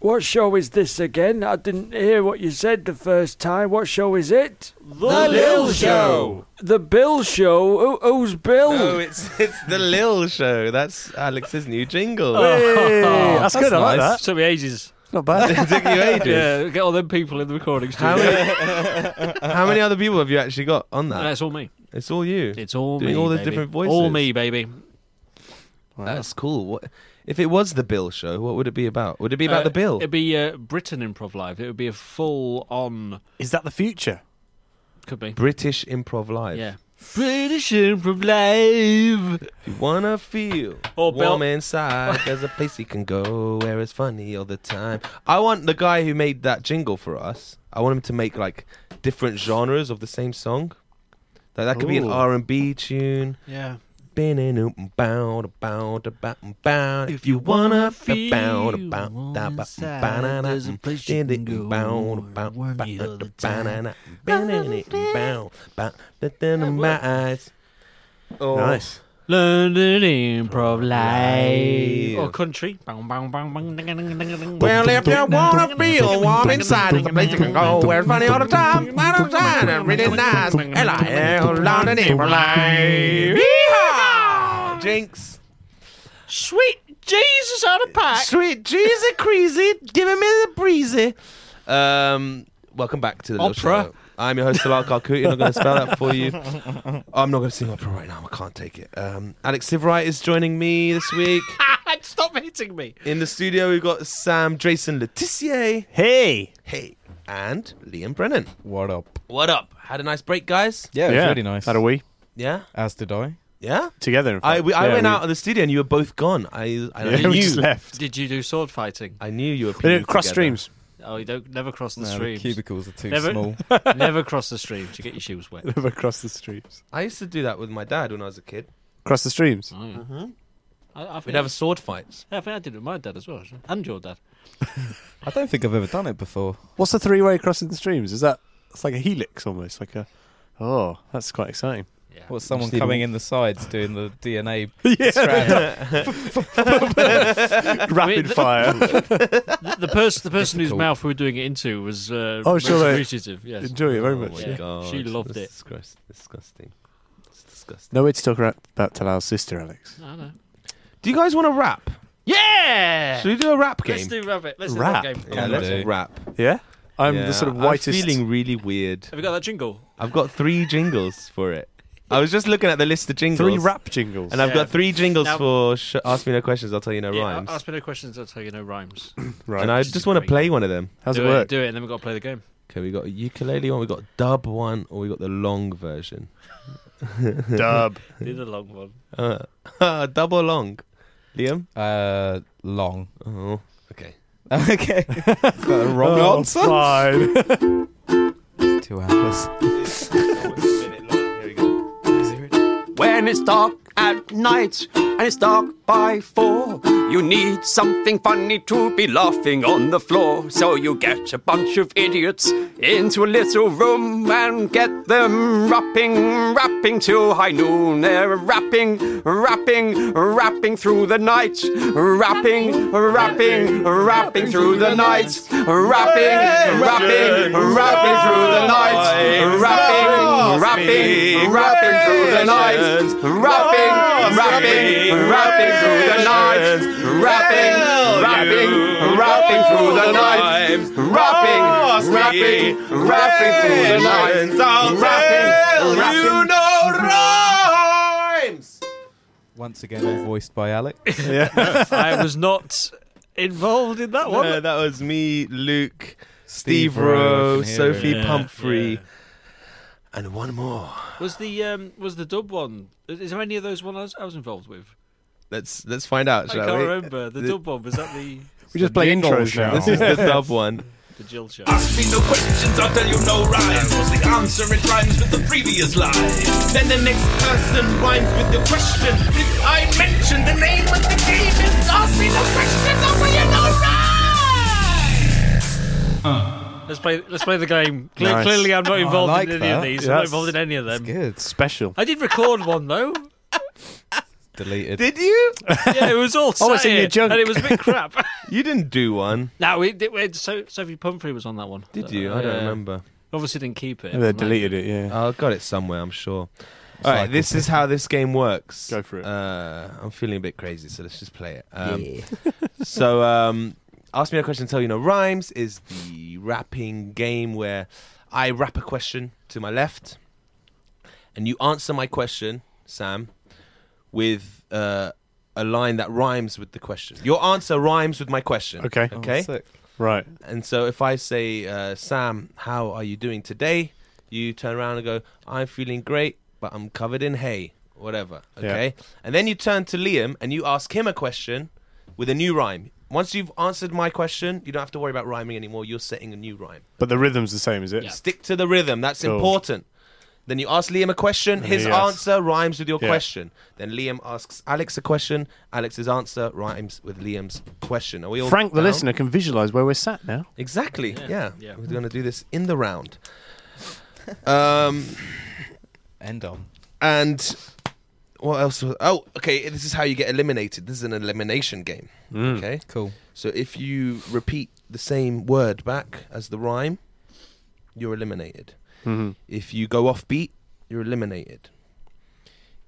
S14: What show is this again? I didn't hear what you said the first time. What show is it? The
S1: Lil Show.
S14: The Bill Show. Who, who's Bill?
S2: Oh, it's it's the Lil Show. That's Alex's new jingle.
S6: Oh. that's, good. I like
S4: Nice.
S6: that.
S4: Took me ages.
S6: Not bad.
S2: It took you ages.
S4: Yeah, get all them people in the recording
S2: How
S4: studio.
S2: many, how many other people have you actually got on
S4: No,
S2: that?
S4: it's all me.
S2: It's all you.
S4: It's all
S2: Doing
S4: me.
S2: all the
S4: baby.
S2: different
S4: All
S2: voices.
S4: me, baby.
S2: That's cool. What if it was the Bill show? What would it be about? Would it be about
S4: Uh,
S2: the Bill?
S4: It'd be uh, Britain Improv Live. It would be a full on.
S6: Is that the future?
S4: Could be.
S2: British Improv Live.
S4: Yeah. British Improv Live.
S2: If you wanna feel
S4: Or
S2: warm
S4: Bill-
S2: inside, there's a place you can go where it's funny all the time. I want the guy who made that jingle for us. I want him to make like different genres of the same song. Like that could be an
S6: Ooh.
S2: R and B tune.
S4: Yeah.
S2: If you wanna feel warm inside, there's a place you can go where warm you all the time.
S6: Nice.
S4: London Improv
S2: Live.
S4: Live. Oh, Or country. Bang, bang, bang, bang, ding, ding, ding, ding, ding.
S1: Well, if you wanna feel warm inside, it's a place you can go where it's funny all the time, man of time, and really nice. L.I.L. London Improv Live.
S2: Jinx.
S4: Sweet Jesus on a pack.
S2: Sweet Jesus, crazy, giving me the breezy. Um, welcome back to the Little
S4: Opera.
S2: Show. I'm your host, Salah Kalkuti. I'm not going to spell that for you. I'm not going to sing opera right now. I can't take it. Um, Alex Sivright is joining me this week.
S4: Stop hitting me.
S2: In the studio, we've got Sam Drayson Letitia.
S6: Hey.
S2: Hey. And Liam Brennan.
S7: What up?
S2: What up? Had a nice break, guys.
S7: Yeah, it's really nice.
S6: Had a wee
S2: Yeah.
S7: As did I.
S2: Yeah.
S6: together. In fact.
S2: I, we, I
S6: Yeah,
S2: went
S6: we-
S2: out of the studio and you were both gone. I I,
S6: Yeah,
S2: knew.
S6: we just left.
S4: Did you do sword fighting?
S2: I knew you were.
S6: We
S2: peeing
S6: did cross
S2: together.
S6: streams.
S4: Oh, you don't never cross the
S7: No, the
S4: streams.
S7: cubicles are too
S4: Never-
S7: small.
S4: never cross the stream to get your shoes wet.
S6: Never cross the streams. Mm-hmm.
S2: I used to do that with my dad when I was a kid.
S6: Cross the streams.
S4: Oh, I, I, think
S2: We'd have sword fights.
S4: I think I did it with my dad as well, actually. and your dad.
S7: I don't think I've ever done it before.
S6: What's the three-way crossing the streams? Is that? It's like a helix almost. Like a. Oh, that's quite exciting.
S4: Yeah.
S7: What's someone
S2: Just need
S7: coming in the sides doing the DNA
S6: yeah.
S4: I mean,
S6: Rapid
S4: the-
S6: fire.
S4: The, the person, the person whose
S7: Difficult.
S4: mouth we were doing it into was uh,
S6: Oh, sure,
S4: most
S6: they-
S4: appreciative. Yes.
S6: Enjoy it very
S2: Oh
S6: much.
S2: my
S4: Yeah.
S2: god,
S4: She loved
S2: that's
S4: it.
S2: disgust- disgusting. It's disgusting.
S6: No way to talk about, about Talal's sister, Alex.
S4: I know.
S2: Do you guys want to rap?
S4: Yeah.
S2: Should we do a rap
S4: Let's
S2: game?
S4: do rabbit. Let's
S6: Rap.
S4: do that game.
S2: yeah,
S7: Can
S2: let's
S7: do.
S2: rap.
S6: Yeah. I'm the sort of whitest.
S2: I'm feeling really weird.
S4: Have you got that jingle?
S2: I've got three jingles for it. I was just looking at the list of jingles.
S6: Three rap jingles.
S2: And I've
S4: Yeah.
S2: got three jingles
S4: Now-
S2: for sh- Ask Me No Questions, I'll Tell You No
S4: Yeah,
S2: Rhymes.
S4: Ask me no questions. I'll tell you no rhymes.
S2: And I just want to play one of them.
S4: do Do it, and then we've got to play the game.
S2: Okay, we got a ukulele one, we got dub one, or we got the long version.
S6: Dub.
S4: Do the long one.
S2: Uh, dub or long? Liam?
S7: Uh, long.
S2: Oh, okay.
S7: Okay. Got a wrong
S6: Oh,
S7: answer.
S6: fine.
S7: Two hours.
S8: When it's dark at night and it's dark by four, you need something funny to be laughing on the floor. So you get a bunch of idiots into a little room and get them rapping, rapping till high noon. They're rapping, rapping, rapping through the night, rapping, rapping, rapping through the night, rapping, rapping, rapping through the night, rapping, rapping, rapping through the night, rapping, rapping, rapping through the night, rapping, rapping, rapping through the night, rapping, rapping, rapping through the night, rapping, rapping.
S7: Once again, all voiced by Alec.
S4: I was not involved in that one.
S2: Uh, that was me, Luke, Steve,
S7: Steve
S2: Rowe,
S7: Rowe, I can hear
S2: Sophie
S4: it. Yeah,
S2: Pumphrey,
S4: yeah.
S2: and one more.
S4: Was the um, was the dub one? Is is there any of those one I was, I was involved with?
S2: Let's let's find out,
S4: I
S2: shall
S4: can't
S2: we?
S4: remember the,
S2: The-
S4: dub one. Was that the
S6: We just play intros now.
S2: This is the dub one.
S4: the Jill show?
S8: Ask me no questions, I'll tell you no rhymes. Was the answer it rhymes with the previous line. Then the next person rhymes with the question. Did I mention the name of the game is Ask me no questions, I'll tell you no rhymes.
S4: Let's play. Let's play the game. Cle-
S6: Nice. Oh,
S4: Clearly, I'm not involved
S7: like
S4: in any
S7: that.
S4: of these.
S6: Yeah,
S4: I'm not
S6: that's-
S4: involved in any of them.
S7: Good.
S6: Special.
S4: I did record one though.
S7: Deleted.
S2: Did you?
S4: Yeah, it was all.
S6: Oh, it's
S4: sat
S6: in your
S4: here,
S6: junk.
S4: and it was a bit crap.
S2: You didn't do one,
S4: no, we did. We, so, Sophie Pumphrey was on that one.
S2: did
S4: So,
S2: you? I don't
S4: Uh, yeah.
S2: remember.
S4: Obviously, didn't keep it.
S6: They deleted it. Yeah.
S2: I got it somewhere, I'm sure. All right, this is how this game works.
S6: Go for it.
S2: Uh, I'm feeling a bit crazy, so let's just play it. Um, so, um, ask me a question, tell you no rhymes is the rapping game where I rap a question to my left, and you answer my question, Sam, with uh, a line that rhymes with the question. Your answer rhymes with my question.
S6: Okay. Oh,
S2: Okay.
S7: Sick.
S6: Right.
S2: And so if I say, uh, Sam, how are you doing today? You turn around and go, I'm feeling great, but I'm covered in hay, whatever. Okay. And then you turn to Liam and you ask him a question with a new rhyme. Once you've answered my question, you don't have to worry about rhyming anymore. You're setting a new rhyme.
S6: But the rhythm's the same, is it?
S2: Stick to the rhythm. That's
S6: Cool.
S2: important. Then you ask Liam a question. His
S6: he asks-
S2: answer rhymes with your
S6: Yeah.
S2: question. Then Liam asks Alex a question. Alex's answer rhymes with Liam's question. Are we all
S6: Frank, the
S2: down?
S6: listener, can visualize where we're sat now.
S2: Exactly. Yeah.
S4: Yeah.
S2: We're going to do this in the round. Um,
S7: End on.
S2: and what else? Was, oh, okay. This is how you get eliminated. This is an elimination game. Okay.
S7: Cool.
S2: So if you repeat the same word back as the rhyme, you're eliminated. If you go off beat, you're eliminated.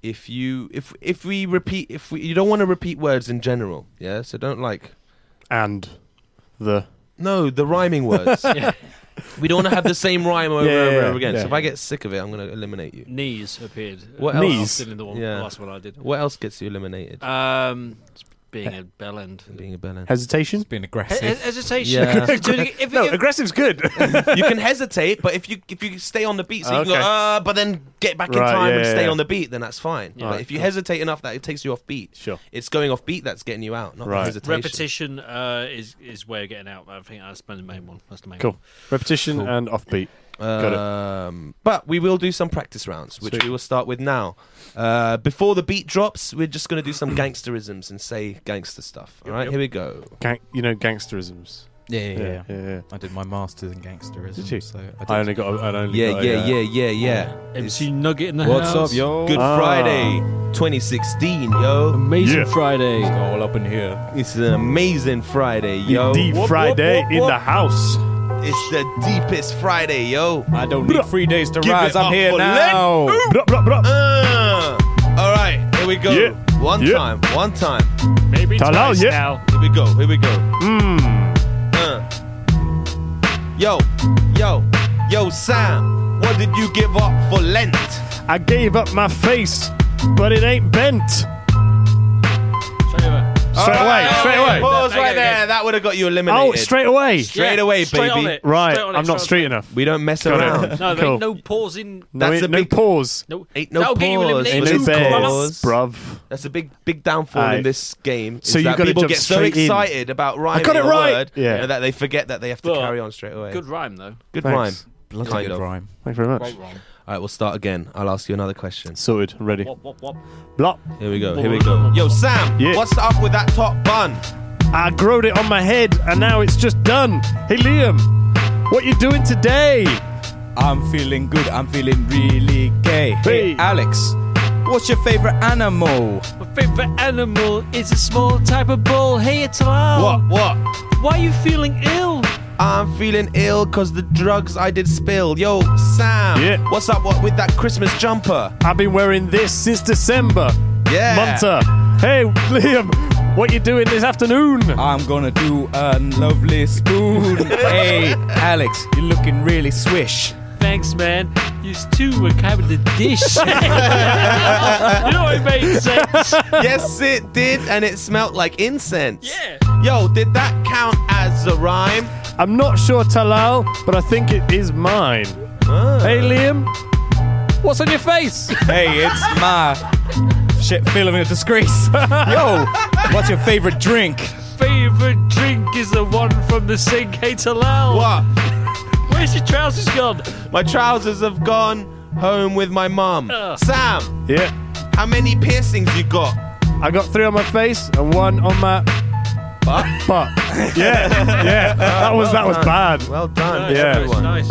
S2: If you if if we repeat if we you don't want to repeat words in general, yeah. So don't like
S6: And the
S2: No, the rhyming words. We don't want to have the same rhyme over
S6: Yeah,
S2: and over,
S6: yeah,
S2: and over again.
S6: yeah.
S2: So if I get sick of it, I'm going to eliminate you.
S4: Knees appeared.
S2: What
S4: Uh,
S2: else?
S4: after In the, one,
S2: Yeah.
S4: the last one I did.
S2: What else gets you eliminated?
S4: Um, being a bell end.
S2: Being a bellend.
S6: hesitation.
S7: Being
S4: He- he-
S7: aggressive.
S4: Hesitation.
S2: Yeah.
S4: Doing it- if you-
S6: aggressive's good.
S2: you can hesitate, but if you if you stay on the beat, so you can
S6: Okay.
S2: go, uh, but then get back
S6: Right,
S2: in time
S6: yeah,
S2: and
S6: yeah,
S2: stay
S6: yeah.
S2: on the beat, then that's fine. But
S6: Alright,
S2: if you
S6: cool.
S2: hesitate enough that it takes you off beat,
S6: Sure.
S2: it's going off beat that's getting you out, not the
S6: Right.
S2: hesitation.
S4: repetition uh, is is way of getting out. I think that's the main one. That's the main
S6: Cool. Repetition
S2: Cool.
S6: and offbeat. Got it.
S2: Um, but we will do some practice rounds, which
S6: Sweet.
S2: we will start with now. Uh, before the beat drops, we're just going to do some gangsterisms and say gangster stuff. All right, here we go.
S6: Gang- you know, gangsterisms.
S7: Yeah, yeah, yeah.
S6: yeah. yeah.
S7: I did my masters in gangsterism.
S6: Did you?
S7: So I,
S6: I only got. A, I only
S2: Yeah,
S6: got
S2: yeah,
S6: a, uh,
S2: yeah, yeah, yeah.
S4: one. MC Nugget in the
S7: What's
S4: house.
S7: up, yo?
S2: Good
S6: Ah.
S2: Friday 2016, yo.
S4: Amazing
S6: Yeah.
S4: Friday.
S7: All up in here.
S2: It's an amazing Friday, yo.
S6: Deep Friday in the house.
S2: It's the deepest Friday, yo.
S7: I don't need three days to
S2: Give
S7: rise.
S2: it up
S7: I'm here
S2: for
S7: now.
S6: Blah, blah, blah.
S2: Uh, all right, here we go.
S6: Yeah.
S2: One
S6: Yeah.
S2: time, one time.
S4: Maybe
S6: Hello,
S4: twice
S6: yeah.
S4: now.
S6: Hmm.
S2: Here we go, here we go. Uh. Yo, yo, yo, Sam, what did you give up for Lent?
S6: I gave up my face, but it ain't bent. Straight
S4: Oh,
S2: All
S6: away,
S2: right,
S6: straight
S2: okay,
S6: away.
S2: Pause right there. That would have got you eliminated.
S6: Oh, straight away.
S2: Straight away, baby.
S6: Right, I'm not street enough.
S2: We don't mess
S6: Got it.
S2: around.
S4: No, there
S6: Cool.
S4: ain't no pausing.
S6: No,
S2: That's
S6: ain't
S2: a
S6: no
S2: big-
S6: pause.
S4: No,
S2: Ain't no
S4: that'll
S2: pause.
S4: get you eliminated.
S2: Ain't no
S4: brother.
S2: pause.
S6: bruv.
S2: That's a big, big downfall
S6: Aye.
S2: in this game.
S6: So
S2: is
S6: you
S2: that
S6: gotta
S2: people
S6: jump
S2: get so
S6: straight in.
S2: excited about rhyming
S6: got it
S2: a
S6: right!
S2: word
S6: Yeah.
S2: you know, that they forget that they have to carry on straight away.
S4: Good rhyme though.
S2: Good
S6: Thanks.
S2: rhyme.
S7: Bloody
S2: kind
S7: good
S2: of.
S7: rhyme.
S6: Thank you very much.
S4: Great rhyme.
S2: All right, we'll start again. I'll ask you another question.
S6: Sorted. Ready.
S4: Wop, wop, wop.
S6: Blop.
S2: Here we go. Here we go. Yo, Sam,
S6: Yeah.
S2: what's up with that top bun?
S6: I growed it on my head, and now it's just done. Hey, Liam, what you doing today?
S7: I'm feeling good. I'm feeling really gay. Hey,
S6: Hey.
S7: Alex, what's your favorite animal?
S4: My favorite animal is a small type of bull. Hey, it's allowed.
S2: What?
S4: Why are you feeling ill?
S2: I'm feeling ill because the drugs I did spill. Yo, Sam,
S6: Yeah.
S2: what's up what, with that Christmas jumper?
S6: I've been wearing this since December.
S2: Yeah.
S6: Munter. Hey, Liam, what you doing this afternoon?
S7: I'm gonna do a lovely spoon. hey, Alex, you're looking really swish.
S4: Thanks, man. You two were kind of the dish. you know it made sense.
S2: yes, it did, and it smelt like incense.
S4: Yeah.
S2: Yo, did that count as a rhyme?
S6: I'm not sure, Talal, but I think it is mine.
S2: Ah.
S6: Hey, Liam, what's on your face?
S7: Hey, it's my shit feeling of disgrace. Yo, what's your favorite drink?
S4: Favorite drink is the one from the sink. Hey, Talal.
S2: What?
S4: Where's your trousers gone?
S2: My trousers have gone home with my mum.
S4: Ugh.
S2: Sam,
S6: yeah,
S2: how many piercings you got?
S6: I got three on my face and one on my
S2: Butt?
S6: butt. yeah, yeah, that was that was bad.
S2: Well done,
S6: Nice, Yeah.
S2: everyone.
S4: Nice.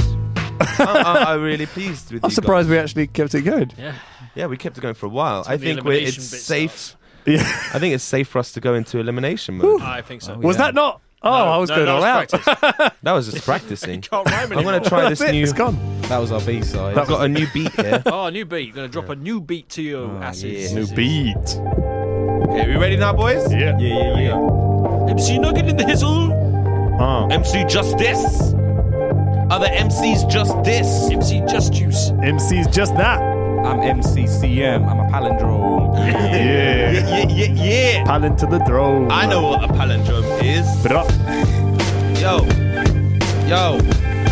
S2: I, am really pleased with
S6: I'm
S2: you
S6: surprised we actually kept it going.
S2: guys. Yeah, we kept it going for a while. I
S4: when the
S2: think we're, it's
S4: elimination bit
S2: safe.
S4: starts.
S6: Yeah.
S2: I think it's safe for us to go into elimination mode.
S4: I think so.
S6: Was that not? Oh, I was
S4: no,
S6: going
S4: that
S6: all
S4: was
S6: out.
S4: practice.
S2: That was just practicing.
S4: Can't rhyme
S2: I'm
S4: anymore.
S2: gonna try this
S6: That's it,
S2: new.
S6: It's gone.
S7: That was our B-side.
S2: I've got a new beat here.
S4: Oh, a new beat. You're gonna drop a new beat to your
S6: Ah,
S4: asses.
S7: yeah. New
S6: Beat.
S2: okay, we ready now, boys?
S6: Yeah.
S7: yeah, yeah, yeah.
S2: MC Nugget in the hizzle.
S6: Oh.
S2: MC Just This. Other MCs Just This.
S4: MC Just Juice.
S6: MC's just that.
S7: I'm MCCM. I'm a palindrome.
S6: Yeah.
S2: Yeah, yeah, yeah.
S6: Pal into the throne.
S2: I know what a palindrome is.
S6: Bro.
S2: Yo, yo,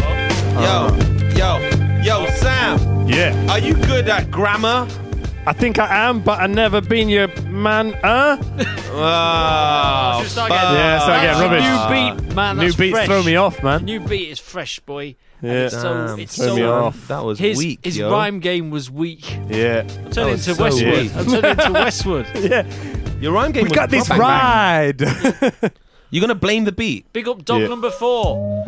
S2: yo, yo, yo, Sam,
S6: Oh. Yeah.
S2: are you good at grammar?
S6: I think I am, but i never been your man. Uh?
S2: Oh,
S4: Should we start
S2: fuck.
S4: again?
S6: Yeah, start again,
S4: That's a
S6: rubbish.
S4: New beat, man.
S6: New
S4: that's
S6: beats
S4: fresh.
S6: throw me off, man.
S4: New beat is fresh, boy. And
S6: Yeah.
S4: it's so,
S2: Damn,
S4: it's
S6: threw
S4: so
S6: me off.
S2: That was
S4: His,
S2: weak,
S4: his
S2: yo.
S4: rhyme game was weak.
S6: Yeah.
S4: I'm turning
S2: was
S4: into
S2: so
S4: Westwood.
S2: weak.
S4: I'm turning into Westwood.
S6: Yeah.
S2: Your rhyme game
S6: We
S2: was
S6: got this
S2: proper.
S6: ride.
S2: You're gonna blame the beat.
S4: Big up dog
S6: Yeah.
S4: number four.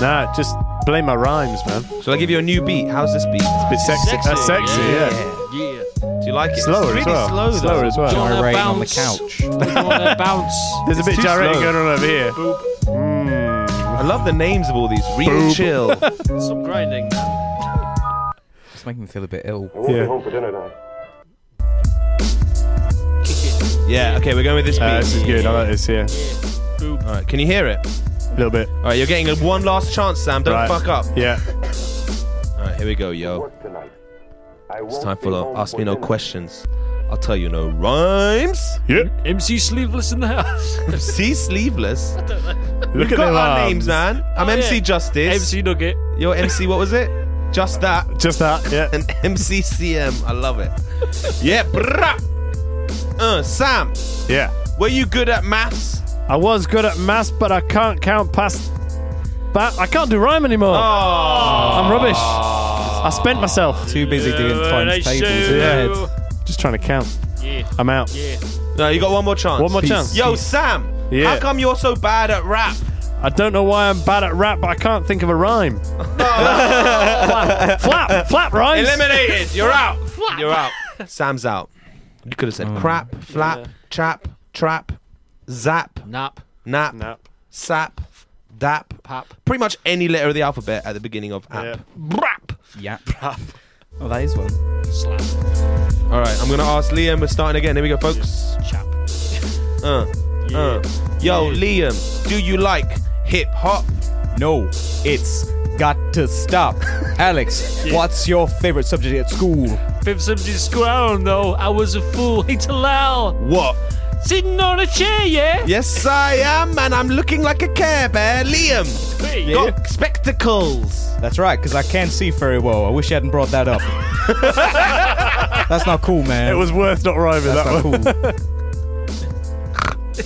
S6: nah, just blame my rhymes, man. It's
S2: Shall I give you a new beat? How's this beat?
S6: a bit sexy.
S4: Sexy,
S6: That's sexy, yeah.
S4: Yeah.
S2: Do you like it?
S6: Slower
S2: it's really
S6: as well.
S2: slow though.
S6: Slower as well.
S4: Wanna
S7: Gyrating on the
S4: bounce.
S7: couch.
S4: Wanna bounce.
S6: There's a bit
S2: too
S6: gyrating
S2: slow.
S6: going on over here.
S2: I love the names of all these. Real
S6: Boop.
S2: chill.
S4: Some grinding.
S7: It's making me feel a bit ill.
S6: Yeah.
S2: yeah. Okay, we're going with this beat.
S6: Uh, this is good. I like this, yeah.
S2: all right, can you hear it?
S6: A little bit.
S2: All right, you're getting a one last chance, Sam. Don't
S6: Right.
S2: fuck up.
S6: Yeah.
S2: All right, here we go, yo. It's time for the ask me no questions. I'll tell you no rhymes.
S6: Yeah.
S4: MC Sleeveless in the house.
S2: MC Sleeveless.
S6: Look
S2: We've got
S6: at their
S2: our
S6: arms.
S2: names, man. I'm
S4: Oh,
S2: MC
S4: yeah.
S2: Justice.
S4: MC Nugget.
S2: Your MC, what was it? Just that.
S6: Just that. Yeah.
S2: And MC CM. I love it. yeah, brah. Uh, Sam,
S6: Yeah.
S2: were you good at maths?
S6: I was good at maths, but I can't count past. But I can't do rhyme anymore. I'm rubbish. I spent myself.
S7: Too busy doing times tables.
S6: Yeah. Just trying to count.
S4: Yeah.
S6: I'm out.
S2: No, you got one more chance.
S6: One more
S7: Peace.
S6: chance.
S2: Yo, Sam.
S6: Yeah.
S2: How come you're so bad at rap?
S6: I don't know why I'm bad at rap, but I can't think of a rhyme. flap, flap, flap rhymes.
S2: Uh, Eliminated. You're out. You're out. Sam's out. You could have said
S4: Oh.
S2: crap, flap, chap, trap, zap,
S4: Nap.
S2: nap,
S6: Nap.
S2: sap, dap,
S4: Pap.
S2: Pretty much any letter of the alphabet at the beginning of app.
S6: Yeah.
S4: Brap.
S7: Yeah. Oh, that is one.
S4: Slap.
S2: All right, I'm gonna ask Liam. We're starting again. Here we go, folks.
S4: Chap.
S2: Uh, uh. Yo, Liam, do you like hip hop?
S7: No, it's got to stop. Alex, what's your favorite subject at school?
S4: Fifth subject school, I don't know. I was a fool. Hey, Talal.
S2: What?
S4: Sitting on a chair, yeah?
S2: Yes, I am, and I'm looking like a Care Bear. Liam, got spectacles.
S7: That's right, because I can't see very well. I wish you hadn't brought that up. That's not cool, man.
S6: It was worth not rhyming
S7: That's
S6: that
S7: not
S6: one.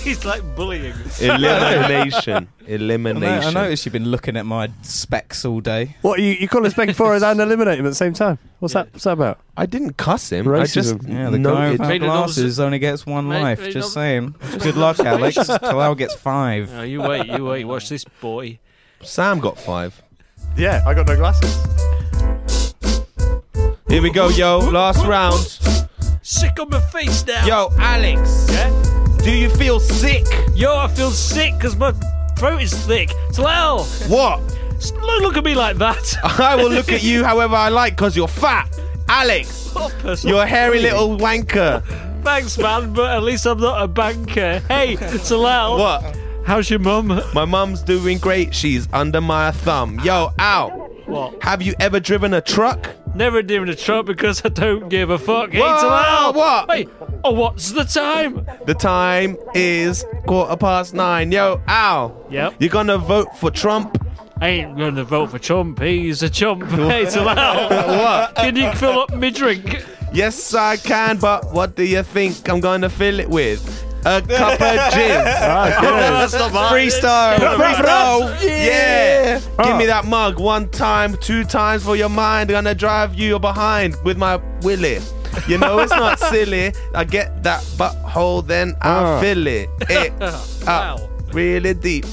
S4: He's like bullying.
S2: Elimination. Elimination.
S7: I noticed you've been looking at my specs all day.
S6: What you, you call us Beck Forrest and eliminate him at the same time? What's that? What's that about?
S2: I didn't cuss him. I just
S6: Racism.
S7: Yeah, the guy
S2: noted-
S7: with
S4: Made it
S7: glasses
S4: also-
S7: only gets one
S4: Made-
S7: life.
S4: made
S7: Just
S4: another-
S7: saying. Good luck, Alex. Talal gets five.
S4: Oh, you wait, you wait. Watch this boy.
S2: Sam got five.
S6: Yeah, I got no glasses.
S2: Here we go, yo. Last round.
S4: Sick on my face now.
S2: Yo, Alex.
S4: Yeah?
S2: Do you feel sick?
S4: Yo, I feel sick because my throat is thick. Talal,
S2: What?
S4: don't look at me like that.
S2: I will look at you however I like because you're fat. Alex,
S4: What a personal
S2: you're a hairy little wanker.
S4: Thanks, man, but at least I'm not a banker. Hey, Talal.
S2: What?
S4: How's your mum?
S2: My mum's doing great. She's under my thumb. Yo, Al,
S4: What?
S2: have you ever driven a truck?
S4: Never driven a truck because I don't give a fuck. Hey,
S2: Whoa,
S4: Talal.
S2: what?
S4: Wait, oh, what's the time?
S2: The time is quarter past nine. Yo, Al,
S4: Yep.
S2: you're going to vote for Trump?
S4: I ain't going to vote for Chump. He's a chump. Hey, Talal.
S2: What?
S4: Can you fill up me drink?
S2: Yes, I can, but what do you think I'm going to fill it with? A cup of jizz.
S4: Ah, that's not bad.
S7: Freestyle! Freestyle!
S2: Yeah. Give me that mug one time, two times for your mind. Gonna drive you behind with my willy. You know it's not silly. I get that butthole, then I fill it. It up
S4: Ah. Wow.
S2: really deep.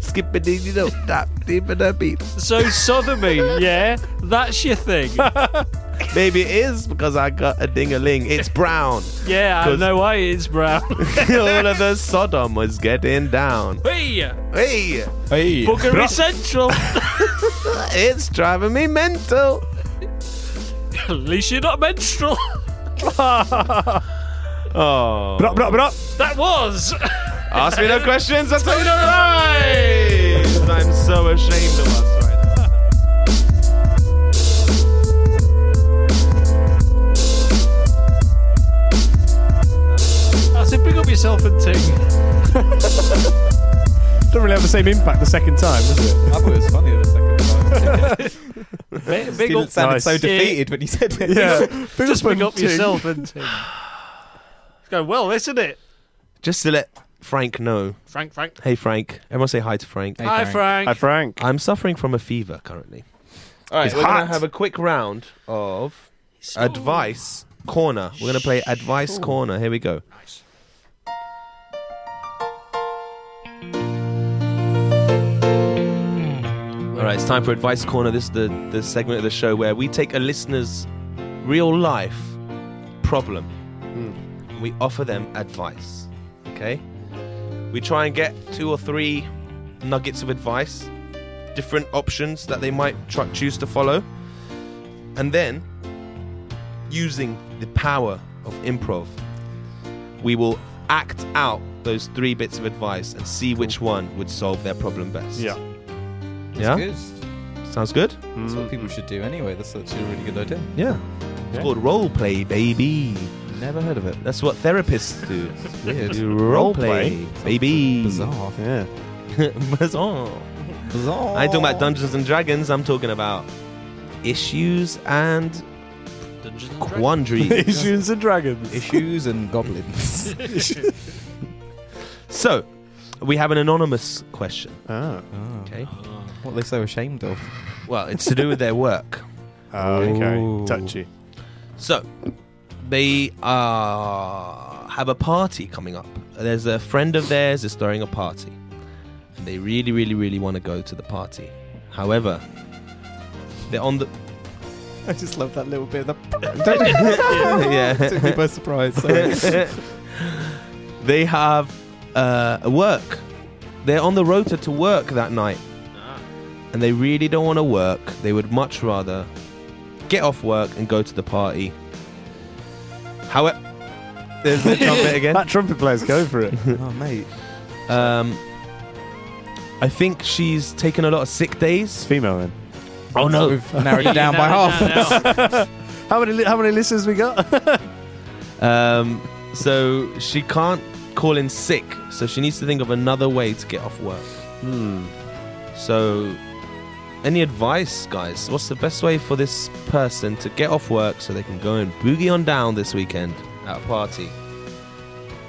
S2: Skip it, dee doo, that deep in the beat.
S4: So sodomy, yeah, that's your thing.
S2: Maybe it is because I got a ding a ling. It's brown.
S4: Yeah, I
S2: 'Cause-
S4: know why it's brown.
S2: All of the Sodom was getting down.
S4: hey,
S2: Hey,
S7: Hey.
S4: Boogery Central.
S2: it's driving me mental.
S4: At least you're not menstrual.
S2: Oh.
S6: But up, but up, but up.
S4: That was.
S2: Ask me no questions, I'll tell you no lies! I'm so ashamed of us right now.
S4: I said, pick up yourself and ting.
S6: Don't really have the same impact the second time, does it?
S7: I thought it was funny the second time.
S4: Big, big
S7: Steven
S4: up.
S7: sounded
S6: Nice.
S7: so defeated when he said it.
S4: Just pick up
S6: Ting.
S4: yourself and ting. It's going well, isn't it?
S2: Just to let Frank know.
S4: Frank, Frank.
S2: Hey, Frank. Everyone say hi to Frank.
S4: Hi,
S7: Frank.
S4: Frank.
S6: Hi, Frank.
S2: I'm suffering from a fever currently. All right, we're going to have a quick round of Advice Corner. We're going to play Advice Corner. Here we go. All right, it's time for Advice Corner. This is the, the segment of the show where we take a listener's real life problem and we offer them advice. Okay? We try and get two or three nuggets of advice, different options that they might tr- choose to follow, and then using the power of improv, we will act out those three bits of advice and see which one would solve their problem best.
S6: Yeah.
S2: Yeah?
S7: Good.
S2: Sounds good?
S7: That's what people should do anyway. That's actually a really good idea.
S2: Yeah. It's called role play, baby.
S7: Never heard of it.
S2: That's what therapists do.
S7: Weird.
S2: Do role play, baby.
S7: Bizarre.
S6: Yeah.
S2: Bizarre.
S7: Bizarre.
S2: I ain't talking about Dungeons and Dragons. I'm talking about issues and
S4: Dungeons and Dragons.
S2: quandaries.
S6: Asians and dragons.
S7: Issues and goblins.
S2: so, we have an anonymous question.
S6: Ah.
S7: Oh,
S2: Okay.
S7: What they're so ashamed of.
S2: Well, it's to do with their work.
S6: Oh,
S7: Ooh.
S6: okay. Touchy.
S2: So, they uh, have a party coming up. There's a friend of theirs is throwing a party. And they really, really, really want to go to the party. However, they're on the
S7: I just love that little bit of the took me
S2: yeah.
S7: by surprise. Sorry.
S2: they have uh, work. They're on the rota to work that night. And they really don't want to work. They would much rather get off work and go to the party. However, there's the trumpet again.
S6: That trumpet player's going for it.
S7: oh mate.
S2: Um, I think she's taken a lot of sick days.
S6: Female then.
S2: Oh no,
S7: We've narrowed it down by half.
S6: how many li- how many listeners we got?
S2: Um, so she can't call in sick, so she needs to think of another way to get off work.
S6: Hmm.
S2: So, any advice, guys? What's the best way for this person to get off work so they can go and boogie on down this weekend at a party?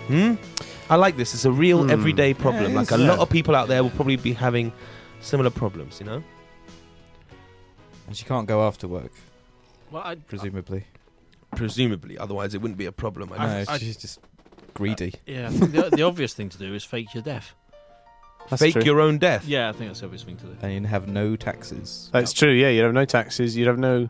S2: Hmm? I like this. It's a real
S6: Hmm.
S2: everyday
S6: Yeah,
S2: problem.
S6: it
S2: like a
S6: is,
S2: lot
S6: yeah.
S2: of people out there will probably be having similar problems, you know?
S7: and she can't go after work,
S3: Well, I,
S7: presumably.
S2: Presumably, otherwise it wouldn't be a problem. I
S7: No,
S2: guess.
S7: she's just greedy.
S4: Yeah, I think the, the obvious thing to do is fake your death.
S2: fake your own death.
S4: Yeah, I think that's the obvious thing to do.
S7: And you'd have no taxes.
S6: That's true. Yeah, you'd have no taxes. You'd have no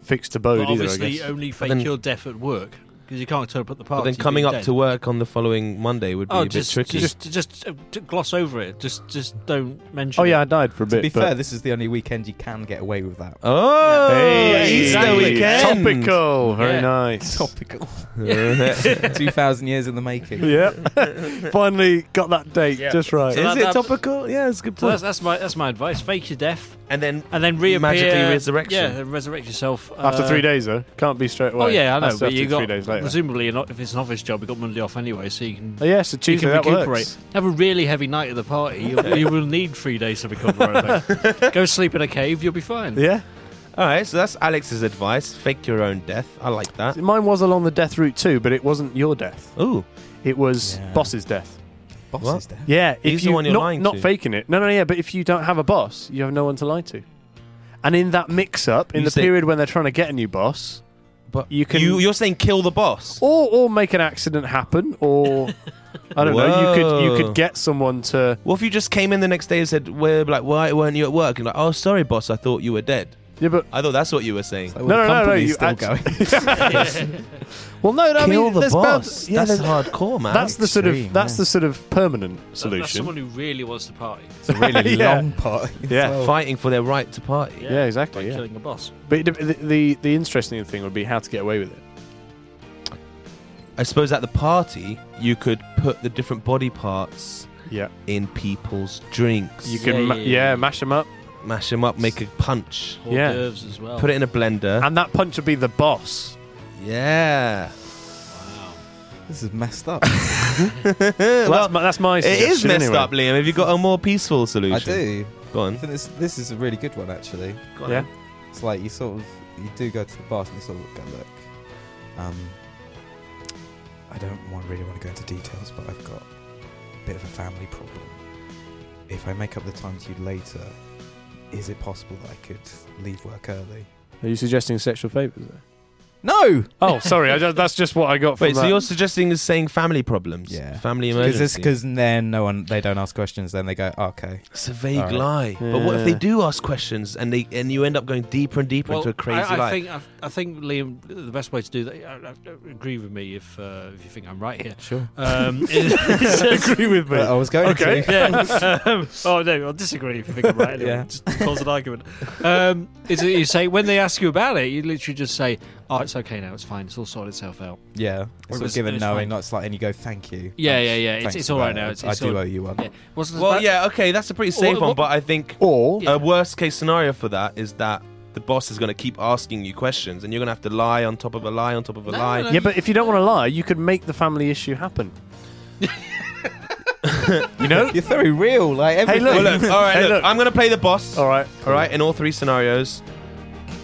S6: fixed abode
S4: But
S6: either. Oh, I
S4: obviously,
S6: guess.
S4: only fake
S2: then-
S4: your death at work because you can't turn up at the party.
S2: But then
S4: being
S2: coming up
S4: dead.
S2: to work on the following Monday would be
S4: oh,
S2: a
S4: just,
S2: bit tricky.
S4: just just uh, to gloss over it. Just just don't mention.
S6: Oh yeah, I
S4: it.
S6: died for a bit.
S7: To be
S6: but-
S7: fair, this is the only weekend you can get away with that.
S2: Oh,
S6: Hey,
S2: Easter
S6: exactly.
S2: weekend.
S6: Topical. Very
S4: Yeah.
S6: nice.
S7: Topical. 2,000 years in the making.
S6: yeah. Finally got that date just right.
S4: So that- that's-
S2: topical? Yeah, it's a good
S4: So that's, that's my that's my advice. Fake your death
S2: and then
S4: and then reappear.
S2: magically resurrection.
S4: Yeah, and resurrect yourself uh,
S6: after three days though, can't be straight away.
S4: Oh yeah, I know.
S6: That's
S4: But
S6: after
S4: you got
S6: three days later.
S4: presumably you're not, if it's an office job, you got Monday off anyway, so you can
S6: Oh, yeah, so
S4: you can
S6: Tuesday that
S4: recuperate.
S6: works.
S4: Have a really heavy night at the party. You, you will need three days to recover. I think. Go sleep in a cave. You'll be fine.
S6: Yeah.
S2: All right, so that's Alex's advice. Fake your own death. I like that.
S6: Mine was along the death route too, but it wasn't your death.
S2: Ooh,
S6: It was
S7: Yeah.
S6: boss's death.
S7: Boss
S2: What?
S7: is there.
S6: Yeah, if
S2: He's the
S6: you
S2: one you're
S6: not,
S2: lying
S6: not
S2: to.
S6: faking it. No, no, yeah, but if you don't have a boss, you have no one to lie to. And in that mix-up, in
S2: You
S6: the
S2: say-
S6: period when they're trying to get a new boss,
S2: but
S6: you can
S2: you, you're saying kill the boss.
S6: or or make an accident happen, or I don't know, you could you
S2: Whoa.
S6: could get someone to
S2: Well, if you just came in the next day and said, "We're like, why weren't you at work?" and like, "Oh, sorry, boss, I thought you were dead."
S6: yeah, but
S2: I thought that's what you were saying.
S7: Well, the
S6: No, no, no, no,
S7: company's
S6: you
S7: still
S6: act-
S7: going.
S6: well, no, no I
S2: kill
S6: mean,
S2: the
S6: there's bound-
S2: boss.
S6: yeah,
S2: that's
S6: there's-
S2: hardcore, man.
S6: that's the sort of
S7: extreme,
S6: that's
S7: yeah.
S6: the sort of permanent
S4: That- That's
S6: solution.
S4: someone who really wants to party.
S7: It's a really
S6: Yeah.
S7: long part.
S6: Yeah.
S2: fighting for their right to party.
S6: yeah, exactly.
S4: By
S6: Yeah.
S4: killing a boss.
S6: But it- the, the the interesting thing would be how to get away with it.
S2: I suppose at the party you could put the different body parts
S6: Yeah,
S2: in people's drinks.
S6: you
S2: You
S6: can
S4: Yeah,
S6: ma-
S4: yeah,
S6: yeah,
S4: yeah.
S6: mash them up,
S2: mash them up, make a punch,
S4: Hors
S6: Yeah.
S4: d'oeuvres as well.
S2: put it in a blender.
S6: and that punch would be the boss.
S2: yeah.
S7: This is messed up.
S6: Well, that's my, that's my
S2: It is
S6: suggestion
S2: messed
S6: anyway.
S2: up, Liam. Have you got a more peaceful
S7: I
S2: solution?
S7: do.
S2: Go on.
S7: I think this, this is a really good one, actually.
S2: Go on.
S6: Yeah.
S7: It's like you sort of you do go to the bar and you sort of go look. Um, I don't want really want to go into details, but I've got a bit of a family problem. If I make up the time to you later, is it possible that I could leave work early?
S6: Are you suggesting sexual favors?
S7: No,
S6: Oh, sorry, I just, that's just what I got. From
S2: Wait, so
S6: that.
S2: you're suggesting is saying family problems?
S7: Yeah.
S2: Family
S7: because
S2: emergency.
S7: because then no one they don't ask questions. Then they go "Ah, okay.
S2: it's a vague
S7: Alright.
S2: lie. But what if they
S6: Yeah.
S2: do ask questions and they and you end up going deeper and deeper into a crazy
S4: I, I
S2: lie?
S4: think I, I think Liam, the best way to do that. I, I- I agree with me if uh, if you think I'm right here.
S7: Sure.
S4: Um, is-
S6: agree with me.
S7: But I was going
S6: Okay.
S7: to.
S4: yeah. Um, oh no, I'll disagree if you think I'm right. Anyway.
S7: Yeah.
S4: Just to cause an argument. Um, is it you say when they ask you about it, you literally just say, "Oh, it's okay now. It's fine. It's all sorted itself out."
S7: Yeah,
S4: It
S7: it's all
S4: was- it
S7: given
S4: was
S7: no,
S4: fine.
S7: and it's like, and you go thank you.
S4: Yeah,
S7: Thanks-
S4: yeah, yeah. It's,
S7: thanks
S4: it's all
S7: for
S4: right
S7: that.
S4: now. It's,
S7: I
S4: it's
S7: do
S4: all,
S7: owe you one.
S4: Yeah. Wasn't as
S2: well,
S4: bad-
S2: yeah, okay, that's a pretty safe
S4: what-
S2: one. But I think
S6: Or
S4: Yeah.
S2: a worst case scenario for that is that the boss is going to keep asking you questions and you're going to have to lie on top of a lie on top of a
S4: No,
S2: lie.
S4: no,
S6: yeah, but if you don't want to lie, you could make the family issue happen. you know.
S7: You're very real. Like everything.
S6: look.
S2: Well, look, all right,
S6: Hey,
S2: look,
S6: look.
S2: I'm going to play the boss.
S6: All right.
S2: All right, in all three scenarios.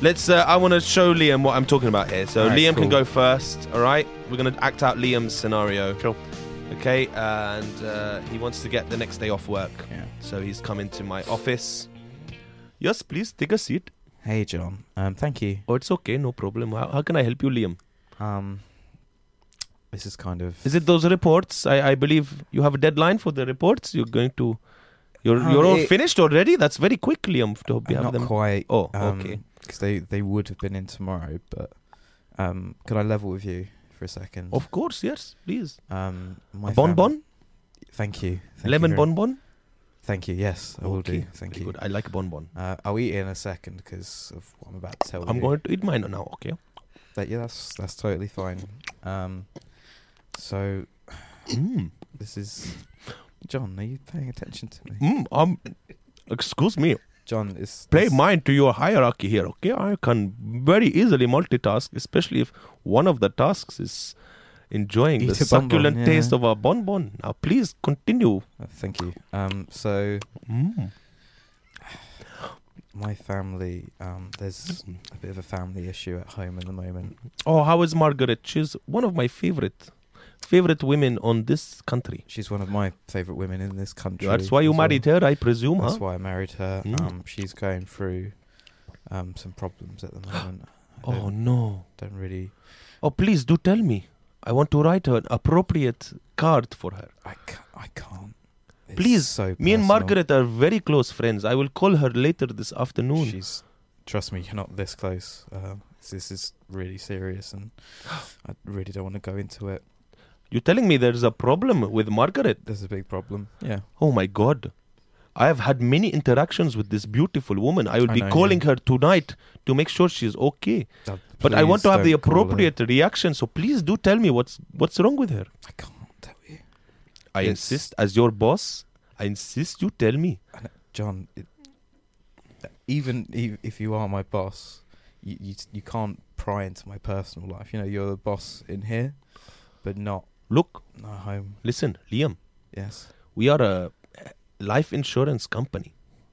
S2: Let's. Uh, I want to show Liam what I'm talking about here. So
S7: All right,
S2: Liam can
S7: cool.
S2: go first. All right, we're gonna act out Liam's scenario.
S6: Cool.
S2: Okay, and uh, he wants to get the next day off work,
S7: Yeah.
S2: so he's come into my office. Yes, please take a seat.
S7: Hey, John. Um, thank you.
S2: Oh, it's okay, no problem. How, how can I help you, Liam?
S7: Um, this is kind of.
S2: Is it those reports? I, I believe you have a deadline for the reports. You're going to. You're
S7: Um,
S2: you're all
S7: it-
S2: finished already. That's very quick, Liam. To
S7: Uh,
S2: have
S7: not
S2: them.
S7: quite.
S2: Oh, okay.
S7: Because they they would have been in tomorrow, but um, could I level with you for a second?
S2: Of course, yes, please.
S7: Um, my
S2: A bonbon,
S7: fam- Thank you. Thank you
S2: lemon
S7: very-
S2: bonbon.
S7: Thank you. Yes, I will do.
S2: Okay,
S7: Thank
S2: very
S7: you.
S2: Good. I like bonbon.
S7: Uh, I'll eat it in a second because of what I'm about to tell you.
S2: I'm going to eat mine now. Okay.
S7: That, yeah, that's that's totally fine. Um, so
S2: Mm.
S7: this is John, are you paying attention to me?
S2: Mm, um, excuse me.
S7: John is
S2: play mind to your hierarchy here, okay? I can very easily multitask, especially if one of the tasks is enjoying
S7: Eat
S2: the
S7: a bonbon,
S2: succulent
S7: yeah.
S2: taste of a bonbon. Now, please continue.
S7: uh, Thank you. Um, so
S2: Mm.
S7: my family, um, there's a bit of a family issue at home at the moment.
S2: Oh, how is Margaret? She's one of my favorite, favorite women on this country.
S7: She's one of my favorite women in this country.
S2: That's why
S7: as
S2: you
S7: well.
S2: married her, I presume,
S7: That's
S2: huh?
S7: why I married her.
S2: Mm.
S7: Um, she's going through um, some problems at the moment. I
S2: Oh,
S7: don't-
S2: no.
S7: Don't really.
S2: Oh, please do tell me. I want to write her an appropriate card for her.
S7: I can't. I can't. It's
S2: please,
S7: so
S2: me and
S7: personal.
S2: Margaret are very close friends. I will call her later this afternoon.
S7: She's Trust me, you're not this close. Uh, this is really serious, and I really don't want to go into it.
S2: You're telling me there's a problem with Margaret?
S7: There's a big problem. Yeah.
S2: Oh my god. I have had many interactions with this beautiful woman. I will
S7: I
S2: be
S7: know,
S2: calling her tonight to make sure she's okay.
S7: Uh,
S2: but I want
S7: please
S2: to have the
S7: don't call her.
S2: appropriate reaction, so please do tell me what's what's wrong with her. I can't tell you. I
S7: It's-
S2: insist as your boss, I insist you tell me.
S7: John, it, even if, if you are my boss, you, you you can't pry into my personal life. You know, you're the boss in here, but not
S2: Look,
S7: not home.
S2: Listen, Liam.
S7: Yes.
S2: We are a life insurance company.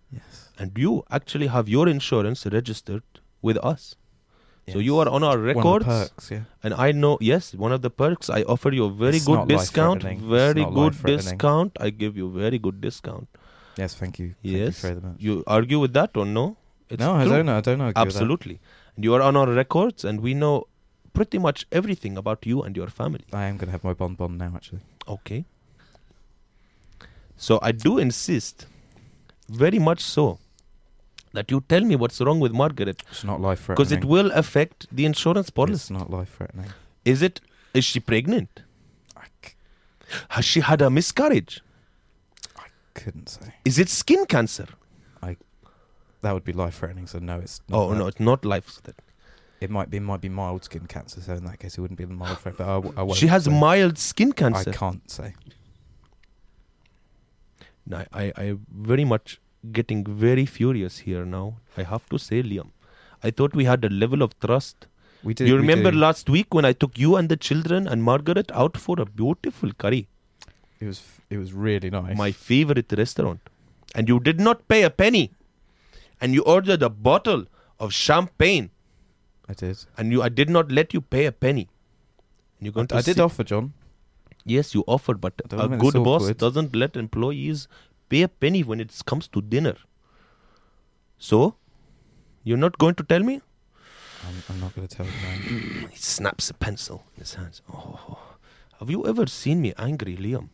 S7: Yes.
S2: And you actually have your insurance registered with us. So you are on
S7: One
S2: our
S7: of the
S2: records.
S7: perks, yeah.
S2: And I know, yes, one of the perks. I offer you a very
S7: It's
S2: good
S7: not life
S2: discount.
S7: threatening. It's
S2: Very
S7: not
S2: good
S7: life threatening.
S2: discount. I give you very good discount.
S7: Yes, thank you. Thank you
S2: Yes.
S7: very much.
S2: You argue with that or no?
S7: No, I don't know. I don't argue with that.
S2: Absolutely. And you are on our records, and we know pretty much everything about you and your family.
S7: I am going to have my bonbon now, actually.
S2: Okay. So I do insist, very much so, that you tell me what's wrong with Margaret.
S7: It's not life
S2: Because it
S7: threatening.
S2: will affect the insurance policy.
S7: It's not life threatening.
S2: Is it? Is she pregnant? Has she had a miscarriage?
S7: Couldn't say.
S2: Is it skin cancer?
S7: I. That would be life threatening. So no, it's. Not
S2: Oh
S7: that.
S2: no, it's not life threatening.
S7: It might be might be mild skin cancer. So in that case, it wouldn't be mild threat. But I, w- I won't
S2: She has
S7: say.
S2: mild skin cancer.
S7: I can't say.
S2: No, I, I very much getting very furious here now. I have to say, Liam, I thought we had a level of trust.
S7: We do.
S2: You
S7: we
S2: remember
S7: do.
S2: last week when I took you and the children and Margaret out for a beautiful curry,
S7: It was it was really nice.
S2: my favorite restaurant, and you did not pay a penny, and you ordered a bottle of champagne,
S7: I did.
S2: and you I did not let you pay a penny. And you're going
S7: I, I
S2: to
S7: did
S2: sit-
S7: offer John.
S2: Yes, you offered, but
S7: Don't
S2: a
S7: make
S2: good
S7: this
S2: boss
S7: awkward.
S2: doesn't let employees pay a penny when it comes to dinner. So, you're not going to tell me? Mm,
S7: I'm, I'm not going to tell you.
S2: He snaps a pencil in his hands. Oh, have you ever seen me angry, Liam?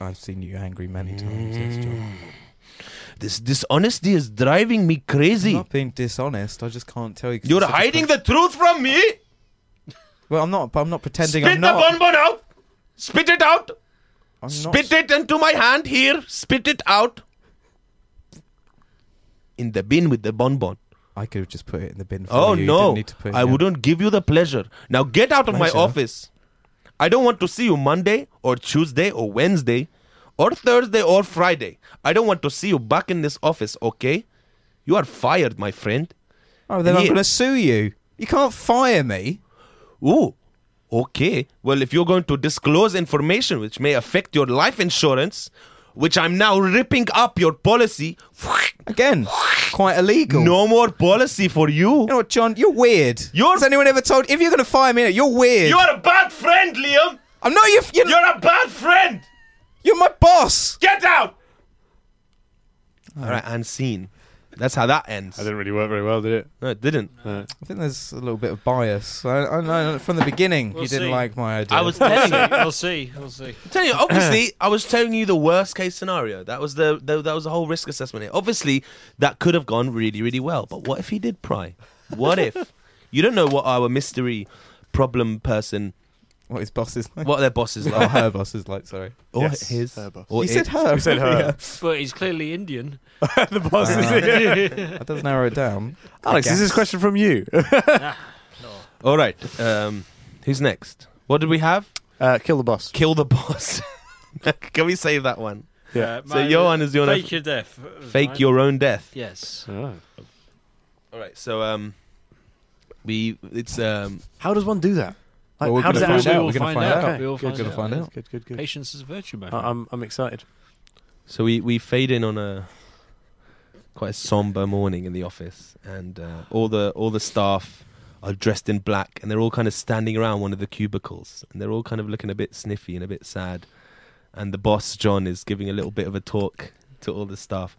S7: I've seen you angry many times. Yes, John.
S2: This dishonesty is driving me crazy.
S7: I'm not being dishonest. I just can't tell you. 'cause
S2: You're
S7: it's such a
S2: hiding
S7: per-
S2: the truth from me?
S7: Well, I'm not. But I'm not pretending.
S2: Spit
S7: I'm
S2: the
S7: not.
S2: bonbon out! Spit it out!
S7: I'm not-
S2: Spit it into my hand here! Spit it out! In the bin with the bonbon.
S7: I could have just put it in the bin. For
S2: Oh
S7: you. You
S2: no!
S7: didn't need to put it
S2: I
S7: in.
S2: wouldn't give you the pleasure. Now get out of my
S7: Pleasure?
S2: office. I don't want to see you Monday or Tuesday or Wednesday or Thursday or Friday. I don't want to see you back in this office, okay? You are fired, my friend.
S7: Oh, then I'm
S2: Yeah.
S7: going to sue you. You can't fire me.
S2: Ooh. Okay. Well, if you're going to disclose information which may affect your life insurance, which I'm now ripping up your policy
S7: again, quite illegal.
S2: No more policy for you. You
S7: know what, John? You're weird. Has anyone ever told? If you're going to fire me, you're weird.
S1: You are a bad friend, Liam.
S7: I'm not your. You're,
S1: you're a bad friend.
S7: You're my boss.
S1: Get out.
S2: All right, unseen. That's how that ends. That
S6: didn't really work very well, did it?
S2: No, it didn't.
S7: I think there's a little bit of bias. I, I know from the beginning
S2: We'll
S7: you didn't
S2: see.
S7: like my idea.
S2: I was telling you.
S4: we'll see. We'll see.
S2: I'm telling you, obviously, I was telling you the worst case scenario. That was the, the that was the whole risk assessment. Here. Obviously, that could have gone really, really well. But what if he did pry? What if you don't know what our mystery problem person,
S7: what his boss is like,
S2: what their boss is
S7: Oh,
S2: like,
S7: her boss is like. Sorry.
S2: or his, or
S7: You said
S2: it.
S7: her. yeah.
S4: But he's clearly Indian.
S6: the boss
S7: is-
S4: Uh, Indian.
S7: That does narrow it down.
S6: Alex,
S7: I
S6: is this
S7: guess.
S6: a question from you?
S2: All right, um, who's next? What did we have?
S6: Uh, kill the boss.
S2: Kill the boss. Can we save that one?
S6: Yeah.
S2: so your one is your
S4: Uh, Fake your death. uh,
S2: Fake your own death. Oh.
S4: Yes.
S2: All right. So um, we it's um.
S6: How does one do that? Like,
S2: Well, we're
S6: how does
S2: gonna
S6: that
S2: find out.
S6: actually-
S2: We're gonna
S6: Okay.
S2: find out.
S6: Okay.
S2: We all
S6: Good,
S2: find
S6: good, Uh-uh.
S2: out. Find out.
S6: Good, good, good.
S4: Patience is a virtue, my
S6: I-
S4: friend.
S6: I'm, I'm excited.
S2: So we we fade in on a quite a somber morning in the office, and uh, all the all the staff are dressed in black, and they're all kind of standing around one of the cubicles, and they're all kind of looking a bit sniffy and a bit sad. And the boss John is giving a little bit of a talk to all the staff.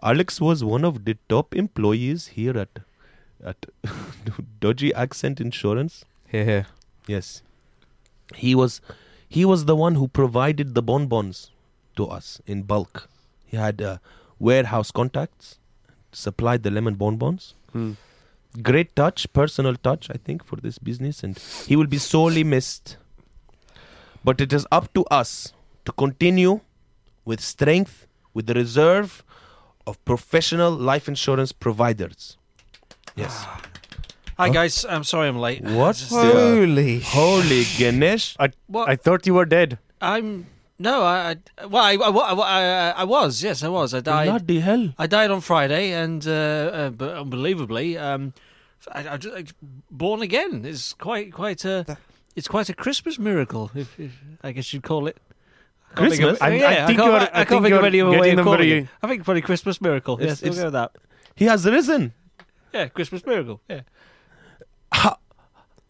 S2: Alex was one of the top employees here at at Dodgy Accent Insurance.
S7: Here, here.
S2: Yes, he was he was the one who provided the bonbons to us in bulk. He had uh, warehouse contacts, supplied the lemon bonbons. Great touch, personal touch, I think, for this business, and he will be sorely missed. But it is up to us to continue with strength, with the reserve of professional life insurance providers. Yes.
S4: Hi guys, I'm sorry I'm late.
S2: What?
S4: Just- uh,
S2: Holy, holy Ganesh!
S6: I, I thought you were dead.
S4: I'm no, I, I well, I, I, I, I, I was yes, I was. I died.
S2: Bloody hell!
S4: I died on Friday, and uh, uh, but unbelievably, um, I, I just, like, born again is quite quite a it's quite a Christmas miracle, if, if I guess you'd call it. I can't think of-
S2: Christmas? I- I
S4: yeah, I,
S2: think
S4: can't,
S2: you're-
S4: I,
S2: I
S4: can't
S2: think
S4: think of
S2: you're
S4: any other way
S2: getting them
S4: of calling
S2: very-
S4: it. I think probably Christmas miracle. yes,
S2: It's-
S4: we'll
S2: it's-
S4: go with that.
S2: He has risen.
S4: Yeah, Christmas miracle. Yeah.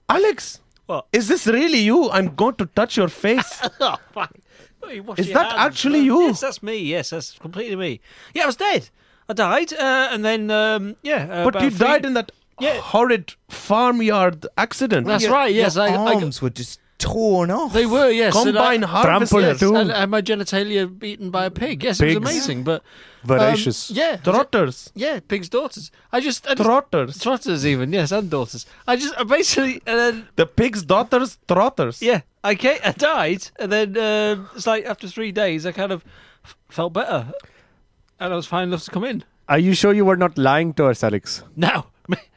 S2: Alex,
S4: What?
S2: is this really you? I'm going to touch your face.
S4: oh, fuck. Oh, you wash
S2: Is
S4: your
S2: that
S4: hands.
S2: actually
S4: Uh,
S2: you?
S4: Yes, that's me. Yes, that's completely me. Yeah, I was dead. I died, uh, and then um, yeah. Uh,
S2: but
S4: about
S2: you
S4: three-
S2: died in that horrid farmyard accident.
S4: That's right. Yes, I, I got-
S7: were just torn off.
S4: They were, yes. and
S2: Combine
S4: I-
S2: harvesters.
S4: Yes,
S2: Trampled
S4: and,
S2: too.
S4: and my genitalia beaten by a pig. Yes, it
S2: Pigs.
S4: was amazing. But
S6: Voracious.
S4: um, yeah,
S2: trotters.
S4: Yeah, pigs' daughters. I just, I just
S2: trotters,
S4: trotters even. Yes, and daughters. I just I basically and then
S2: The pig's daughters, trotters.
S4: yeah, I ca I died, and then um it's like after three days, I kind of f- felt better, and I was fine enough to come in.
S6: Are you sure you were not lying to us, Alex?
S4: No,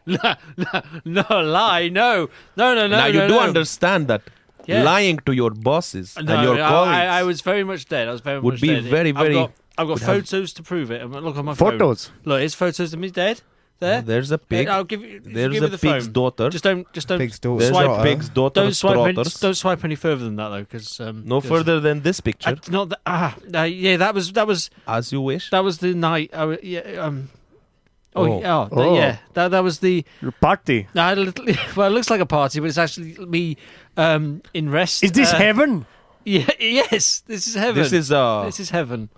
S4: no, no, no lie, no, no, no, no.
S2: now you
S4: no,
S2: do
S4: no.
S2: understand that
S4: Yeah.
S2: lying to your bosses
S4: No,
S2: and your
S4: I,
S2: colleagues.
S4: I, I was very much dead. I was very
S2: would
S4: much
S2: be
S4: dead.
S2: very, very-
S4: I've got, I've got
S2: would have-
S4: photos to prove it. Um, Look on my
S2: Photos?
S4: Phone. Look, here's photos of me dead. There.
S2: Oh, there's a pig.
S4: I'll give you.
S2: There's
S4: give
S2: a
S4: me the
S2: pig's
S4: phone.
S2: daughter.
S4: Just don't. Just don't.
S2: Pig's daughter. There's
S4: daughter. Swipe,
S2: a pig's daughter,
S4: Don't swipe, any,
S2: daughters.
S4: don't swipe any further than that though, because um,
S2: no
S4: yes.
S2: further than this
S4: I,
S2: picture,
S4: not the, ah no, yeah that was that was
S2: as you wish.
S4: that was the night I wa- yeah um oh,
S2: Oh.
S4: yeah, oh,
S2: Oh.
S4: yeah that that was the
S6: Your party.
S4: no, I had a little, well it looks like a party but it's actually me um in rest
S6: Is this
S4: uh,
S6: heaven?
S4: yeah, yes, this is heaven.
S2: This is, uh,
S4: this is heaven.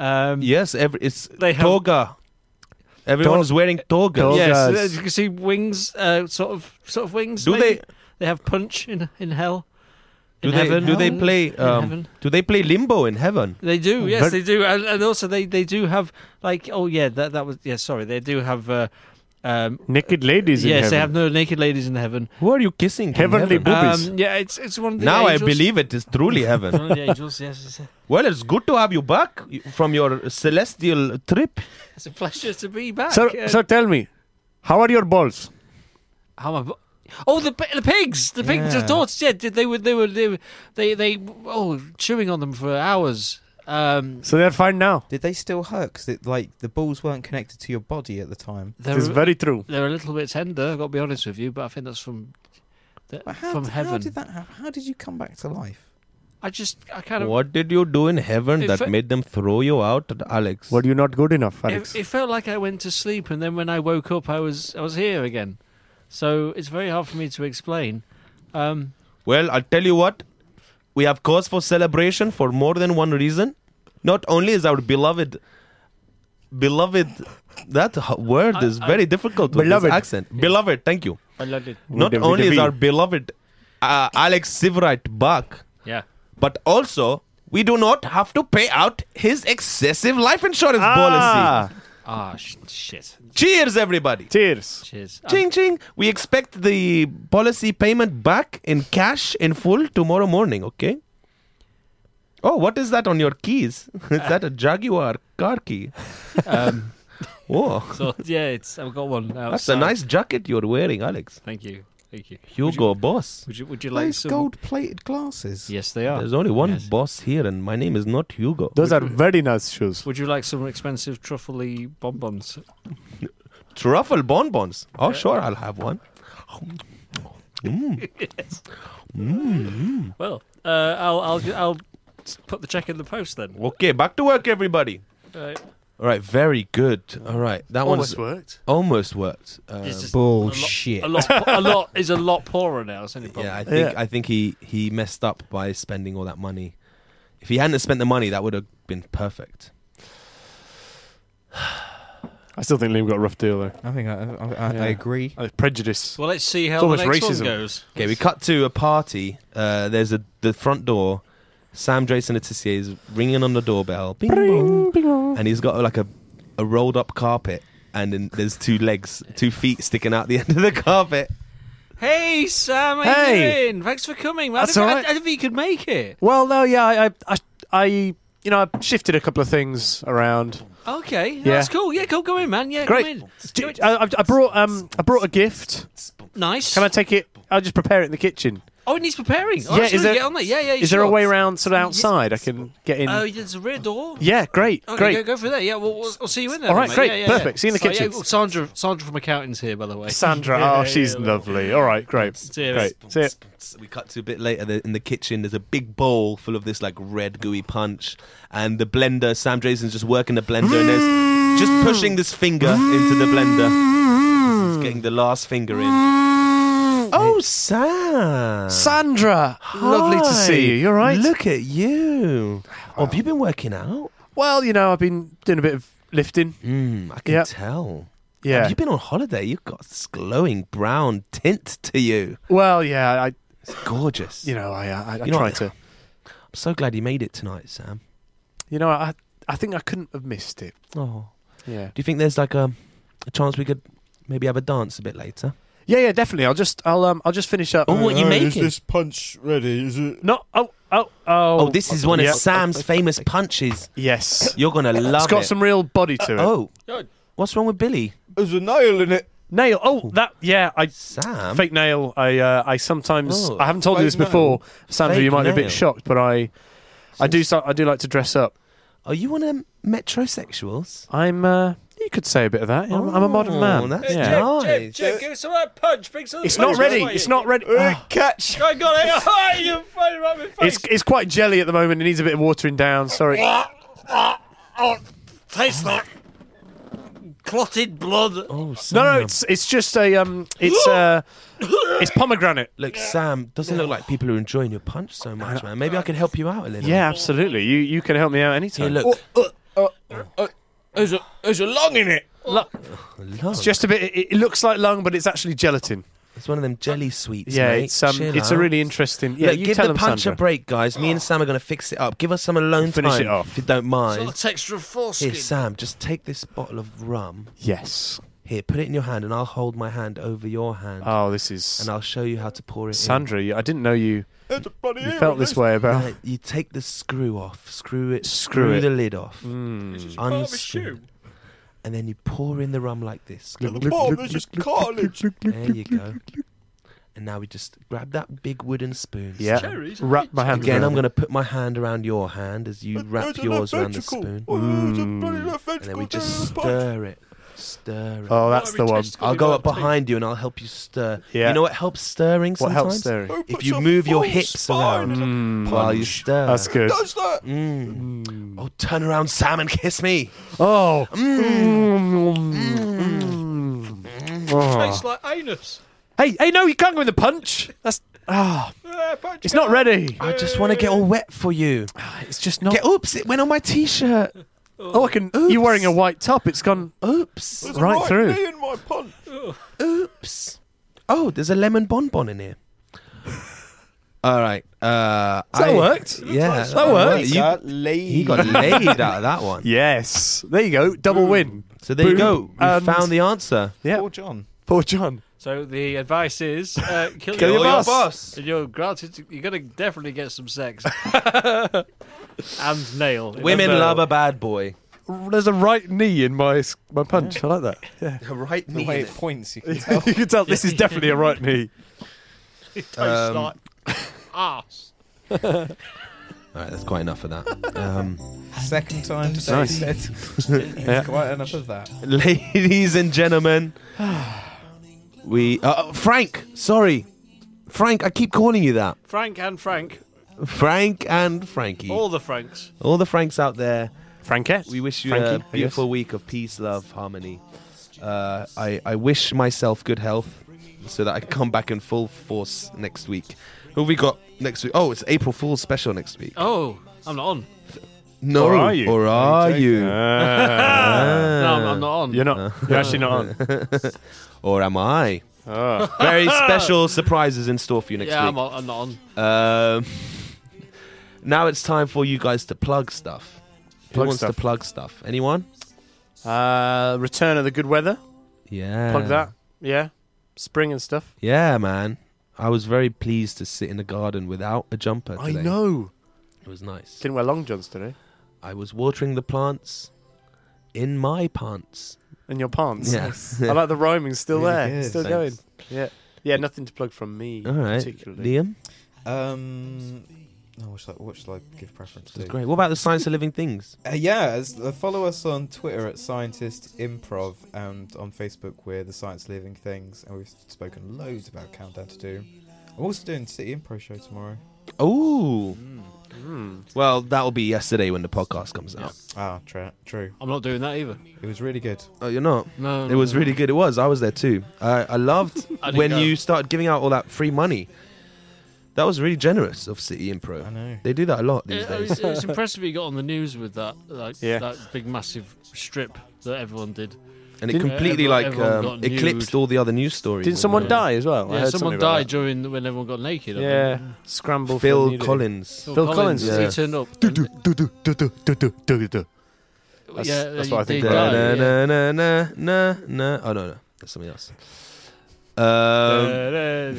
S4: Um,
S2: yes, every, it's
S4: They have-
S2: toga. Everyone's wearing togas.
S4: yes, as you can see, wings, uh, sort of, sort of wings.
S2: Do
S4: maybe.
S2: they-
S4: They have punch in in hell.
S2: Do
S4: in
S2: they
S4: heaven.
S2: do they play
S4: In
S2: um,
S4: heaven.
S2: do they play limbo in heaven?
S4: They
S6: Oh,
S4: do, yes,
S2: Ver-
S4: they do, and, and also they they do have like oh yeah that that was yeah sorry they do have. Uh, um,
S6: Naked ladies in
S4: Yes, they
S6: heaven.
S4: have no naked ladies in heaven.
S2: Who are you kissing? in
S6: Heavenly
S2: heaven?
S6: boobies.
S4: Um, yeah, it's it's one of the
S2: now I
S4: angels-
S2: believe it is truly
S4: One of
S2: heaven.
S4: the angels, yes, it's a,
S2: well, it's good to have you back from your celestial trip.
S4: it's a pleasure to be back.
S6: So,
S4: Uh,
S6: so tell me, how are your balls?
S4: How am I? Oh, the pi- the pigs, the pigs,
S6: Yeah.
S4: the daughters. Yeah, did- they were they were they were, they they oh chewing on them for hours. Um,
S6: So they're fine now.
S7: Did they still hurt? Because like the balls weren't connected to your body at the time.
S4: They're- This is very
S6: true.
S4: they're a little bit tender. I've got to be honest with you, but I think that's from the,
S7: How,
S4: from
S7: how
S4: heaven.
S7: did that happen? How did you come back to life?
S4: I just I kind of
S2: What did you do in heaven
S4: If
S2: that
S4: I-
S2: made them throw you out, Alex?
S6: Were you not good enough, Alex?
S4: it, it felt like I went to sleep, and then when I woke up, I was I was here again. So it's very hard for me to explain. Um,
S2: Well, I'll tell you what. We have cause for celebration for more than one reason. Not only is our beloved, beloved, that h- word is very difficult with
S6: Beloved.
S2: this accent. Beloved, thank you.
S4: Beloved.
S2: Not
S6: With a- with
S2: only
S6: a
S2: is
S6: V.
S2: our beloved uh, Alex Sivright back,
S4: yeah.
S2: but also we do not have to pay out his excessive life insurance policy.
S4: Ah, sh- shit.
S2: Cheers, everybody.
S6: Cheers.
S4: Cheers. Um,
S2: Ching ching. We expect the policy payment back in cash in full tomorrow morning, okay? Oh, what is that on your keys? is that a Jaguar car key?
S4: Um,
S2: oh,
S4: so yeah, it's I've got one.
S2: that's a
S4: outside.
S2: nice jacket you're wearing, Alex.
S4: Thank you. Thank you.
S2: Hugo
S4: Would you-
S2: Boss.
S4: Would you, would you like
S7: Those
S4: some
S7: gold-plated glasses?
S4: Yes, they are.
S2: There's only one boss here, and my name is not Hugo.
S6: Those are very nice shoes.
S4: Would you like some expensive truffly bonbons?
S2: Truffle bonbons. Oh, sure, I'll have one.
S7: Hmm.
S2: Mm.
S4: yes.
S2: Mm.
S4: Well, uh, I'll I'll ju- I'll s- put the check in the post then.
S2: Okay, back to work, everybody.
S4: Uh,
S2: All right, very good. All right, that
S4: Almost
S2: one's
S4: worked.
S2: Almost worked. Um,
S4: It's just
S7: Bullshit.
S4: a lot, a lot is a lot poorer now. Isn't it,
S2: Yeah, I think
S4: Yeah.
S2: I think he he messed up by spending all that money. If he hadn't spent the money, that would have been perfect.
S6: I still think Liam got a rough deal though.
S7: I think I, I, I,
S6: Yeah.
S7: agree.
S6: Uh, prejudice.
S4: Well, let's see how
S6: It's
S4: the
S6: almost
S4: next one
S6: racism.
S4: goes.
S2: Okay, we cut to a party. Uh, there's a the front door. Sam Drayson Letitia is ringing on the doorbell. Bing, bong. And he's got like a, a rolled up carpet, and then there's two legs, two feet sticking out the end of the carpet.
S4: Hey Sam, how
S6: Hey.
S4: you doing? Thanks for coming. man.
S6: That's
S4: I,
S6: all
S4: didn't-
S6: right.
S4: I, I didn't think you could make it.
S6: Well, no, yeah, I, I, I, I you know, I shifted a couple of things around.
S4: Okay, yeah.
S6: Yeah.
S4: that's cool. Yeah, go go in, man. Yeah,
S6: Great.
S4: come
S6: Do- I, I- I brought, um, I brought a gift.
S4: in. Nice.
S6: Can I take it? I'll just prepare it in the kitchen.
S4: Oh, it needs preparing. Oh,
S6: Yeah,
S4: that's
S6: is
S4: good.
S6: there-
S4: get on there. Yeah, yeah.
S6: Is there a
S4: sure.
S6: way around sort of outside I can get in?
S4: Oh, there's a rear door.
S6: yeah, great,
S4: Okay,
S6: great.
S4: Go, go for that. Yeah, we'll, we'll, we'll see you in there.
S6: All right,
S4: mate.
S6: great,
S4: Yeah, yeah,
S6: perfect.
S4: yeah.
S6: See you in the
S4: Oh, yeah,
S6: kitchen.
S4: well, Sandra, Sandra from accounting's here, by the way.
S6: Sandra,
S4: Yeah,
S6: oh,
S4: yeah,
S6: she's
S4: yeah.
S6: lovely. All right, great,
S4: Cheers.
S6: great. See ya.
S2: We cut to a bit later the- in the kitchen. There's a big bowl full of this like red gooey punch, and the blender. Sam Drayson's just working the blender, and there's just pushing this finger into the blender. He's getting the last finger in. Oh, Sam!
S6: Sandra, lovely to see you. You're right.
S2: Look at you. Oh, have you been working out?
S6: Well, you know, I've been doing a bit of lifting.
S2: Mm, I can
S6: Yep.
S2: tell.
S6: Yeah.
S2: Have you been on holiday? You've got this glowing brown tint to you.
S6: Well, yeah, I,
S2: It's gorgeous.
S6: you know, I, I, I
S2: You know
S6: try
S2: what?
S6: to.
S2: I'm so glad you made it tonight, Sam.
S6: You know, I, I think I couldn't have missed it.
S2: Oh.
S6: Yeah.
S2: Do you think there's like a, a chance we could maybe have a dance a bit later?
S6: Yeah, yeah, definitely. I'll just, I'll, um, I'll just finish up.
S2: Oh, what you making?
S7: punch ready? Is it?
S6: No, oh, oh, oh.
S2: Oh, this is one
S6: yeah.
S2: of Sam's famous punches.
S6: Yes.
S2: You're gonna love
S6: It's got
S2: it.
S6: some real body to it.
S2: oh, what's wrong with Billy?
S7: There's a nail in it.
S6: Nail. Oh, that. Yeah, I
S2: Sam.
S6: fake nail. I uh, I sometimes
S2: Oh,
S6: I haven't told you
S7: fake
S6: this before,
S7: nail.
S6: Sandra.
S2: Fake
S6: you might be a
S2: nail.
S6: bit shocked, but I I do so, I do like to dress up.
S2: Are you one of metrosexuals?
S6: I'm uh, you could say a bit of that. I'm, I'm a modern
S2: Oh,
S6: man.
S2: that's
S6: yeah.
S2: nice.
S4: Jim, Jim, give us some of that punch. Bring some of
S6: It's
S4: the punch,
S6: not ready.
S4: won't
S6: It's
S4: you?
S6: not ready. Oh,
S7: Uh, Catch.
S4: Ah. I got it. Oh, you fighting right in my face.
S6: it's it's quite jelly at the moment. It needs a bit of watering down. Sorry.
S4: Oh, Taste that clotted blood.
S2: Oh, Sam.
S6: No, no, it's it's just a um, it's uh, it's pomegranate.
S2: Look, Sam, doesn't look like people are enjoying your punch so much, man. Maybe I could help you out a little.
S6: Yeah, absolutely. You you can help me out
S2: Here,
S6: anytime.
S2: look.
S7: There's a there's a lung in it.
S2: Lung.
S6: It's just a bit. It, it looks like lung, but it's actually gelatin.
S2: It's one of them jelly sweets,
S6: yeah,
S2: mate.
S6: it's um,
S2: Chill
S6: it's a
S2: out.
S6: really interesting. Yeah,
S2: Look,
S6: you
S2: give
S6: tell
S2: the
S6: them,
S2: punch
S6: Sandra.
S2: a break, guys. Me and Sam are going to fix it up. Give us some alone
S6: Finish
S2: time,
S6: it off.
S2: if you don't
S4: Got
S2: mind.
S4: a texture of foreskin.
S2: Here, Sam, just take this bottle of rum.
S6: Yes.
S2: Here, put it in your hand, and I'll hold my hand over your hand,
S6: Oh, this is
S2: and I'll show you how to pour it
S6: Sandra. You, I didn't know you
S7: There's a bloody
S6: you felt this way
S2: in.
S6: about.
S2: Now, You take the screw off, screw it,
S6: Screw it.
S2: the lid off,
S6: Mm.
S2: unscrew, it, and then you pour in the rum like this.
S7: the bottom, there's just cartilage.
S2: There you go. And now we just grab that big wooden spoon.
S6: Yeah.
S4: Cherries?
S6: Wrap my hand
S2: Again,
S6: around
S2: I'm
S6: it.
S2: going to put my hand around your hand as you wrap yours around the spoon.
S6: Mm.
S2: And then we just stir it. Stir it.
S6: Oh, that's the one.
S2: I'll go up behind you and I'll help you stir.
S6: Yeah.
S2: You know what helps stirring
S6: What
S2: sometimes?
S6: helps stirring?
S2: If you move your hips around while you stir.
S6: That's good.
S7: Does that?
S2: Mm. Oh, turn around, Sam, and kiss me. Mm.
S6: Oh. Mm.
S4: Tastes like anus.
S6: Hey, hey, no, you can't go in the punch. That's ah,
S4: Yeah, punch
S6: it's not ready.
S2: I just want to get all wet for you.
S6: It's just not.
S2: Get, oops, it went on my t shirt.
S6: oh, I can. You're wearing a white top. It's gone
S2: Oops.
S6: right, through.
S7: in my punch.
S2: Oops. Oh, there's a lemon bonbon in here. All right. Uh, that
S6: worked? Oh.
S2: Yeah,
S6: That worked.
S2: You- he
S7: lady.
S2: got laid out of that one.
S6: Yes, there you go. Double win.
S2: So there you
S6: Boom.
S2: go. We
S6: And-
S2: found the answer.
S6: Yeah,
S7: Poor John.
S6: poor John.
S4: So the advice is uh, kill,
S6: Kill your boss.
S4: And you're granted. You're gonna definitely get some sex. and nail.
S2: Women love a bad boy.
S6: There's a right knee in my s- my punch. I like that. Yeah,
S2: Right
S7: The
S2: knee.
S7: way
S2: in
S7: it
S2: it. Oh.
S7: points, you can tell.
S6: you can tell this is definitely a right knee.
S3: It tastes
S2: Um,
S3: like ass.
S2: All right, that's quite enough of that. Um,
S7: Second time today.
S2: Nice.
S7: Said,
S2: Yeah.
S7: Quite enough of that.
S2: Ladies and gentlemen, we. Uh, Frank, sorry. Frank, I keep calling you that.
S4: Frank and Frank,
S2: Frank and Frankie.
S4: all the Franks.
S2: All the Franks out there.
S6: Frankette.
S2: We wish you
S6: Frankie, I
S2: a beautiful week of peace, love, harmony. Uh, I, I wish myself good health so that I can come back in full force next week. Who have we got next week? Oh, it's April Fool's special next week.
S4: Oh, I'm not on.
S2: No.
S4: Or are you?
S2: Or are you?
S4: No, I'm- I'm not on. You're
S6: not- Ah. you're actually not on. Ah.
S2: or am I? Very special surprises in store for you next
S4: yeah,
S2: week.
S4: I'm, on, I'm not on.
S2: Um, now it's time for you guys to plug stuff.
S6: Plug
S2: Who wants
S6: stuff.
S2: to plug stuff? Anyone?
S6: Uh, Return of the Good Weather.
S2: Yeah.
S6: Plug that. Yeah. Spring and stuff.
S2: Yeah, man. I was very pleased to sit in the garden without a jumper
S6: I
S2: today.
S6: know.
S2: It was nice.
S6: Didn't wear long johns today.
S2: I was watering the plants in my pants.
S6: And your pants.
S2: Yes.
S6: I like the rhyming still
S2: Really
S6: there.
S2: good.
S6: Still going.
S2: Thanks.
S6: Yeah. Yeah, nothing to plug from me
S2: All right.
S6: particularly.
S2: Liam?
S7: Um, no, what should I, what should I give preference to?
S2: That's great. What about the science of living things?
S7: Uh, yeah, as, uh, follow us on Twitter at Scientist Improv and on Facebook we're the Science Living Things, and we've spoken loads about Countdown to Doom. I'm also doing the City Impro Show tomorrow.
S2: Oh.
S6: Hmm.
S2: Well, that'll be yesterday when the podcast comes out.
S7: Ah, tra- true.
S4: I'm not doing that either.
S7: It was really good.
S2: Oh, you're not?
S4: No,
S2: It
S4: no,
S2: was
S4: no.
S2: really good. It was. I was there too. I, I loved
S4: I didn't
S2: when
S4: go.
S2: you started giving out all that free money. That was really generous of City Impro. I
S7: know.
S2: They do that a lot these
S4: It,
S2: days.
S4: it's, it's impressive he got on the news with that, like
S2: Yeah.
S4: that big massive strip that everyone did,
S2: and it completely
S4: Everyone-
S2: like
S4: everyone
S2: um,
S4: got
S2: eclipsed
S4: nude.
S2: all the other news stories.
S6: Didn't someone die as well? I
S4: Yeah,
S6: heard
S4: someone
S6: something about
S4: died during the- when everyone got naked. I
S6: Yeah.
S4: think.
S6: Scramble for
S2: Phil
S6: nudity.
S2: Collins.
S4: Phil Collins,
S6: yeah.
S4: he turned up.
S6: That's,
S4: Yeah,
S6: that's
S4: you
S6: what I think.
S4: did
S6: they
S4: die,
S6: were.
S2: Na, na, na, na, na, na. Oh, no, no. That's something else. Um,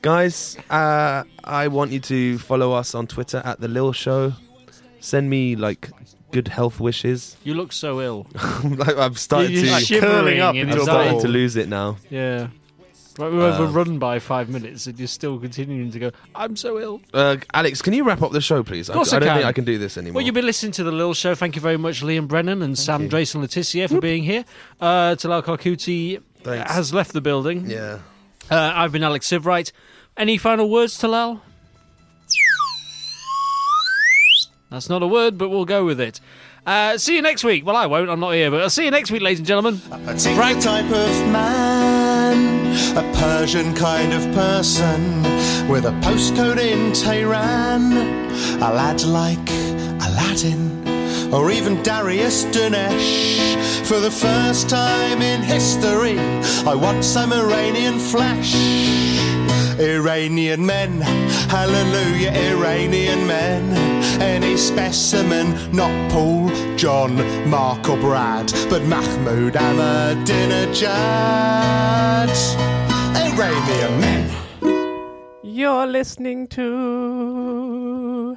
S2: guys, uh, I want you to follow us on Twitter at The Lil Show. Send me like good health wishes.
S4: You look so ill.
S2: like I've started
S4: You're
S2: to
S4: shivering Curling up in
S2: I'm
S4: into a
S2: starting
S4: ball.
S2: to lose it now.
S4: Yeah. Right, we were
S2: Um,
S4: overrun by five minutes, and you're still continuing to go. I'm so ill.
S2: Uh, Alex, can you wrap up the show, please?
S4: Of course
S2: I,
S4: I
S2: don't
S4: can.
S2: think I can do this anymore.
S4: Well, you've been listening to The Lil Show. Thank you very much, Liam Brennan and Sam Drace and Letitia, for being here. Uh, Talal Karkuti
S2: Thanks.
S4: has left the building.
S2: Yeah.
S4: Uh, I've been Alex Sivright. Any final words, Talal? That's not a word, but we'll go with it. Uh, see you next week. Well, I won't. I'm not here, but I'll see you next week, ladies and gentlemen.
S11: particular type of man, a Persian kind of person with a postcode in Tehran, a lad like Aladdin or even Darius Dinesh. For the first time in history, I want some Iranian flesh. Iranian men, hallelujah, Iranian men. Any specimen, not Paul, John, Mark, or Brad, but Mahmoud Ahmadinejad. Iranian men.
S15: You're listening to